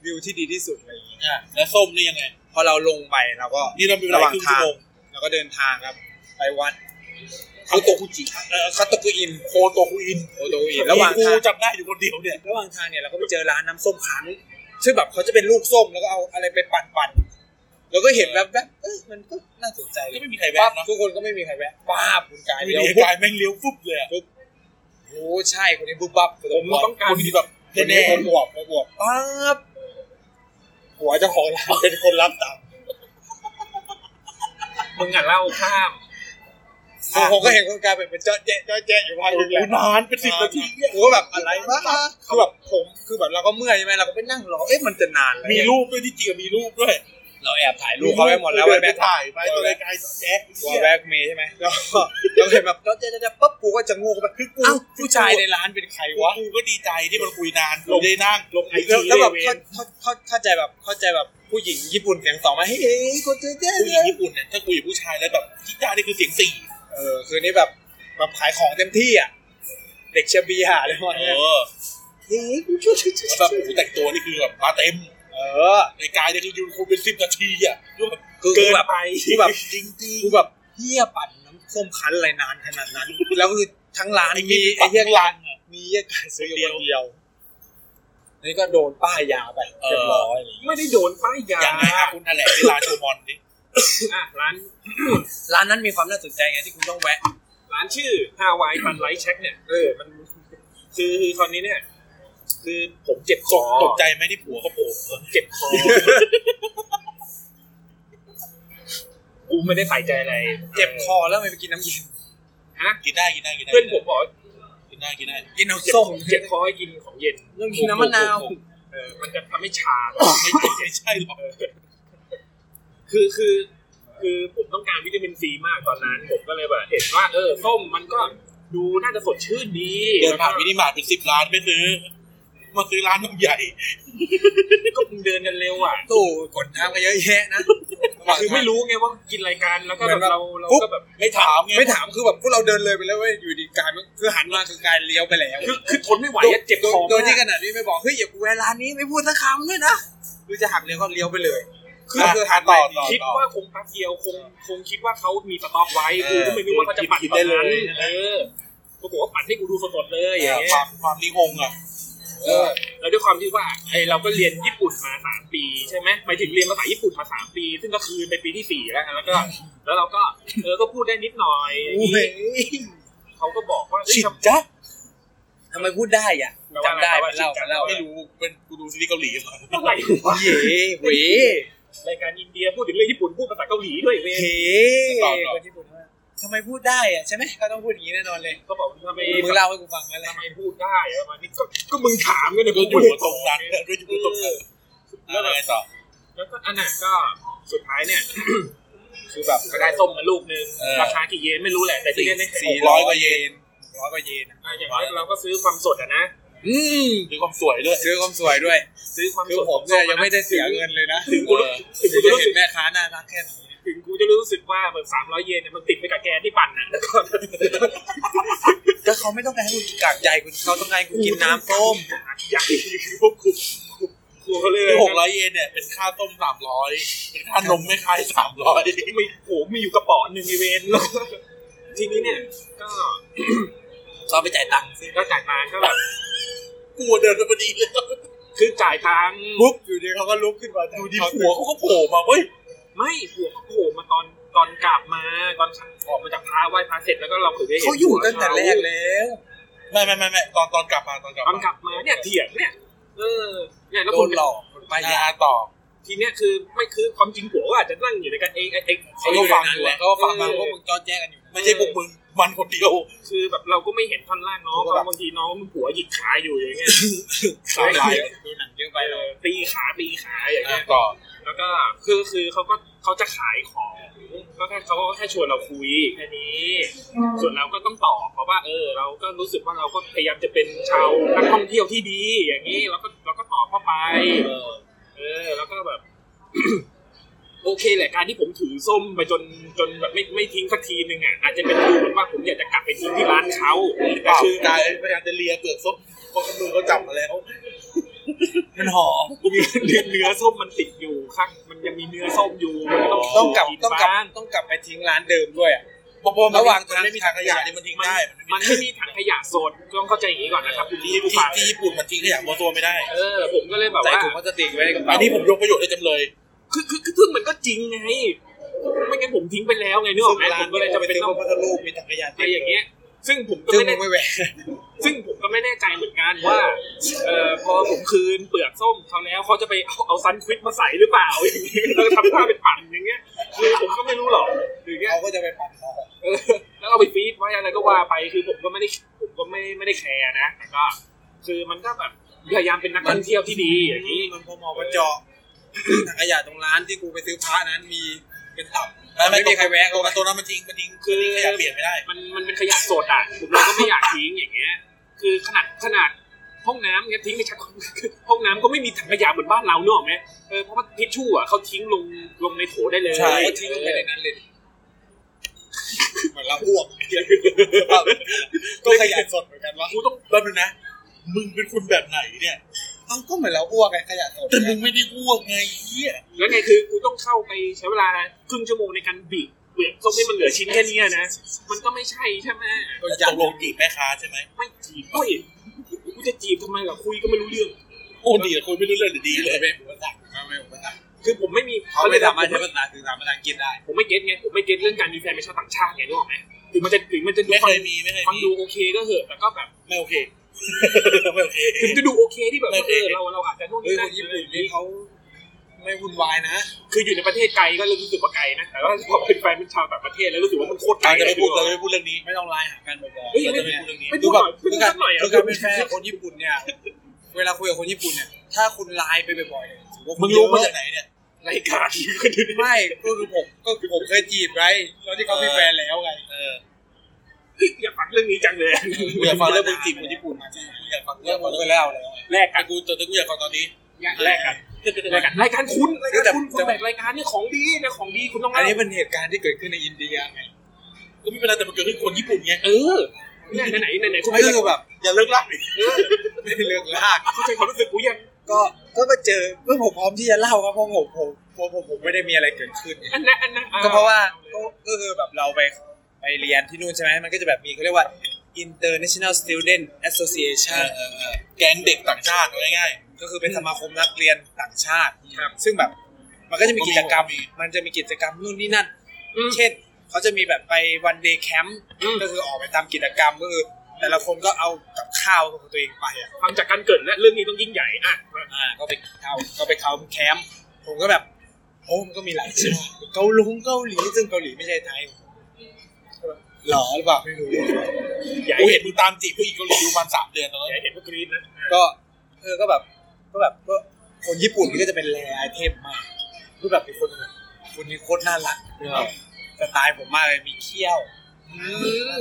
วิวที่ดีที่สุดอะไรอย่างเงี้ย อ่ะแล้วส้มนี่ยังไง พอเราลงไปเราก็ นี่เรามีเว ระห ลา ว่าง ครึ่งชั่ ทาวง โมง เราก็เดินทางครับ ไปวัดคาโตคุจิเออคาโตคุอิน โคโตคุอิน โอโตคุอินระหว่าง กู ทาง จำได้อยู่คนเดียวเนี่ย ระหว่างทางเนี่ยเราก็ไปเจอร้านน้ำส้มคั้นซึ่งแบบเขาจะเป็นลูกส้มแล้วก็เอาอะไรไปปั่นปั่นๆแล้วก็เห็นแบบแบบๆเออมันก็น่าสนใจเล ก็ ย ไม่มีใคร ป้า แวะ บ เนาะ ทุกคนก็ไม่มีใครแวะป้าบคุณกาย มี เดียว เดีย ปุ๊บ กายแม่งเลี้ยวฟุบเลยอะ โอ้ใช่คนนี้บุบบับคน ผ นี้ ม บุบบับ ต้องการ คนที่แบบ คนนี้ แน่ คนบวบคนบวบป้าบหัวเจ้าของร้านเป็นคนรับตังค์ มึงอ่ะเล่าข้าม ผมก็เห็นคนกลายเป็นเจ้าแจ๊ะเจ้าแจ๊ะอยู่พักหนึงแหละ นานเป็นสิบนาที กูก็แบบอะไรวะคือแบบผมคือแบบเราก็เมื่อยใช่ไหมเราก็ไปนั่งรอ เอ๊ะมันจะนานแล้ว มีรูปด้วยที่จริงมีรูปด้วย เราแอบถ่ายรูปเขาไว้หมดแล้ว เดิ ไว้ น แบ็ ไป ค ถ่ายไปตัวรายการแจ๊ก วอลแบ็คเมย์ใช่ไหมแล้วก็เราเห็นแบบเราจะจะปั๊บกูก็จะงูเข้าไปคือกูอ้าวผู้ชายในร้านเป็นใครวะ กูก็ดีใจที่มันคุยนานกูได้นั่งลงไอ แล้ว จี แล้วแบบ เว เข้าน เข้าเข้าเข้าใจแบบเข้าใจแบบผู้หญิงญี่ปุ่นเสียงสองมาเฮ้ยคนเจ๊เจ๊ ผู้หญิงญี่ปุ่นเนี่ยถ้าคุยกับผู้ชายแล้วแบบที่จ้านี่คือเสียงสี่ เออคือนี่แบบแบบขายของเต็มที่อ่ะเด็กเชยร์เบียร์อะไรประมาณ เอ เนี้ย อ เฮ้ยกูช่วยช่วยช่วย แบบกูแต่งตัวนี่คือแบบมาเต็ม เออ รายการเนี่ยคือยืนคุยเป็นสิบนาทีอ่ะ คือ เกิน แบบ ไป กูแบบจริงๆกูแบบเฮียปั่นน้ำส้มคั้นอะไรนานขนาดนั้น แล้วคือทั้งร้านมีไอ้เฮียร้านมีเฮียกายซื้ออยู่คนเดียวนี่ก็โดนป้ายยาไปเรียบร้อยอะไรอย่างเงี้ย ไม่ได้โดนป้ายยา อย่างไรฮะคุณนั่นแหละเวลาโชว์บอลนี่ อ่ะร้าน ร้านนั้นมีความน่าสนใจไงที่คุณต้องแวะ ร้านชื่อฮาวายฟันไลท์เช็คเนี่ยเออมันคือคือตอนนี้เนี่ย คือผมเจ็บคอ ตกใจไหมที่ผัวเขาโผล่ เจ็บคอกูไม่ได้ใส่ใจอะไร เจ็บคอแล้วไม่ไปกินน้ำเย็น ฮะ กินได้กินได้กินได้ เพื่อนผมบอกว่า กินได้กินได้ กินน้ำ ส้ ส้ ม ม เจ็บคอให้กินของเย็น ต้องกินน้ำมะนาว เออมันจะทำให้ชา ไม่ใช่ไม่ใช่หรอก เออคือคือคือผมต้องการวิตามินซีมากตอนนั้น ผมก็เลยแบบเห็นว่า เออส้มมันก็ดูน่าจะสดชื่นดี เดินผ่านมินิมาร์ทเป็นสิบร้านไม่ซื้อ มาซื้อร้านนมใหญ่ แล้วก็เดินกันเร็วอ่ะ ตู้กดน้ำก็เยอะแยะนะ คือไม่รู้ไงว่ากินรายการแล้วก็แบบเราเราก็แบบ ไม่ถามไง ไม่ถามคือแบบพวกเราเดินเลยไปแล้วเว้ยอยู่ดีกายมันคือหันมาคือกายเลี้ยวไปแล้ว คือคือทนไม่ไหวอะเจ็บคอ โดยที่ข มาก นาดนี้ไม่บอกเฮ้ยอย่ากูแวะร้านนี้ไม่พูดสักคำด้วยนะคือจะหักเลี้ยวก็เลี้ยวไปเลย คือคือหาต่อต่อ คิด ต่อ ว่าคงแป๊บเดียวคงคงคิดว่าเขามีสต็อกไว้กูก็ไม่รู้ว่าเขาจะปั่น คิด ต ได้ อน เล นั้ยนเออปรากฏว่าปั่นให้กูดูสดๆเลยอย่างเงี้ ควาย มความนิงงอ่ะ เออ แล้วด้วยความที่ว่าไอเราก็เรียนญี่ปุ่นมาสามปีใช่ไหมหมายถึงเรียนภาษาญี่ปุ่นมาสามปี ซึ่งก็คือไปปีที่สี่แล้วกันแล้วก็ แล้วเราก็เออก็พูดได้นิดหน่อยอย่างงี้เขาก็บอกว่าเอ้ย ฉิด ทำ จ้ะ ทำไมพูดได้อ่ะจำได้มันเล่ามันเล่า ไม่รู้เป็นกูดูซีรีส์เกาหลีมา อะไรวะ เย่เว้ย รายการอินเดียพูดถึงเรื่องญี่ปุ่นพูดภาษาเกาหลีด้วยเว้ย เฮ้คนญี่ปุ่นว่าทำไมพูดได้อ่ะใช่ไหมเขาต้องพูดอย่างนี้แน่นอนเลย ก็บอกว่าทำไม มึงเล่าให้กูฟังนั่นแหละ ทำไมพูดได้ประมาณนี้ก็ก็มึงถามกันเนี่ย ก็อกูพู ยู่ ด ตรงนั้นก็อยู่ตรงนั้นแล้วไงต่อ แล้วก็อันน่ะก็สุดท้ายเนี่ย คือแบบ ก็ได้ส้มมาลูกนึงราคากี่เยนไม่รู้แหละ แต่ที่แน่ๆ สี่ร้อยกว่าเยน ร้อยกว่าเยนอะ อ่ะอย่างน้อยเราก็ซื้อความสดอะนะ อืม หรือความสวยด้วย ซื้อความสวยด้วย ซื้อความ คือ สด ผมเนี่ยยังไม่ได้เสียเงินเลยนะ ถึงกูรู้ถึง ถึ กู ง จะ จะ รู้ เห็ สึ น ก แม่ค้าน่ารักแค่ไหน ถึงกูจะรู้สึกว่าเหมือนสามร้อยเยนเนี่ยมันติดไปกับแกที่ปั่นนะแล้วก็ แต่เขาไม่ต้องการให้คุณกากใหญ่คุณเขาต้องการให้คุณกินน้ำต้ม ใหญ่พวกกูกูก็เลย คือหกร้อยเยนเนี่ยเป็นค่าต้มสามร้อยเป็นค่านมไม่คายสามร้อย มีโอ้โหมีอยู่กระป๋อหนึ่งอีเวนต์แล้วก็ทีนี้เนี่ย ก็ ชอบไปจ่ายตังค์สิ ก็จ่ายมาก็แบบ กลัวเดินมาพอดีเลย คือจ่ายตังค์ ปุ๊บอยู่ดีเขาก็ลุกขึ้นมา ดูดีหัวเขาก็โผล่มาเว้ย ไม่หัวเขาโผล่มาตอนตอนกลับมาตอนออกมาจากพระไหว้พระเสร็จแล้วก็เราถึงได้เห็น เขาอยู่ตั้งแต่แรกแล้ว ไม่ไม่ไม่ไม่ตอนตอนกลับมาตอนกลับ ตอน มาก ลับมาเนี่ยเถียงเนี่ยเออเนี่ยแล้ว โด คน น เป็น หลอก ไปยาต่อ ทีเนี้ยคือไม่คือความจริงผัวก็อาจจะนั่งอยู่ในกันเองไอ้ไอ้ เขาก็ฟังอยู่อะ เขาก็ฟังมาว่ามึงจอดแจ้งกันอยู่นะ ไม่ใช่พวกมึงมันคนเดียว คือแบบเราก็ไม่เห็นท่อนล่างน้องเขาบางทีน้องมันผัวหยิกขาอยู่อย่างเงี้ย ขาลาย ดูหนังเยอะไป ไป เล เลย ยตีขาตีขาอย่าง อ่ะ เงี้ย ต่อ แล้วก็คือคือเขาก็เขาจะขายของก็แค่เขาก็แค่ชวนเราคุยแค่นี้ ส่วนเราก็ต้องตอบเพราะว่า เออ เราก็รู้สึกว่าเราก็พยายามจะเป็นชาวนักท่องเที่ยวที่ดี อย่างนี้เราก็เราก็ตอบเข้าไป เออ เออแล้วก็แบบ โอเคแหละการที่ผมถือส้มไปจนจนแบบไม่ไม่ทิ้งสักทีนึงอ่ะอาจจะเป็นดูเหมือนว่าผมอยากจะกลับไปทิ้งที่ร้านเขา เป แต่ ล่า คือก ายพยายามจะเลียเปลือกส้มเพราะมือเขาจับมาแล้ว มันหอม เนื้อเนื้อส้มมันติดอยู่ข้างมันยังมีเนื้อส้มอยู่มันต้อง ต้องกลับ น ต้องกลับ าง ต้องกลับไปทิ้งร้านเดิมด้วยอ่ะ เพราะว่า ระหว่างทาง ไม่มีทางขยะที่มันทิ้งได้มันไม่มี มันไม่มีถังขยะโซนต้องเข้าใจอย่างนี้ก่อนนะครับคุณ ที่ พี่ผู้ ที่ ฟัง ที่ญี่ปุ่นมันทิ้งขยะบนตัวไม่ได้ เออ ผมก็เลยแบบ ใส่ ว่า ถุงพลาสติกไว้ในกระ อั เป๋าน นี้ผมยกประโยชน์ให้จำเลย คือคือคือซึ่งมันก็จริงไงไม่งั้นผมทิ้งไปแล้วไงนึกออกไหมผมก็เลยจะเป็น ซึ่ง ต้ ร้าผมไปอน งซื้อพระพุทธรูปมีถังขยะ ไปอย่างเงี้ย ซึ่งผมก็ จึง ไม่ได้ ไม่แหวก ซึ่งผมก็ไม่แน่ใจเหมือนกันว่าเอ่อพอผมคืนเปลือกส้มเขาแล้วเขาจะไปเอาเอาซันควิดมาใส่หรือเปล่า อย่างนี้แล้วก็ทำท่าเป็นปั่นอย่างเงี้ยคือผมก็ไม่รู้หรอกหรือเงี้ย เขาก็จะไปปั่นเขา เออแล้วเอาไปฟีดไว้อะไรก็ว่าไปคือผมก็ไม่ได้ผมก็ไม่ไม่ได้แคร์นะแต่ก็คือมันก็แบบพยายามเป็นนักท่องเที่ยวที่ดีอย่างนี้ มันพอมอประจอถังขยะตรงร้านที่กูไปซื้อพระนั้นมีเป็นตับ ไม่ไม่ ไม่มีใครแวะ ตั เขา วมันตัวนั้นมันทิ้งมันทิ้ง คือ ขยะเปลี่ยนไม่ได้ มันมันเป็นขยะสดอ่ะผมเราก็ไม่อยากทิ้งอย่างเงี้ย คือขนาดขนาดห้องน้ำเงี้ยทิ้งในชักโครกคือ ห้องน้ำก็ไม่มีถังขยะเหมือนบ้านเราเนกอะไหมเออเพราะว่าทิชชู่อ่ะเขาทิ้งลงลงในโถได้เลย ใช่ ก็ทิ้งลงไปในนั้นเลยเหมือนเราอ้วกก็ขยะสดเหมือนกันวะ กูต้อง แป๊บนึงนะ มึงเป็นคนแบบไหนเนี่ย เอ้าก็เหมือนเราอ้วกไงขยะสด แต่มึ เนี่ย งไม่ได้อ้วกไงเหี้ย แล้วไงคือกูต้องเข้าไปใช้เวลาครึ่งชั่วโมงในการบีบเปลือกส้มให้มันเหลือชิ้นแค่เนี้ยนะ มันก็ไม่ใช่ใช่ไหม ก็ ต ยัน กลงจีบแม่ค้าใช่ไหม ไม่จีบด้วยกูจะจีบทำไมล่ะคุยก็ไม่รู้เรื่อง โอ้ดีอะคุยไม่รู้เรื่องหรือดีเลย เป็นอุปสรรคไม่เป็นอุปสรรค คือผมไม่มี เขาไม่สามารถ ผ ใช้ภาษาสื่อสารภาษาอังกฤษได้ ผมไม่เก็ตไงผมไม่เก็ตเรื่องการมีแฟนเป็นชาวต่างชาติไงนึกออกไหมถึงมันจะถึงมันจะดู ไม่ ฟั เคยงมีไม่เคย ฟัง มี ดูโอเคก็เหอะแต่ก็แบบ ไม่โอเค ไม่โอเค ถึงจะดูโอเคที่แบบ ไม่ ว่า โอ เอ เค อเราเราอาจจะนู่น เฮ้ย นี่ ค นั่น นญี่ปุ่นนี่เขาไม่วุ่นวายนะ คืออยู่ในประเทศไกลก็เลยรู้สึกว่าไกลนะแต่ว่าพอเป็นแฟนเป็นชาวต่างประเทศแล้วรู้สึกว่ามันโคตรไกล เราจะไม่พูด เล เราจะ ย ไม่พูดเรื่องนี้ ไม่ต้องไลน์หากันบ่อย เฮ้ย ๆ ไม่ เราจะ ไม่ ไม่พูดเรื่องนี้ ไม่พูดหน่อย คือการ พูดหน่อยอะ คือการเป็นแฟนคนญี่ปุ่นเนี่ย เวลาคุยกับคนญี่ปุ่นเนี่ย ถ้าคุณไลน์ไปบ่อยๆเนี่ยถือว่าคุณ มึงรู้มา เย จาก อะ ไหนเนี่ย รายการคนอื่น ไม่ก็คือผมก็คือผมเคยจีบไรแล้วที่เขามีแฟนแล้วไง เออ อยากฟังเรื่องนี้จังเลย กูอยากฟังเรื่องมึงจีบคนญี่ ญี่ ปุ่น ปุ่นมาจีบ กูอยากฟัง เรื่ เรื่ อ องผงมมึง ก็แล้วแล้ว แลกกั แต่ น กูแต่กูอยากฟังตอนนี้ แลกกันแลกกันรายการคุณรายการคุณคุณแบกรายการนี่ของดีนะของดีคุณต้อง อัน เล่า นี้เป็นเหตุการณ์ที่เกิดขึ้นในอินเดียไง ก็ไม่เป็นไรแต่มันเกิดขึ้นคนญี่ปุ่นไง เออเนี่ยไหนไหนไหนไหนคุณไป คือแบบ อย่าเลิกลัก เออ ไม่เลือกลาก เข้าใจความรู้สึกกูยัง ก็ก็มาเจอเมื่อผมพร้อมที่จะเล่าครับเพราะผมผมผมผมผมไม่ได้มีอะไรเกิดขึ้นไง อันนั้นอันนั้น ก็เพราะว่าก็ก็คือแบบเราไปไปเรียนที่นู่นใช่ไหมมันก็จะแบบมีเขาเรียกว่า International Student Association แกงเด็กต่างชาติเอาง่าย ก็คือเป็นสมาคมนักเรียนต่างชาติ ครับ ซึ่งแบบมันก็จะมีกิจกรรม มี มันจะมีกิจกรรมนู่นนี่นั่น อืม เช่นเขาจะมีแบบไปวันเดย์แคมป์ อืม ก็คือออกไปตามกิจกรรมก็คือแต่ละคนก็เอากับข้าวของตัวเองไปอ่ะ ฟังจากการเกริดและเรื่องนี้ต้องยิ่งใหญ่อ่ะ อ่าก็ไปเข้าก็ไปเข้าแคมป์ผมก็แบบโอ้มันก็มีหลายชาติเกาหลงเกาหลีซึ่งเกาหลีไม่ใช่ไทยหรอหรือเปล่าไม่รู้ อย่า กู ให้ เห็ เห็ น น มึงตามจีบผู้หญิงเกาหลีอยู่ประมาณสามเดือนตอน อย่า นั้น ให้เห็นว่ากรี๊ดนะ ก็เออก็แบบก็แบบก็คนญี่ปุ่นนี่ก็จะเป็นแรไอเทมมากคือแบบเป็นคนแบบคนนี้โคตรน่ารักแบบสไตล์ผมมากเลยมีเขี้ยว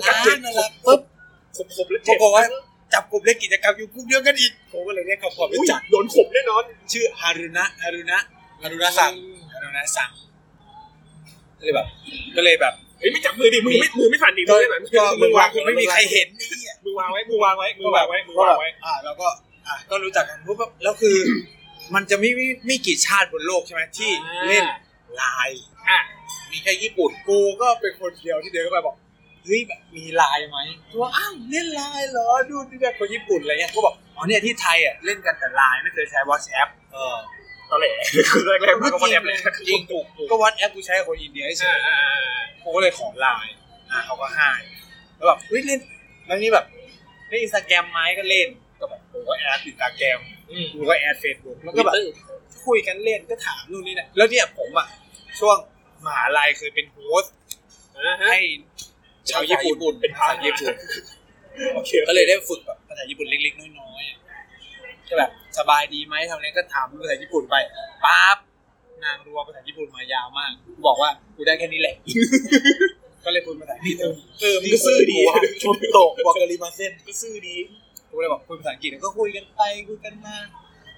กัดเจ็บ น่ารักปุ๊บ ขบขบๆและ ปรา เจ็บ กฏว่าจับกลุ่มเล่นกิจกรรมอยู่กลุ่มเดียวกันอีกผมก็เลยเรียกเขาขอไป อุ้ย จัด โดนขบแน่นอน ชื่อฮารุนะฮารุนะฮารุนะสั่งฮารุนะสั่งก็เลยแบบ ก็เลยแบบ เฮ้ยไม่จับมือดิมือไม่มือไม่สั่นดิมื ก็ อไม่สั่น ก็ มือง วาวมึาง ง ไม่ ไม่ มี มี ใค ใค ร ร เห็น เห็นนี่อะ มือวางไว้มือวางไว้มือวางไว้มือวางไว้ อ่าแล้วก็อ่ะก็รู้จักกันปุ๊บแล้วคือ มันจะไม่ไม่ไม่กี่ชาติบนโลกใช่ไหมที่ อ่า เล่นไลน์ อ่ะ มีแค่ญี่ปุ่นกูก็เป็นคนเดียวที่เดินเข้าไปบอก เฮ้ยแบบมีไลน์ไหมเขาว่าอ้าวเล่นไลน์เหรอดูดูแบบคนญี่ปุ่นอะไรเงี้ยเขาบอกอ๋อเนี่ยที่ไทยอ่ะเล่นกันแต่ไลน์ไม่เคยใช้ WhatsApp เออ ตอนแรกคือแรกๆมันก็คนแอบเลย จริงถูกถูกก็ WhatsApp กูใช้กับคนอินเดียเฉ อ่าย อ่าอ่า ผมก็เลยขอไลน์อ่ะเขาก็ให้แล้วแบบเฮ้ยเล่นแล้วนี่แบบเล่นอินสตาแกรมไหมก็เล่นก็แบบผมก็แอดอินสตาแกรม อืม ผมก็แอดเฟซบุ๊กแล้วก็แบบคุยกันเล่นก็ถามนู่นนี่นะแล้วเนี่ยผมอ่ะช่วงมหาลัยเคยเป็นโฮสต์ อ่าฮะ ให้ชาวญี่ปุ่นเป็นภาษาญี่ปุ่น โอเค ก็เลยได้ฝึกแบบภาษาญี่ปุ่นเล็กๆน้อยๆอ่ะก็แบบสบายดีไหมทำนี้ก็ถามภาษาญี่ปุ่นไปปั๊บนางรัวภาษาญี่ปุ่นมายาวมาก บอกว่ากูได้แค่นี้แหละ ก็เลยพูดภาษาญี่ปุ่น เออมันก็ซื่อดีว่ะชนโตะบอกกะลิมาเส้นก็ซื่อดี กูเลยบอกคุยภาษาอังกฤษก็คุยกันไปคุยกันมา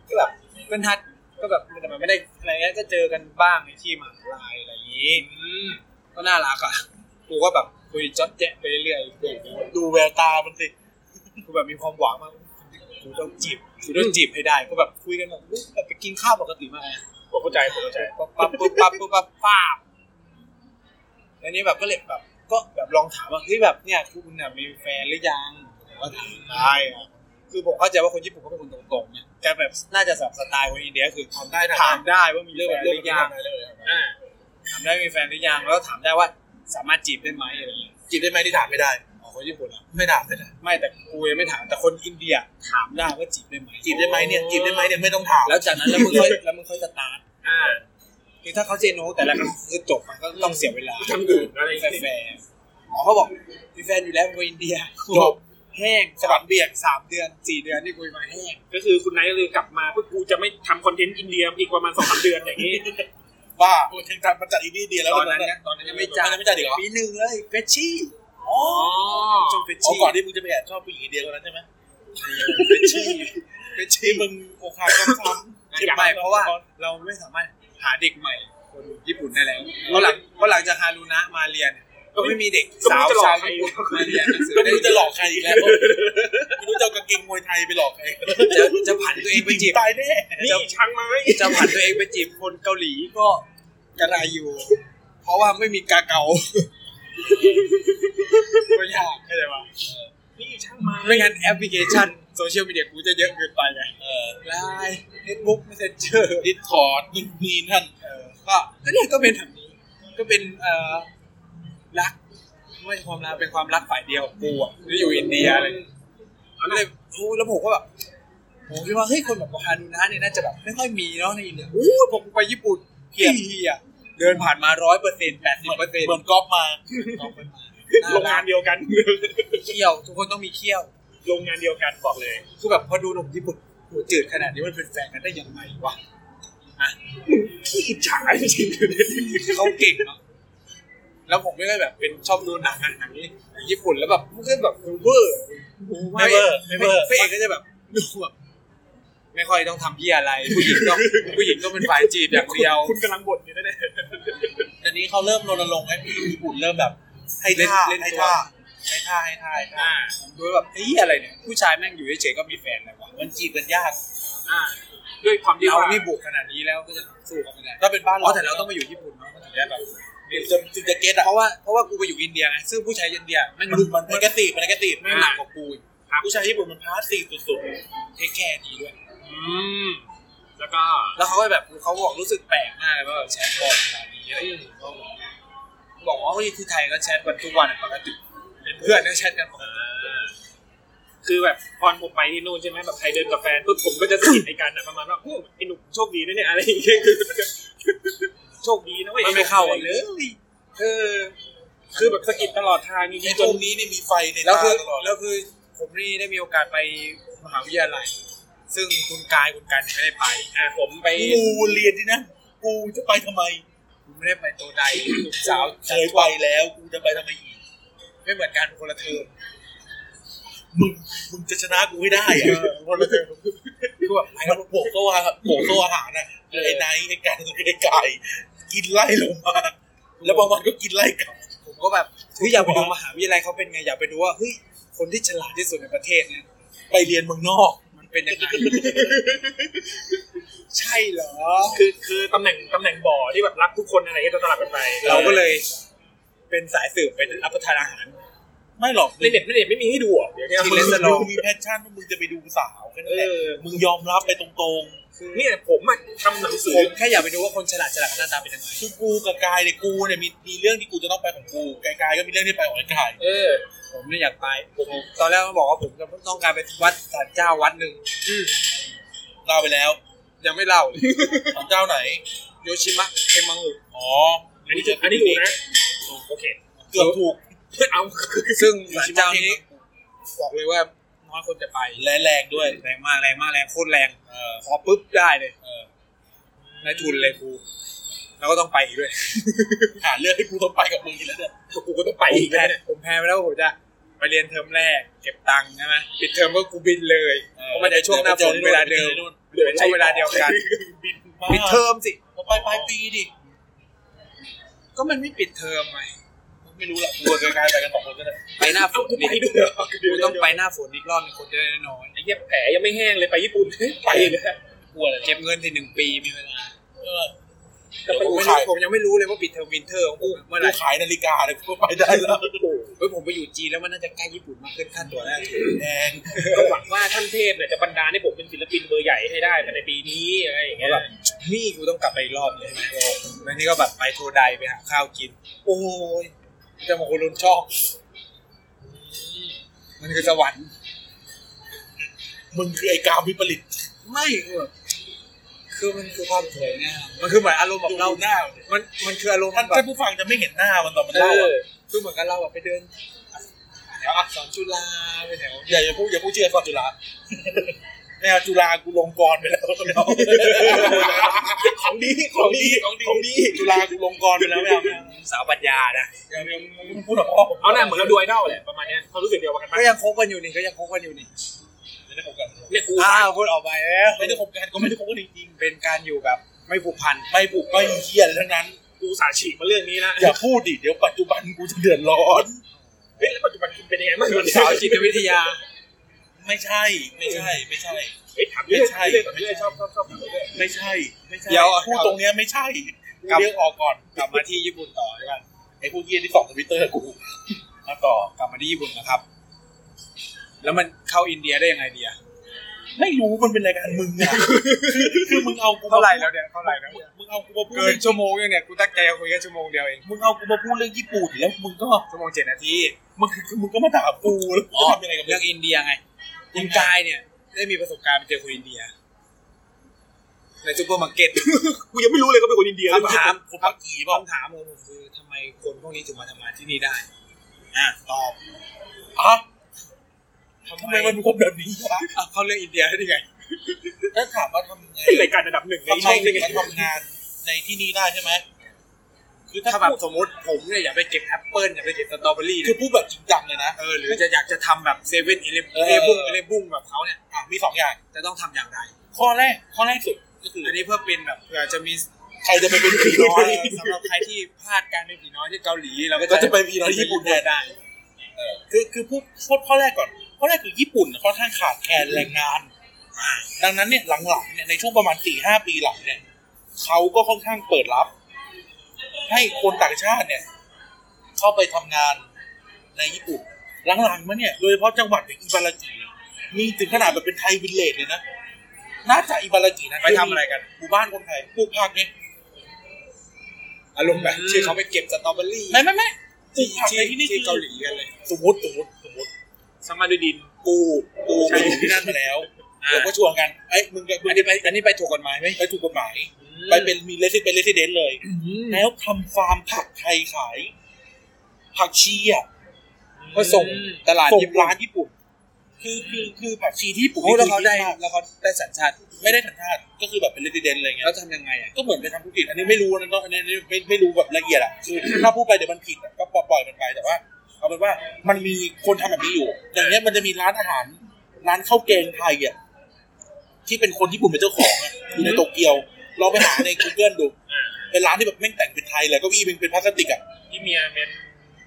ก็แบบเป็นทัดก็แบบแต่มันไม่ได้อะไรเงี้ยก็เจอกันบ้างในที่มหาลัยอะไรอย่างนี้ก็น่ารักอ่ะกูก็แบบคุยจ๊อดแจ๊ะไปเรื่อยๆ ดูแววตามันสิ กูแบบมีความหวังมากกูต้องจีบกูต้องจีบให้ได้ก็แบบคุยกันแบบอุ๊ยแบบไปกินข้าวปกติมากเลย ผมเข้าใจผมเข้าใจ ปั๊บปั๊บปุ๊บปั๊บปุ๊บปั๊บป้าบแล้วนี่แบบก็เลยแบบก็แบบลองถามว่าเฮ้ยแบบเนี่ยคุณน่ะมีแฟนหรือยังผมก็ถามได้อะ คือผมเข้าใจว่าคนญี่ปุ่นเขาเป็นคนตรงๆนะแต่แบบน่าจะแบบสไตล์คนอินเดียคือ ทำได้ทำได้ ถามได้ว่ามี เรื่ เรื่ อ อง ง แบ แบบ บ เรื่ เรื่ อ อง งาก กยายอ่า ถามได้มีแฟนหรือยังแล้วถามได้ว่าสามารถจีบได้ไหมอะไรอย่างเงี้ย จีบได้ไหมที่ถามไม่ได้ อ๋อคนญี่ปุ่นเหรอ่ะ ไม่ถามไม่ได้ ไม่แต่กูยังไม่ถามแต่คนอินเดียถามได้ว่าจีบได้ไหม จีบได้ไหมเนี่ยจีบได้ไหมเนี่ยไม่ต้องถาม แล้วจากนั้นแล้วมึงค่ อยแล้วมึงค่อยสตาร์ท อ่า คือถ้าเขาเซโนแต่ละครั้งคือจบมันก็ต้องเสียเวลา ทำอื่นอะไรอย่าง แฟ เงี้ย นๆอ๋อเขาบอกมีแฟนอยู่แล้วเป็นคนอินเดีย จบ แห้งสะบัดเบี่ยงสามเดือนสี่เดือนนี่คุยมาแห้ง ก็คือคุณไนท์ก็คือกลับมาเพื่อกูจะไม่ทำคอนเทนต์อินเดียอีกประมาณสองสามเดือนอย่างนี้ ว่าโอ้ยการมันจัดอินดี้เดียแล้ว ตอนนั้นยังตอนนั้นยังไม่จัด ตอนนั้นไม่จัดอีกเหรอ ปีหนึ่งเลยเฟชชี่ อ๋อ อ๋อ จงเฟช อ๋อ ชี่ ก่อนที่มึงจะไปแอบชอบผู้หญิงอินเดียคนนั้นใช่ไหม เฟชชี่เฟชชี่ ที่มึงอกหักซ้ำๆ ไม่เพราะว่าเราไม่สามารถหาเด็กใหม่คนญี่ปุ่นได้แล้วเพราะหลังเพราะหลังจากฮารุนะมาเรียน ก็ไม่มีเด็กสาวชาวญี่ปุ่นมาเรียนหนังสือ ก็ ได้ ไม่รู้จะหลอกใครอีกแล้วไม่รู้จะเอากางเกงมวยไทยไปหลอกใคร จะจะผันตัวเองไปจีบ ตายแน่ นี่ช่างไม้ จะผันตัวเองไปจีบคนเกาหลีก็กระไรอยู่ เพราะว่าไม่มีกาเกาก็ยากเข้าใจปะ นี่ช่างไม้ ไม่งั้นแอปพลิเคชันโซเชียลมีเดียกูจะเยอะเกินไปไงไลน์เฟซบุ๊กเมสเซนเจอร์ ดิสคอร์ดนู่นนี่นั่น ก็ก็เนี่ยก็เป็นแบบนี้ ก็เป็นเอ่อรักไม่ใช่ความรักเป็นความรักฝ่ายเดียวของกูอ่ะที่อยู่อินเดียอะไรอย่างเงี้ยแล้วเลยโอ้แล้วผมก็แบบผมคิดว่าเฮ้ยคนแบบฮานุนะเนี่ยน่าจะแบบไม่ค่อยมีเนาะในอินเดียโอ้ยผมไปญี่ปุ่นเฮียเฮียเดินผ่านมาร้อยเปอร์เซ็นต์แปดสิบเปอร์เซ็นต์ เหมือนก๊อฟมา โรงงานเดียวกัน เขี้ยวทุกคนต้องมีเขี้ยว โรงงานเดียวกันบอกเลย คือแบบพอดูหนุ่มญี่ปุ่นหัวจืดขนาดนี้มันเป็นแฟนกันได้ยังไงวะอ่ะ ขี้อิจฉาจริง เขาเก่งเนาะแล้วผมไม่ได้แบบเป็นชอบดูหนังอะหนังนี่หนังญี่ปุ่นแล้วแบบมันก็แบบเวอร์ ไม่เบอร์ไม่เบอร์ พระเอกก็จะแบบดูแบบไม่ค่อยต้องทำเยี่ยอะไร ผู้หญิงต้องผู้หญิงต้องเป็นฝ่ายจีบอย่างเดียว คุณกำลังบ่นอยู่นะเนี่ย อันนี้เขาเริ่มรณรงค์ให้ญี่ปุ่นเริ่มแบบ ให้ท่า เล่น ให้ท่าให้ท่าให้ท่าให้ท่า อ่า ด้วยแบบเฮ้ยอะไรเนี่ย ผู้ชายแม่งอยู่เฉยๆก็มีแฟนแล้ววะ มันจีบกันยาก อ่าด้วยความที่ เรา ว่า นี่บุกขนาดนี้แล้วก็จะสู้เขาไม่ได้ ถ้าเป็นบ้าน อ๋อ เรา แต่เราต้องมาอยู่ญี่ปุ่นเนาะมันถึงได้แบบ จะถึงจะเก็ตอ่ะ เพราะว่าเพราะว่ากูไปอยู่อินเดียไงซึ่งผู้ชายอินเดียแม่ง มัน รุม มั มัน น มันกระตีมันกระตี ไม่หนักกว่ากูอีก ผู้ชายญี่ปุ่นมันพาร์ทสี่สุด เทคแคร์ดีด้วย อืมแล้วก็ แล้วเขาก็แบบเขาบอกรู้สึกแปลกมากเลยว่าแบบแชทบอลแบบนี้อะไรอย่างเงี้ยเขาบอกบอกว่าที่ไทยก็แชทกันทุกวันปกติเป็นเพื่อนก็แชทกันปกติ อ่าคือแบบพรผมไปที่นู่นใช่ไหมแบบใครเดินกับแฟนปุ๊บผมก็จะสนิทในกันอะประมาณว่าโอ้ไอ้หนุ่มโชคดีนะเนี่ยอะไรอย่างเงี้ยคือ โชคดีนะเว้ย มันไม่เข้ากันเลยเออ คือแบบสะกิดตลอดทางๆจใน ริงๆ ต จ ร น งนี้นี่มีไฟใน แล้ว ตา คือ ตลอด แล้วคือผมนี่ได้มีโอกาสไปมหาวิทยาลัย ซึ่งคุณกายคุณกันไม่ได้ไป อ่ะผมไป กูเรียนที่นั่นกูจะไปทำไม คุณไม่ได้ไปตัวใดลูกสา สาววเคยไปแล้วกูจะไปทำไมอีก ไม่เหมือนกันคนละเทอม มึงมึงจะชนะกูไม่ได้อะ คนละเทอมคือแบบไป ไอ้ แล้ว มันโบกโซ่อะครับโบกโซ่อาหารนะไอ้ไนท์ไอ้กันไอ้ไก่กินไล่ลงมาแล้วบางวันก็กินไล่กลับ ผมก็แบบเฮ้ยอยากไปดูมหาวิทยาลัยเขาเป็นไงอยากไปดูว่าเฮ้ยคนที่ฉลาดที่สุดในประเทศเนี่ย ไปเรียนเมืองนอก มันเป็นยังไง ใช่เหรอ คือคือตำแหน่งตำแหน่งบ่อที่แบบรักทุกคนอะไรก็จะสลับกันไป เราก็เลยเป็นสายสืบเป็นรับประทานอาหาร ไม่หรอก ในเน็ตในเน็ตไม่มีให้ดูเหรอเดี๋ยวเนี่ย ที่ มึ เลสเตอร์ลอง งมีแพชชั่นว่ามึงจะไปดูสาวแค่นั้ เอน แหละ อ มึงยอมรับไปตรง เนี่ยผมอะทำหนังสือ ผมแค่อยากไปดูว่าคนฉลาดฉลาดหน้าตาเป็นยังไง ๆคือกูกับกายเนี่ยกูเนี่ยมีมีเรื่องที่กูจะต้องไปของกูกายกายก็มีเรื่องที่ไปของไอ้กาย เออ ผมเนี่ยอยากไปผมตอนแรกมันบอกว่าผมจะต้องการไปวัดศาลเจ้าวัดหนึ่ง เล่าไปแล้ว ยังไม่เล่าเลย ของเจ้าไหน โยชิมะเอมังอุ อ๋อ อันนี้คืออันนี้ถูกนะโอเค เกือบถูก เอา ซึ่งศาลเจ้านี้บอกเลยว่าน้อยคนจะไป และแรงด้วย แรงมากแรงมากแรงโคตรแรง เออ ขอปุ๊บได้เลย เออ ในายทุนเลยครูแล้วก็ต้องไปอีกด้วย หาเรื่องให้กูต้องไปกับมึงอีกแล้วเนี่ย กูก็ต้องไปอีก แพ้ แล้วเนี่ย ผมแพ้ไปแล้วว่าผมจะไปเรียนเทอมแรก เก็บตังค์ใช่ไหมปิดเทอมก็กูบินเลย เออ เพราะมันจะช่วงหน้าฝนเวลาเดิม เหลือช่วงเวลาเดียวกันปิดเทอมสิ เราไปปลายปีดิ ก็มันไม่ปิดเทอมไง ไม่รู้ละกูกับกายไปกันสองคนก็ได้ ไปหน้าฝ เอา น กู ดิ ไปด้วยเหรอ กูต้องไปหน้าฝนอีกรอบหนึงคนจะได้น้อย ไอ้เหี้ยแผลยังไม่แห้งเลยไปญี่ปุ่นไปอีกแล้ว กลัวอะไร ๆเก็บเงินสิหนึ่งปีมีเวลา เออ แต่ผมไม่รู้ผมยังไม่รู้เลยว่าปิดเทอมวินเทอร์ของผมเมื่อไห กู ร่ ขายนาฬิกาเลยกูก็ไปได้แล้ว เฮ้ยผมไปอยู่จีนแล้วมันน่าจะใกล้ญี่ปุ่นมากขึ้นค่าตัวแล้ว แดง ก็หวังว่าท่านเทพเนี่ยจะบรรดาให้ผมเป็นศิลปินเบอร์ใหญ่ให้ได้ภายในปีนี้อะไรอย่างเงี้ย นี่กูต้องกลับไปอีกรอบเลยแล้วนี่ก็แบบไปโทรไดไปหาข้าวกิน โอ้ยจะมาคนรุนช่องมันคือสวรรค์ มึงคือไอ้กามวิปริต ไม่กูแบบคือมันคือความสวยงามมันคือเหมือนอารมณ์แบบเรา ดูหน้า มันมันคืออารมณ์ ท่าน แบบ ท่านผู้ฟังจะไม่เห็นหน้ามันตอนมัน เอ เล่า อ อะ คือเหมือนกับเราแบบไปเดินแถวอักษรจุฬาไปแถว อย่าอย่าพูดอย่าพูดชื่อไอ้ก่อนจุฬา ไม่เอาจุฬากูลงกรณ์ไป แล้วไม่เอา ของดีของดีของดีของดี จุฬากูลงกรณ์ไปแล้วไม่เอาไม่เอา สาวปัญญานะ อย่ามึงพูดหรอกพ่อ เอาหน้าเหมือนเราดูไอดอลแหละประมาณเนี้ยเขามรู้สึกเดียวกันปะ ก็ยังคบกันอยู่นี่ก็ยังคบกันอยู่นี่ ไม่ได้คบกัน เนี่ยกู อ้าวพูดออกไปแล้ว ไม่ได้คบกันก็ไม่ได้คบกันจริง เป็นการอยู่แบบไม่ผูกพัน ๆไม่ผูกไม่เหี้ยทั้งนั้น กูสาฉีกมาเรื่องนี้นะ อย่าพูดดิเดี๋ยวปัจจุบันกูจะเดือดร้อน เฮ้ยแล้วปัจจุบันคุณเป็นยังไงบ้าง สาวจิตวิทยา ไม่ใช่ไม่ใช่ ไม่ใช่ เฮ้ยถามเรื่องเรื่องเรื่องชอบชอบชอบถามเรื่อง ไม่ใช่ไม่ใช่ เดี๋ยว พูดตรงเนี้ยไม่ใช่เรียกออกก่อน กลับมาที่ญี่ปุ่นต่อแล้วกัน ไอ้พวกเยี่ยที่ส่องทวิตเตอร์กู มาต่อก ลับมาที่ญี่ปุ่นนะครับ แล้วมันเข้าอินเดียได้ยังไงดีอะ ไม่รู้มันเป็นรายการมึงอะคือคือมึงเอากู เท่าไหร่แล้วเนี่ยเท่าไหร่แล้ว มึง เนี่ย มึงเอากูมาพูด เกินชั่วโมงยังเนี่ยกูตั้งใจจะคุยแค่ชั่วโมงเดียวเอง มึงเอากูมาพูดเรื่องญี่ปุ่นแล้วมึงก็ ชั่วโมงเจ็ดนาที มึงคือมึงก็มาด่ากูแล้วกูจะทำยังไงกับมึ เรื่อง งอินเดียไงคุณกายเนี่ย ได้มีประสบการณ์ไปเจอคนอินเดีย ในซูเปอร์มาร์เก็ต กูยังไม่รู้เลยก็เป็นคนอินเดียหรือเป คำ ล่า ถาม คนพักกี่เปล่า คำถามของผมคือทำไมคนพวกนี้ถึงมาทำงานที่นี่ได้ อ่ะตอบ อ่ะ ทำ ทำ ไม ไมมันเป็นคนแบบนี้วะ อ่ะเขาเลือกอินเดียได้ยังไง ถ้าถามว่าทำไง เป็นรายการระดับหนึ่งใน ทำไม ช่อง ถึ ได้ ง ไง มาทำงานในที่นี่ได้ใช่ไหมคือถ้า ถ้าแบบ พูด สมมติผมเนี่ยอยากไปเก็บแอปเปิลอยากไปเก็บสตรอเบอรี่ คือพูดแบบจริงจังเลยนะ เออหรือจะอยากจะทำแบบเซเว่นเอเล เออ บุ้งเอเลบุ้งแบบเขาเนี่ย อ่ะมีสองอย่าง จะต้องทำอย่างไร ข้อแรกข้อแรกสุดก็คือ อันนี้เพื่อเป็นแบบเผื่อจะมี ใครจะไปเป็นผี ผี น้ น้ อ อย ย สำหรับใครที่พลาดการเป็นผีน้อยที่เกาหลีเรา ก็ ก็ จะไปผีน้อยญี่ปุ่นแทน ได้ คือคือพูดพูดข้อแรกก่อนข้อแรกคือญี่ปุ่นเนี่ยค่อนข้างขาดแคลนแรงงาน ดังนั้นเนี่ยหลังๆเนี่ยในช่วงประมาณสี่ห้าปีหลังเนี่ยเขาก็ค่อนข้างเปิดรับ ให้คนต่างชาติเนี่ย เข้าไปทำงานในญี่ปุ่น หลังๆมาเนี่ยโดยเฉพาะจังหวัดอย่างอิบารากิมีถึงขนาดแบบเป็นไทยวิลเลจเลยนะน่าจะอิบารากินะ ไปทำอะไรกัน หมู่บ้านคนไทยปลูกผักเนี่ย อารมณ์แบบชื่อเขาไปเก็บสตรอเบอรี่ ไม่ไม่ไม่ปลู ที่ กผักในที่นี่ ที่ คือ เกาหลีกันเลย สมมติสมมติสมมติ สร้างมาด้วยดิน กูกูไปอยู่ที่นั่นมาแล้ว เราก็ชวนกัน เอ้ยมึงกับมึง อันนี้ไปอันนี้ไปถูกกฎหมายไหม ไปถูกกฎหมาย ไปเป็นมีเลสิเป็นเลสิเดนเลย แล้วทำฟาร์มผักไทยขาย ผักชีอ่ะ ก็ส่งตลาด ส่ง ญี่ปุ่น ร้านญี่ปุ่น คือคือคือผักชีที่ญี่ปุ่น โอ้แล้วเขาได้ คือ แล้วเขาได้สัญชาติ ไม่ได้สัญชาติก็คือแบบเป็นเลสิเดนเลยไง แล้วทำยังไงอ่ะ ก็เหมือนไปทำธุรกิจอันนี้ไม่รู้นะต้องอันนี้ไม่ไม่รู้แบบละเอียดอ่ะคือถ้าพูดไปเดี๋ยวมันผิดอะก็ปล่อยมันไปแต่ว่าเอาเป็นว่ามันมีคนทำแบบนี้อยู่ อย่างเนี้ยมันจะมีร้านอาหาร ร้านข้าวแกงไทยอ่ะที่เป็นคนญี่ปุ่นเป็นเจ้าของอะอยู่ในโตเกียวลองไปหาใน Google ดู อ่า เป็นร้านที่แบบแม่งแต่งเป็นไทยเลยเก็อี้เป็นเป็นพลาสติกอ่ะ ที่เมียเป็น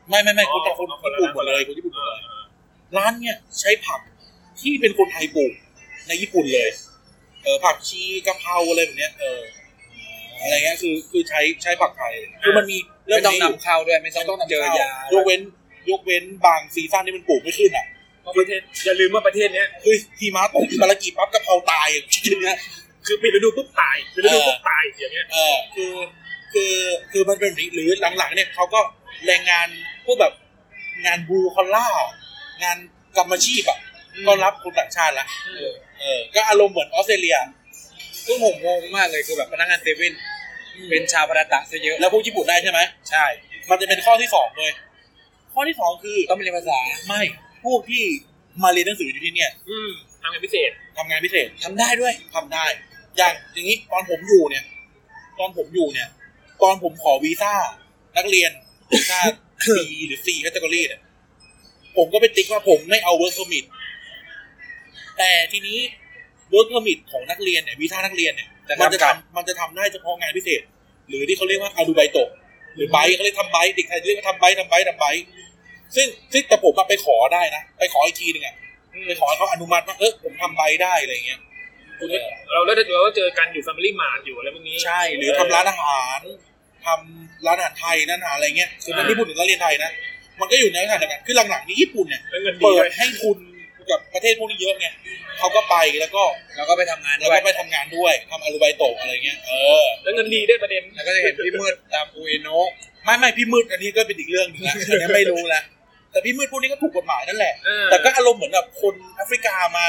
ไม่ไม่ไม่คอ๋อน แต่คน คน ญี่ ละ ปุ่นหมดร้านเลย ค คน นละ ญี่ปุ่นหมดเลยร้านเนี่ยใช้ผักที่เป็นคนไทยปลูกในญี่ปุ่นเลยเออผักชีกะเพราอะไรแบบเนี้ยเอออะไรเงี้ยคือคือใช้ใช้ผักไทยคือมันมี ไม่ต้อง นี้ นำเข้าด้วยไม่ ไม่ ต้ ต้ อ อง ง เจ เจออายยาย ยกเว้น ยกเว้นบางซีซั่นที่มันปลูกไม่ขึ้นอ่ะ เพราะประเทศอย่าลืมว่าประเทศเนี้ย เฮ้ยทีมาตกอิมาลากิปั๊บกะเพ ราตายอย่างเงี้ย คือปิดฤดูปุ๊บตายปิดฤดูปุ๊บตายอย่างเงี้ย เออคือคือคือมันเป็นหรือหรือหลังๆเนี่ยเขาก็แรงงานพวกแบบงานบลูคอลล่า งานกรรมอาชีพอ่ะก็รับคนต่างชาติละ เออ เออก็อารมณ์เหมือนออสเตรเลีย ซึ่งผมงงมากเลยคือแบบพนักงานเซเว่นเป็นชาวประตะซะเยอะ แล้วพวกญี่ปุ่นได้ใช่ไหม ใช่ มันจะเป็นข้อที่สองเลย ข้อที่สองคือ ต้องเรียนภาษา ไม่พวกที่มาเรียนหนังสืออยู่ที่เนี่ย อืมทำงานพิเศษ ทำงานพิเศษ ทำได้ด้วย ทำได้ อย่างอย่างนี้ตอนผมอยู่เนี่ย ตอนผมอยู่เนี่ย ตอนผมขอวีซ่านักเรียนวี ซ่า B หรือ C แคตตาล็อเนี่ย ผมก็ไปติ๊กว่าผมไม่เอาเวิร์ก r m มิ t แต่ทีนี้เวิร์ก r m มิ t ของนักเรียนเนี่ยวีซ่านักเรียนเนี่ย จะ มันจะ ทำกั ทำ บ มันจะทำได้เฉพาะงานพิเศษ หรือที่เขาเรียกว่าอาดูไบโตะหรือไบต์เขาเรียกทำไบต์เด็กไทยเรียกว่าทำไบต์ทำไบต์ทำไบต์ซึ่งซึ่งแต่ผมอะไปขอได้นะ ไปขออีกทีหนึ่งอะไปขอให้เขาอนุมัติว่าเออผมทำไบต์ได้อะไรอย่างเงี้ย คุณก็เราเราเราก็เจอกันอยู่แฟมิลี่มาร์ทอยู่อะไรพวกนี้ ใช่หรือทำร้านอาหารทำร้านอาหารไทยนั่นอาหารอะไรเงี้ยคือมันที่พูดถึงนักเรียนไทยนะมันก็อยู่ในลักษณะเดียวกันคือหลังๆนี้ญี่ปุ่นเนี่ย แล้วเงินดี เปิ ด้ ด วย ให้ทุนกับประเทศพวกนี้เยอะไงเขาก็ไปแล้วก็ แล้วก็ไปทำงาน แล้ว ด้วย ก็ไปทำงานด้วยทำอารูไบโตะอะไรเงี้ย เออ แล้วเงินดีได้วยประเด็น แล้วก็จะเห็นพี่มืดตามอุเอโนะ ไม่ไม่พี่มืดอันนี้ก็เป็นอีกเรื่องหนึงนะอันนี้ไม่รู้ละแต่พี่มืดพวกนี้ก็ถูกกฎหมายนั่นแหละ เออ แต่ก็อารมณ์เหมือนแบบคนแอฟริกามา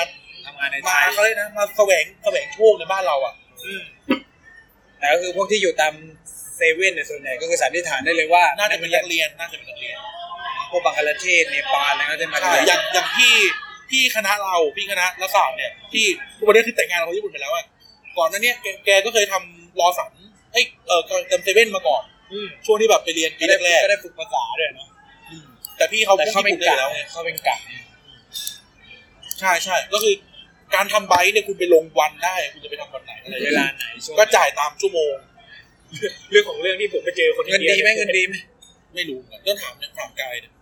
ทำงานในไท มาย เขาเลยกนะมาแสวงแสวงโชคในบ้านเราอ่ะ แต่ก็คือพวกที่อยู่ตามเซเว่นเนี่ยส่วนใหญ่ก็คือสันนิษฐานได้เลยว่า น่าจะเป็นนักเรียนน่าจะเป็นนักเรียน พวกบังคลาเทศเนปาลอะไรก็จะมา ใช่ เรีน อย่างอย่างพี่พี่คณะเราพี่คณะรัฐศาสตร์เนี่ยที่ทุกวันนี้คือแต่งงานกับคนญี่ปุ่นไปแล้วอ่ะก่อนหนั้นเนี่ยแกแกก็เคยทำรอสันเอ้ยเออเต็มเซเว่นมาก่อน อืม ช่วงที่แบบไปเรียนปี ก็ได้ แรก ก็ได้ฝึกภาษาด้วยเนาะ ๆแต่พี่เขา แต่ พูด เขา ญี่ เป็น ปุ่นได้ กะ แล้ว เขาเป็นกะ ใช่ใช่ก็คือการทำไบค์เนี่ยคุณไปลงวันได้ คุณจะไปทำวันไหนอะไร เว เวลาลาไหนช่วง ก็จ่ายตามชั่วโมง เรื่องของเรื่องที่ผมไปเจอคน เงิน อิ ดี ย ไหมเงินดีไหม ไม่รู้เหมือนกันก็ถามเนี่ยถามกายเนี่ย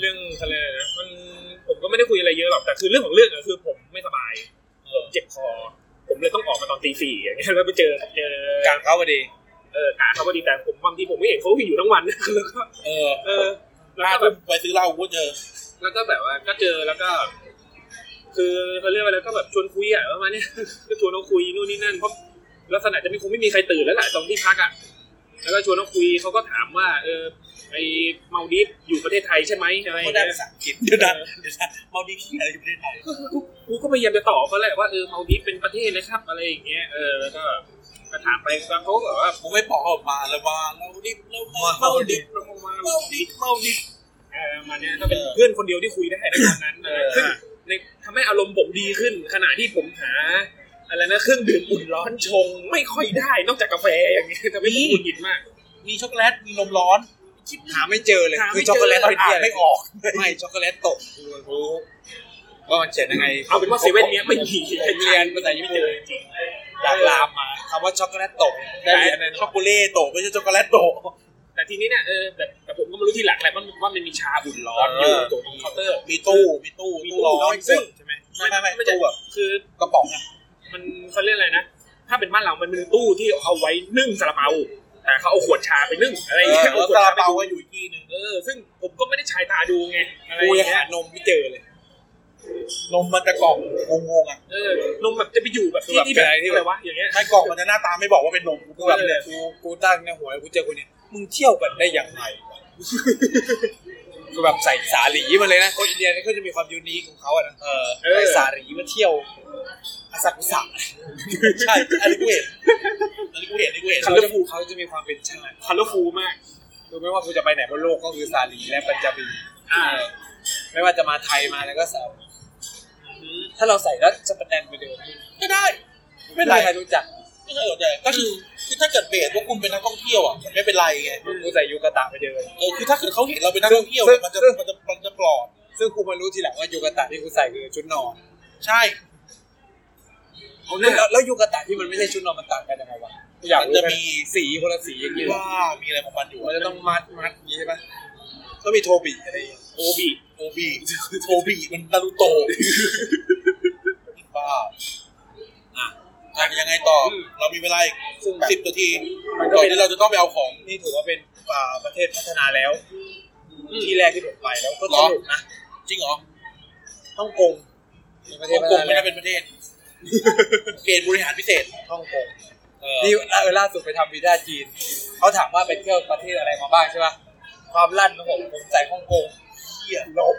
เรื่องทะเลนะมันผมก็ไม่ได้คุยอะไรเยอะหรอกแต่คือเรื่องของเรื่องอะคือผมไม่สบายผมเจ็บคอ ผมเลยต้องออกมาตอนตีสี่อย่างเงี้ยแล้วไปเจอเจอก ะเขาพอดี เออกาเขาพอดีแต่ผมบางทีผมไม่เห็นเขาอยู่ทั้งวัน แล้วก็ เออ เออแล้ ลาว ก็ ไปซื้อเหล้ากูก็เจอ แล้วก็แบบว่าก็เจอแล้วก็ คือเขาเรียกว่าแล้วก็แบบชวนคุยอ่ะประมาณเนี้ย ก็ชวนเขาคุยนู่นนี่นั่นเพราะลักษณะจะไม่คงไม่มีใครตื่นแล้วแหละตรงที่พักอ่ะแล้วก็ชวนเขาคุยเขาก็ถามว่า เออไอเมาดิฟอยู่ประเทศไทยใช่ไหมอะไร เขา เงี้ ได้ ย ภาษาอังกฤษเดี๋ยวนะเดี๋ยวนะเมาดีที่อะไรอยู่ประเทศไทย ก็กูกูก็พยายามจะตอบเขาแหละว่าเออเมาดิฟเป็นประเทศนะครับอะไรอย่างเงี้ยเออแล้วก็ก็ถามไปแล้วเขาก็แบบว่า มึงไม่บอกออกมาแล้วมาเมาดิบเมาเมาดิบ ลงมา เมาดิบเมาดิบ เออประมาณเนี้ยก็เป็น เออ เพื่อนคนเดียวที่คุยได้ในตอนนั้นเออซึ่งในทำให้อารมณ์ผมดีขึ้น ขณะที่ผมหา อะไรนะเครื่องดื่มอุ่นร้อนชงไม่ค่อยได้นอกจากกาแฟอย่างเงี้ยทำให้ผมหงุดหงิดมาก มีช็อกโกแลตมีนมร้อน หาไม่เจอเลย หา คือไม่เจอ ช็อกโกแลต ตอน เป็น อ่า เดียวนไม่ออก ไม่ช็อกโกแลตตกรู้ก็มันเขียนยังไง เอาเป็นว่าเซเว่นเนี้ยไม่มี ผมเรียนภาษาญี่ปุ่นจากลามมาคำว่าช็อกโกแลตตกได้เรียนแน่นอน ช็อกโกแลตโตไม่ใช่ช็อกโกแลตโต แต่ทีนี้เนี่ยเออแต่แต่ผมก็มารู้ที่หลังแหละว่ามันว่ามันมีชาอุ่นร้อนอยู่ เออ ตรงเคาน์เตอร์ มีตู้มีตู้ มี ตู้ ตู้ ร้ ร้ อ อน น ซึ่ ซึ่ ง งใช่ไหม ไม่ไม่ไม่ ไม่ ตู้ ตู้ แบบ คือ ก็ป๋องอะ มันเขาเรียกอะไรนะ ถ้าเป็นบ้านเรามันเป็นตู้ที่เอาไว้นึ่งซาลาเปาแต่เขาเอาขวดชาไปนึ่งอะไรอย่างเงี้ย แล้ว ขวด ซา ชา ลา ไป เปา ดู ก็อยู่อีกที่หนึ่ง เออ ซึ่งผมก็ไม่ได้ชายตาดูไงอะไรอ กูยั ย่าง งเงี้ หาย นมไม่เจอเลย นมมันจะกล่องงงๆอ่ะ เออนมแบบจะไปอยู่แบบที่ที่แบบ แบบอะไรที่ ที่ แบ แบบ บวะอย่างเงี้ย ไม่กล่องมันจะหน้าตาไม่บอกว่าเป็นนมกู กู แบ แบบ บ เนี่ย กูกูตั้งในหัวกูเจอคนเนี่ยมึงเที่ยวกันได้อย่างไรวะ กูแบบใส่สาหลีมาเลยนะคนอินเดียนี่ก็จะมีความยูนิคของเขาอะนะ เออ เออ ใส่สาหลีมาเที่ยวอาสักุสะ ใช่อันนี้กูเห็นอันนี้กูเห็นอันนี้กูเห็น เขาจะพูเขาจะมีความเป็นชาติ คัลเลอร์ฟูลมาก รู้ไหมว่ากูจะไปไหนบนโลกก็คือสาหลีและปัญจาบี อ่า ไม่ว่าจะมาไทยมาแล้วก็สาวถ้าเราใส่แล้วจะประแดนไปเดิม ก็ได้ ไม่ ไม่ เป็น ได้ ไร ใครรู้จัก ไม่เคยอดใจก็คือคือถ้าเกิดเบสว่าคุณเป็นนักท่องเที่ยวอ่ะมันไม่เป็นไรไง กูใส่ยูกะตะไปเดิน เออคือถ้าเกิดเขาเห็นเราเป็นนักท่องเที่ยวเนี่ยมันจะมันจะมันจะปลอด ซึ่งกูมารู้ทีหลังว่ายูกะตะที่กูใส่คือชุดนอน ใช่ เอาหน้า แล้วแล้วยูกะตะที่มันไม่ใช่ชุดนอนมันต่างกันยังไงวะอยาก มัน รู้ จะ ไหม มี สีคนละสีอย่างนี้เลย ว่ามีอะไรของมันอยู่ มันจะต้องมัดมัดอย่างนี้ใช่ปะก็มีโทบิอะไรอย่างเงี้ย โอบี โอบีโอบีมันนารูโตะ บ้าอ่ะอ่ะยังไงต่อเรามีเวลาอีก ซึ่งแบบ สิบนาทีก่อนที่เราจะต้องไปเอาของ นี่ถือว่าเป็นอ่าประเทศพัฒนาแล้ว อืม ที่แรกที่ผมไปแล้วก็สนุกนะ จริงเหรอ ฮ่องกงเป็นประเท ฮ่ ศ องกงไม่ ไม่ ได้ ได้ เป็นป ระเทศ เกณฑ์บริหารพิเศษ ฮ่องกง เออ นี่เออล่าสุดไปทำวีซ่าจีนเขาถามว่าไปเที่ยวประเทศอะไรมาบ้างใช่ปะความลั่นของผมผมใส่ฮ่องกงเหี้ยลบ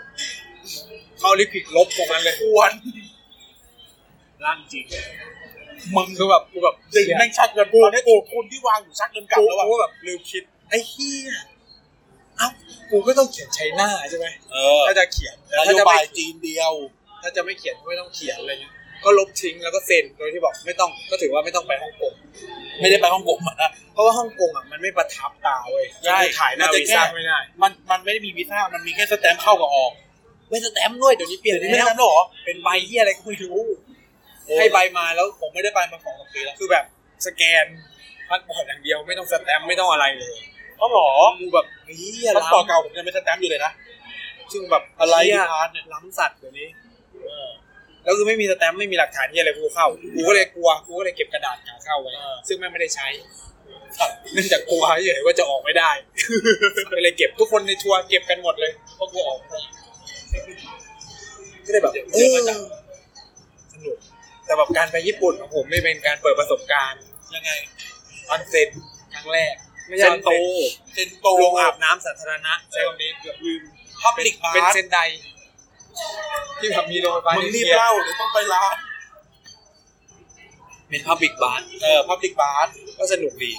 เข้าลิปิกลบตรงนั้นเลย ควร ร่างจริง มึงคือแบบกูแบบ ดึง เหี้ย แม่งชักเงินกูตอนนี้กูคุณที่วางอยู่ชักเงินกลับ กู แล้ว กู ว่ะ แบบลืมคิดไอ้เฮียเอ้ากูก็ต้องเขียนไชน่าใช่ไหม เออ ถ้าจะเขียน น ถ้า โย จะ บา ไม่ ยจีนเดียว ถ้าจะไม่เขียนก็ไม่ต้องเขียนอะไรเงี้ยก็ลบทิ้งแล้วก็เซ็นโดยที่บอกไม่ต้องก็ถือว่าไม่ต้องไปฮ่องกง ไม่ได้ไปฮ่องกงอะนะ เพราะว่าฮ่องกงอ่ะมันไม่ประทับตาเว้ย ใช่ ถ่ายหน้า มันจะ วีซ่า แค่ ไม่ได้ มันมันไม่ได้มีวีซ่ามันมีแค่สแตมป์เข้ากับออก ไม่สแตมป์ด้วยเดี๋ยวนี้เปลี่ยน ไม่ได้ แล้ว ทำแล้วเหรอ เป็นใบเฮียอะไรก็ไม่รู้ให้ ให้ ใบ ใบ มาแล้ว ผมไม่ได้ไปมาสองสามปีแล้ว คือแบบสแกนพัสปอร์ตอย่างเดียวไม่ต้องสแตมป์ไม่ต้องอะไรเลย อ๋อเหรอ กูแบบเฮีย มันต่อ ล้ำ เก่าผมยังเป็นสแตมป์อยู่เลยนะ ซึ่งแบบ อะไร เหี้ย ที่พาร์ทเนี่ย ล้ำสัตว์เดี๋ยวนี้ แล้วคือไม่มีสแตมป์ไม่มีหลักฐานที่อะไรกูเข้า กูก็เลยกลัว กูก็เลยเก็บกระดาษขาเข้าไว้ เออ ซึ่งแม่งไม่ได้ใช้เนื่องจากกลัวเฉยๆว่าจะออกไม่ได้ ก็เลยเก็บทุกคนในทัวร์เก็บกันหมดเลยเพราะกลัวออกไม่ได้ก็เลยแบบเออสนุกแต่แบบการไปญี่ปุ่นของผมไม่เป็นการเปิดประสบการณ์ ยังไง ออนเซ็นครั้งแรก ไม่ เซ ใช่อน อน โต เซ็น เซนโต โรงอาบน้ำสาธารณะใช้คำนี้เกือบลืม พับ เป็น ลิกบา เป็น ร์ เซนไดที่แบบมีโรงไฟฟ้า มึงรี นิวคลีบยร์ เล่าเดี๋ยวต้องไปร้าน เป็นพับบิกบาร์ เออพับลิกบาร์ ก็สนุกดี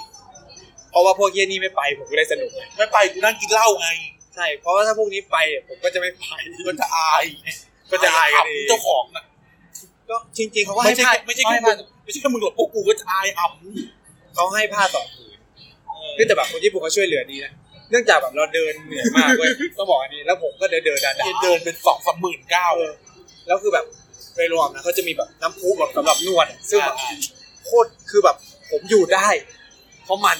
เพราะว่าพวกเยี่ยนี่ไม่ไปผมก็เลยสนุกไง ไม่ไปกูนั่งกินเหล้าไง ใช่ เพราะว่าถ้าพวกนี้ไปอะผมก็จะ ไม่ไป ก็จะอาย ก็จะอายกันเอง เจ้าของนะ ก็จริงๆเขาก็ ไม่ ให้ ใช่ ผ้า ไม่ใช่แค่ เขา มึ ให้ ง ผ้า ไม่ใช่แค่มึงหรอกพวกกูก็จะอายอ่ เขาให้ผ้าสองผืนเนื่องจากแบบคนญี่ปุ่นเขาช่วยเหลือดีนะ เนื่องจากแบบเราเดินเหนื่อยมาก เว้ย ต้องบอกอันนี้ แล้วผมก็เดินเดินๆดา ำ ดา เดินเดินเป็นสองสามหมื่นเก้า เออแล้วคือแบบไปรวมนะเขาจะมีแบบน้ำพุแบบสำหรับนวดอะซึ่งแบบ โคตรคือแบบผมอยู่ได้ เพราะมัน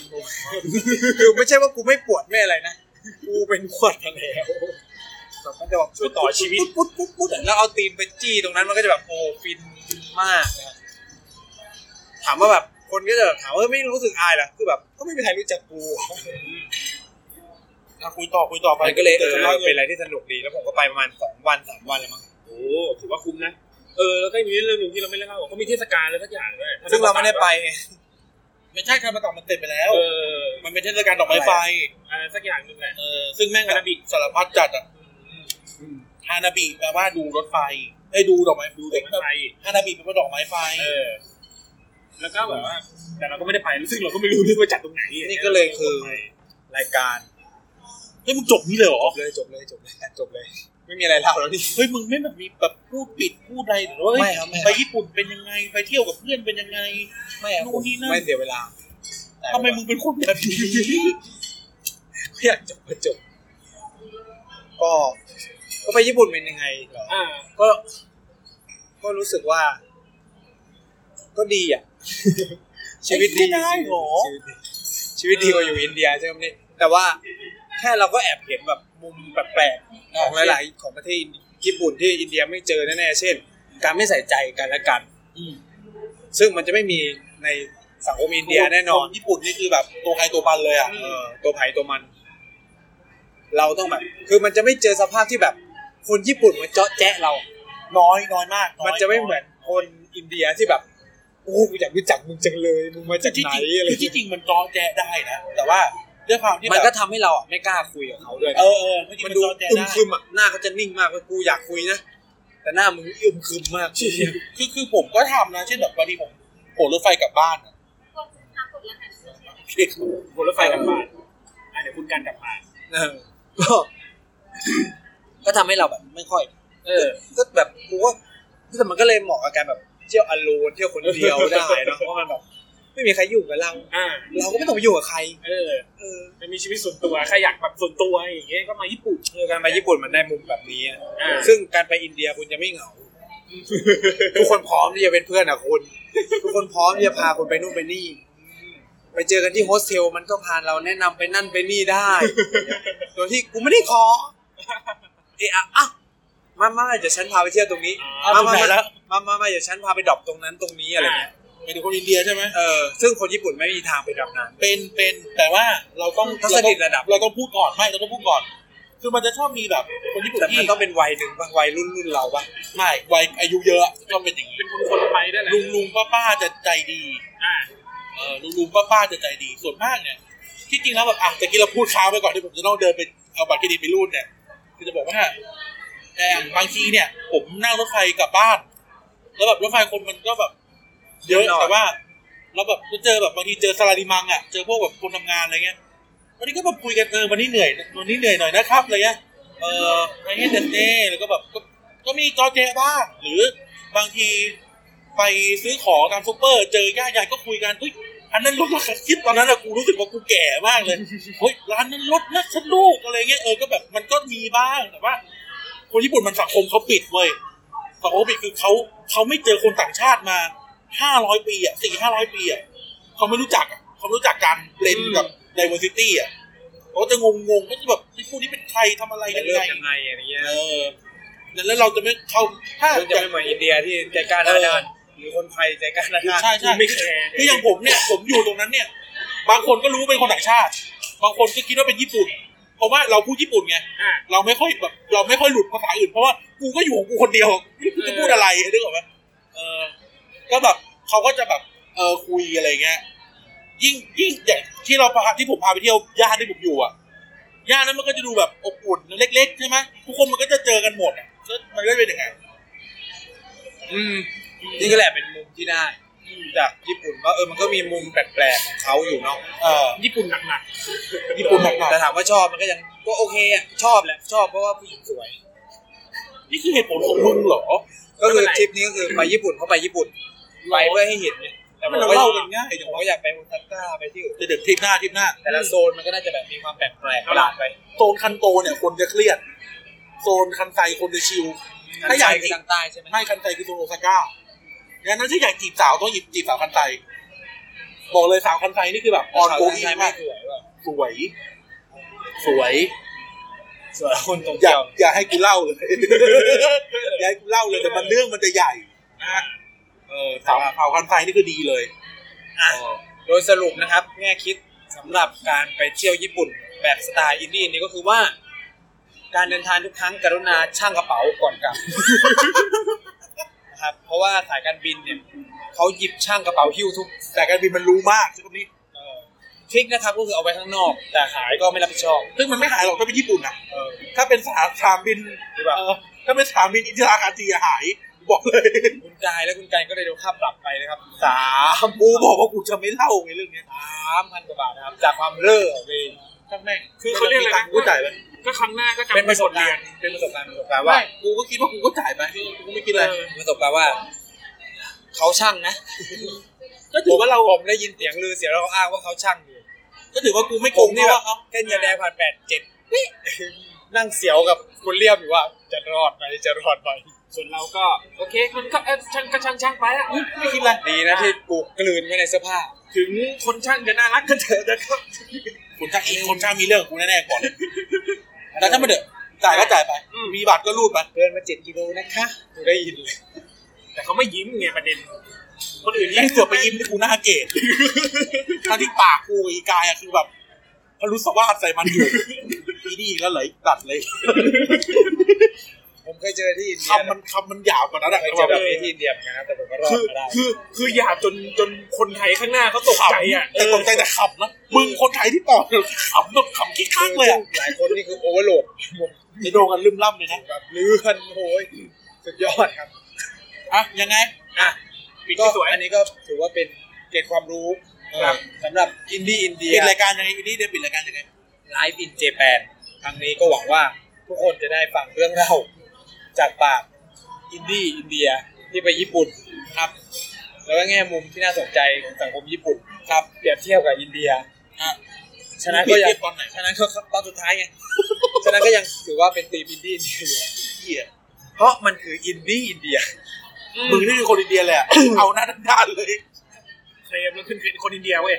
คือไม่ใช่ว่ากูไม่ปวดไม่อะไรนะ กูเป็นปวดมาแล้วแบบมันจะแบบช่วยต่อชีวิตปุ๊บปุ๊บปุ๊บอะแล้วเอาตีนไปจี้ตรงนั้นมันก็จะแบบโอ้ฟินมากนะครับถามว่าแบบคนก็จะแบบถามว่าเอ้ยไม่รู้สึกอายเหรอคือแบบ ก็ไม่มีใครรู้จักกู อ่ะคุยต่อคุยต่อไป มันก็เลยเออ เล่า เป็นอะไรที่สนุกดีแล้วผมก็ไปประมาณสองวันสามวันแล้วมั้ง โอ้ถือว่าคุ้มนะ เออ แล้วก็มีเรื่องหนึ่งที่เราไม่ได้เล่าเขามีเทศกาลอะไรสักอย่างด้วย ซึ่งเราไม่ได้ไปไง ไม่ใช่คำประกอบมันเต็มไปแล้ว เออ มันเป็นเทศกาลดอกไม้ไฟ อะไรสักอย่างหนึ่งแหละ เออซึ่งแม่ง ฮานาบิ สารพัดจัดอ่ะฮานาบิแปลว่าดูรถไฟไอ้ยดูดอกไม้ดู เด็กไทย ฮานาบิแปลว่าดอกไม้ไฟ เออ แล้วก็แบบว่า แต่เราก็ไม่ได้ไปซึ่งเราก็ไม่รู้ด้วยว่าจัดตรงไหน นี่ก็เลยคือ รายการ เฮ้ยมึงจบนี่เลยเหรอ จบเลยจบเลยจบเลยจบเลย ไม่มีอะไรเล่าแล้วนี่ เฮ้ยมึงไม่แบบมีแบบพูดปิดพูดอะไรหรือว่าเฮ้ย ไม่ครับไม่ครับ ไปญี่ปุ่นเป็นยังไงไปเที่ยวกับเพื่อนเป็นยังไง ไม่อะ นู่ ผ น ม นี่นั่น ไม่เสียเวลา ทำไมมึงเป็นคนแบบนี้ ไม่อยากจบก็จบ ก็ ก็ไปญี่ปุ่นเป็นยังไงเหรอ อ่า ก็ ก็รู้สึกว่า ก็ดีอ่ะ ชีวิตดี ไม่ได้เหรอ ชีวิตดีชีวิตดีกว่าอยู่อินเดียใช่ไหมนี่แต่ว่าแค่เราก็แอบเห็นแบบมุมแปลกๆของหลายๆ ของประเทศอินญี่ปุ่นที่อินเดียไม่เจอแน่ๆเช่น การไม่ใส่ใจกันและกันซึ่งมันจะไม่มีในสังคมอินเดียแน่นอน คญี่ปุ่นนี่คือแบบตัวใครตัวปันเลยอ่ะ เออตัวไผ่ตัวมัน เราต้องแบบ คือมันจะไม่เจอสภาพที่แบบ คนญี่ปุ่นมาเจาะแจ๊ะเรา น้อยน้อยมากอย มันจะไม่เหมือนคนอินเดียที่แบบ โอ้กูอยากรู้จักมึงจังเลย มึงมา คื จาก อที่ ไหน จริง อะไร คือที่จริงมันจอแจได้นะ แต่ว่าด้วยความที่ มัน แบ ก็ บ ทำให้เราอ่ะไม่กล้าคุยกับเขาด้วยนะ เออเออ มั มัน น ดู ดู อึ อึ ม ม ค ค รึ รึ ม ม อ่ะ หน้าเขาจะนิ่งมากว่ากูอยากคุยนะ แต่หน้ามึงอึมครึมมาก คือคือผมก็ทำนะ เช่นแบบวันนี้ผมโผล่รถไฟกลับบ้านอะ บนรถไฟกลับบ้านอ่ะเดี๋ยวคุณการกลับมา เออก็ ก็ทำให้เราแบบไม่ค่อย เออ ก็แบบกูว่าแต่มันก็เลยเหมาะกับการแบบเที่ยวอโลนเที่ยวคนเดียวได้เนอะเพราะมันแบบไม่มีใครอยู่กับเรา อ่า เราก็ไม่ต้องไปอยู่กับใคร เออ เออ มันมีชีวิตส่วนตัว ใครอยากแบบส่วนตัวอย่างเงี้ย ก็มาญี่ปุ่น คือการไปญี่ปุ่นมันได้มุมแบบนี้อะ อ่า ซึ่งการไปอินเดียคุณจะไม่เหงา ทุกคนพร้อมที่จะเป็นเพื่อนอ่ะคุณ ทุกคนพร้อมที่จะพาคุณไปนู่นไปนี่ ไปเจอกันที่โฮสเทลมันก็พาเราแนะนำไปนั่นไปนี่ได้ โดยที่กูไม่ได้ขอ เอะอะอ่ะมามามาเดี๋ยวฉันพาไปเที่ยวตรงนี้ อ่า อ้าวไปไหนแล้ว มามามาเดี๋ยวฉันพาไปดรอปตรงนั้นตรงนี้อะไรเงี้ย ไปดูคนอินเดียใช่ไหม เออ ซึ่งคนญี่ปุ่นไม่มีทางไปดำน้ำ เป็นเป็นแต่ว่าเราต้อง ทัศนคติระดับ เราต้องพูดก่อนไม่เราต้องพูดก่อน คือมันจะชอบมีแบบคนญี่ปุ่น แต่มั ที่ นต้องเป็นวัยหนึ่งบางวัยรุ่นรุ่นเราปะ ไม่วัยอายุเยอะชอบเป็นอย่างนี้ เป็นคนคนๆไปได้แหละ ลุงลุงป้าป้าจะใจดี อ่า เออลุงลุงป้าป้าจะใจดีส่วนมากเนี่ยที่จริงแล้วแบบอ่ะแต่กี้เราพูดค้างไปก่อนที่ผมจะต้องเดินไปเอาบัตรเครดิตไปรูดเนี่ยคือจะบอกว่าแต่บางทีเนี่ย ผมนั่งรถไฟกลับบ้าน แล้วแบบรถไฟคนมันก็แบบ เยอะแต่ว่าเราแบบก็เจอแบบบางทีเจอสลาดิมังอ่ะเจอพวกแบบคนทำงานอะไรเงี้ยวันนี้ก็แบบคุยกันเออวันนี้เหนื่อยวันนี้เหนื่อยหน่อยนะครับอะไรเงี้ยเออไอ้เงี้ยเดนเน่แล้วก็แบบก็ก็มีจอแจบ้างหรือบางทีไปซื้อของตามซูเปอร์ เจอญาติใหญ่ก็คุยกันเฮ้ยอันนั้นลดราคาคิดตอนนั้นอะกูรู้สึกว่ากูแก่มากเลยเฮ้ยร้านนั้นลดนะฉันลูกอะไรเงี้ยเออก็แบบมันก็มีบ้างแต่ว่า คนญี่ปุ่นมันสังคมเขาปิดเว้ยสังคมปิดคือเขาเขาไม่เจอคนต่างชาติมา ห้าร้อยปีอ่ะสี่ห้าร้อยปีอ่ะเขาไม่รู้จักอ่ะเขาไม่รู้จักการเบลนกับ diversity อ่ะเขาจะงงงๆก็จะแบบที่พวกนี้เป็นใครทำอะไร จะ ยัง เริ่มไงยังไงอะไรเงี้ย เออแล้วเราจะไม่เขาถ้า มันจะ อย่าง ไม่เหมือนอินเดียที่ใจกล้าหน้าด้านหรือคนไทยใจกล้าหน้าด้าน ใช่ใช่ ไม่แคร์ คืออย่างผมเนี่ย ผมอยู่ตรงนั้นเนี่ย บางคนก็รู้เป็นคนต่างชาติ บางคนก็คิดว่าเป็นญี่ปุ่น เพราะว่าเราพูดญี่ปุ่นไง อ่า เราไม่ค่อยแบบเราไม่ค่อยหลุดภาษาอื่นเพราะว่ากูก็อยู่ของกูคนเดียวไม่รู้จะพูดอะไรนึกออกไหมเออ ก็แบบเขาก็จะแบบเออคุยอะไรเงี้ยยิ่งยิ่งอย่างที่เราพาที่ผมพาไปเที่ยวย่านที่ผมอยู่อ่ะย่านนั้นมันก็จะดูแบบอบอุ่นเล็กๆใช่ไหมทุกคนมันก็จะเจอกันหมดอะก็มันก็เป็นอย่างไงน อืมนี่ก็แหละเป็นมุมที่ได้ จากญี่ปุ่นว่าเออมันก็มีมุมแปลกๆของเขาอยู่เนาะ เออ ญี่ปุ่นหนัก ญี่ปุ่นหนักๆ แต่ถามว่าชอบมันก็ยังก็โอเคอ่ะชอบแหละชอบเพราะว่าผู้หญิงสวย นี่คือเหตุผลของมึงเหรอ ก็คือทริปนี้ก็คือไปญี่ปุ่นเพราะไปญี่ปุ่นไปเพื่อให้เห็นเนี่ยแต่ผ มัน มก็ เล่ากันง่ายจัง ผม วะ ก็อยากไปโอซาก้าไปที่อื่น เดี๋ยวเดี๋ยวทริปหน้าทริปหน้า แต่ละโซนมันก็น่าจะแบบมีความแปลกแปลกประหลาดไป โซนคันโตเนี่ยคนจะเครียด โซนคันไซคนจะชิล ถ้าอยาก ไปคือทางใต้ใช่ไหม ไม่คันไตคือโซนโอซาก้าดังนั้นถ้าอยากจีบสาวต้องหยิบจีบสาวคันไตบอกเลยสาวคันไตนี่คือแบบออนโกอิ ใช่ไหม มาก สวยว่ะ สวย สวย สวยคนตรง อ เดี ย่า ยว อย่าให้กูเล่าเลย อย่าให้กูเล่าเลยแต่มันเรื่องมันจะใหญ่นะเออสาวสาวคันไตนี่คือดีเลย อ่ะโดยสรุปนะครับ แง่คิดสำหรับการไปเที่ยวญี่ปุ่นแบบสไตล์อินดี้นี่ก็คือว่า การเดินทางทุกครั้งกรุณาช่างกระเป๋าก่อนกลับ นะครับเพราะว่าสายการบินเนี่ยเขาหยิบช่างกระเป๋าหิ้วทุก แต่การบินมันรู้มากใช่ไหมนี่ เอ่อทริคนะครับก็คือเอาไว้ข้างนอก แต่หายก็ไม่รับผิดชอบ ซึ่งมันไม่หายหรอกถ้าเป็นญี่ปุ่นนะ เออ ถ้าเป็นสนามสนามบิน คือแบบ เออถ้าเป็นสนามบินอินทราคาจีอะหายบอกเลย คุณกายและคุณกายก็เลยโดนค่าปรับไปนะครับสา คำกูบอกว่ากูจะไม่เล่าไงเรื่องเนี้ย มพันกว่าบาทนะครับ จากความเร่อของตัวเอง ช่างแม่ง ๆคือเขาเรียกอะไร ตัง นะ กูจ่ายไป ก็ครั้งหน้าก็จำ เป็นประสบ ไบท การ ย ณ์เป็นประสบการณ์ประสบการณ์ ว่า ว่า กูก็คิดว่ากูก็จ่ายไปกูไม่คิดอะไร เออ ประสบการณ์ว่า เขาช่างนะ ก็ถือว่าเรา ผมได้ยินเสียงลือเสียงแล้วเขาอ้างว่าเขาช่างอยู่ ก็ถือว่ากูไม่โก ผม ง นี่ นี่ แบ ว่า บเส้นยาแดงผ่านแปดเจ็ดวินั่งเสียวกับคุณเลี่ยมอยู่ว่า จะรอดไหมจะรอดไหม ส่วนเราก็โอเคมันก็เออช่างก็ช่างช่างๆไปอ่ะ ไม่คิดอะไร ดีนะที่กูกลืนไว้ในเสื้อผ้า ถึงคนช่างจะน่ารักก็เถอะนะครับ คุณช่างอีกคนช่างมีเรื่องกูแน่ๆก่อนเลยแต่ถ้าไม่เดอะจ่ายก็จ่ายไป มีบัตรก็รูดไป เดินมาเจ็ดกิโลนะคะกูได้ยินเลย แต่เขาไม่ยิ้มไงประเด็น คนอื่น แม่งเสือกไปยิ้มที่กูหน้าเกตทั้งที่ปากกูกับอีกายอะคือแบบพลุสวาดใส่มันอยู่อีนี่อีกแล้วเหรอไอ้ตัดเลย ผมเคยเจอที่อินเดีย คำมันคำมันหยาบกว่านั้นอะ เคยเจอแบบนี้ที่อินเดียเหมือนกันนะแต่ผมก็รอด คือ มาได้ คือคือหยาบจนจนคนไทยข้างหน้าเขาตกใจอ่ะ แต่ตกใจแต่ขำนะมึงคนไทยที่ต่อขำแบบขำขี้ข้างเลยอะ ซึ่งหลายคนนี่คือโอเวอร์โหลด ไอโดกันลืมล่ำเลยนะ แบบเลือนโอ้ยสุดยอดครับ อ่ะยังไง อ่ะปิด ก็ ที่สวย อันนี้ก็ถือว่าเป็นเกร็ดความรู้ ครับ สำหรับอินดี้อินเดีย ปิดรายการยังไงอีนี่เดี๋ยวปิดรายการยังไง ไลฟ์อินเจแปนครั้งนี้ก็หวังว่าทุกคนจะได้ฟังเรื่องเล่าจากปากอินดี้อินเดียที่ไปญี่ปุ่นครับ แล้วก็แง่มุมที่น่าสนใจของสังคมญี่ปุ่นครับเปรียบเทียบกับอินเดีย อ่ะ ชนะก็ยัง เรียบตอนไหน ฉะนั้นก็ครับตอนสุดท้ายไง ฉะนั้นก็ยังถือว่าเป็นทีมอินดี้อินเดีย เหี้ย เพราะมันคืออินดี้อินเดีย มึงนี่คือคนอินเดียแหละ เอาหน้าด้านๆเลย เคลมแล้วขึ้นเคลมคนอินเดียเว้ย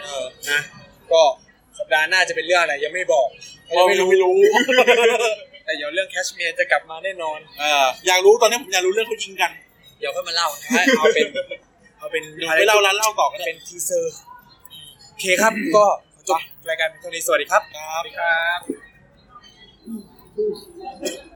เออ นะ ก็สัปดาห์หน้าจะเป็นเรื่องอะไรยังไม่บอก เราไม่รู้ไม่รู้ แต่เดี๋ยวเรื่องแคชเมียร์จะกลับมาแน่นอน เอออยากรู้ตอนนี้ผมอยากรู้เรื่องเขายิงกัน เดี๋ยวค่อยมาเล่านะเอาเป็น เอาเป็น เดี๋ยวไปเล่าร้านเล่าต่อกัน เป็นทีเซอร์โอเคครับ ก็จบรายการเท่านี้สวัสดีครับ ครับ ครับ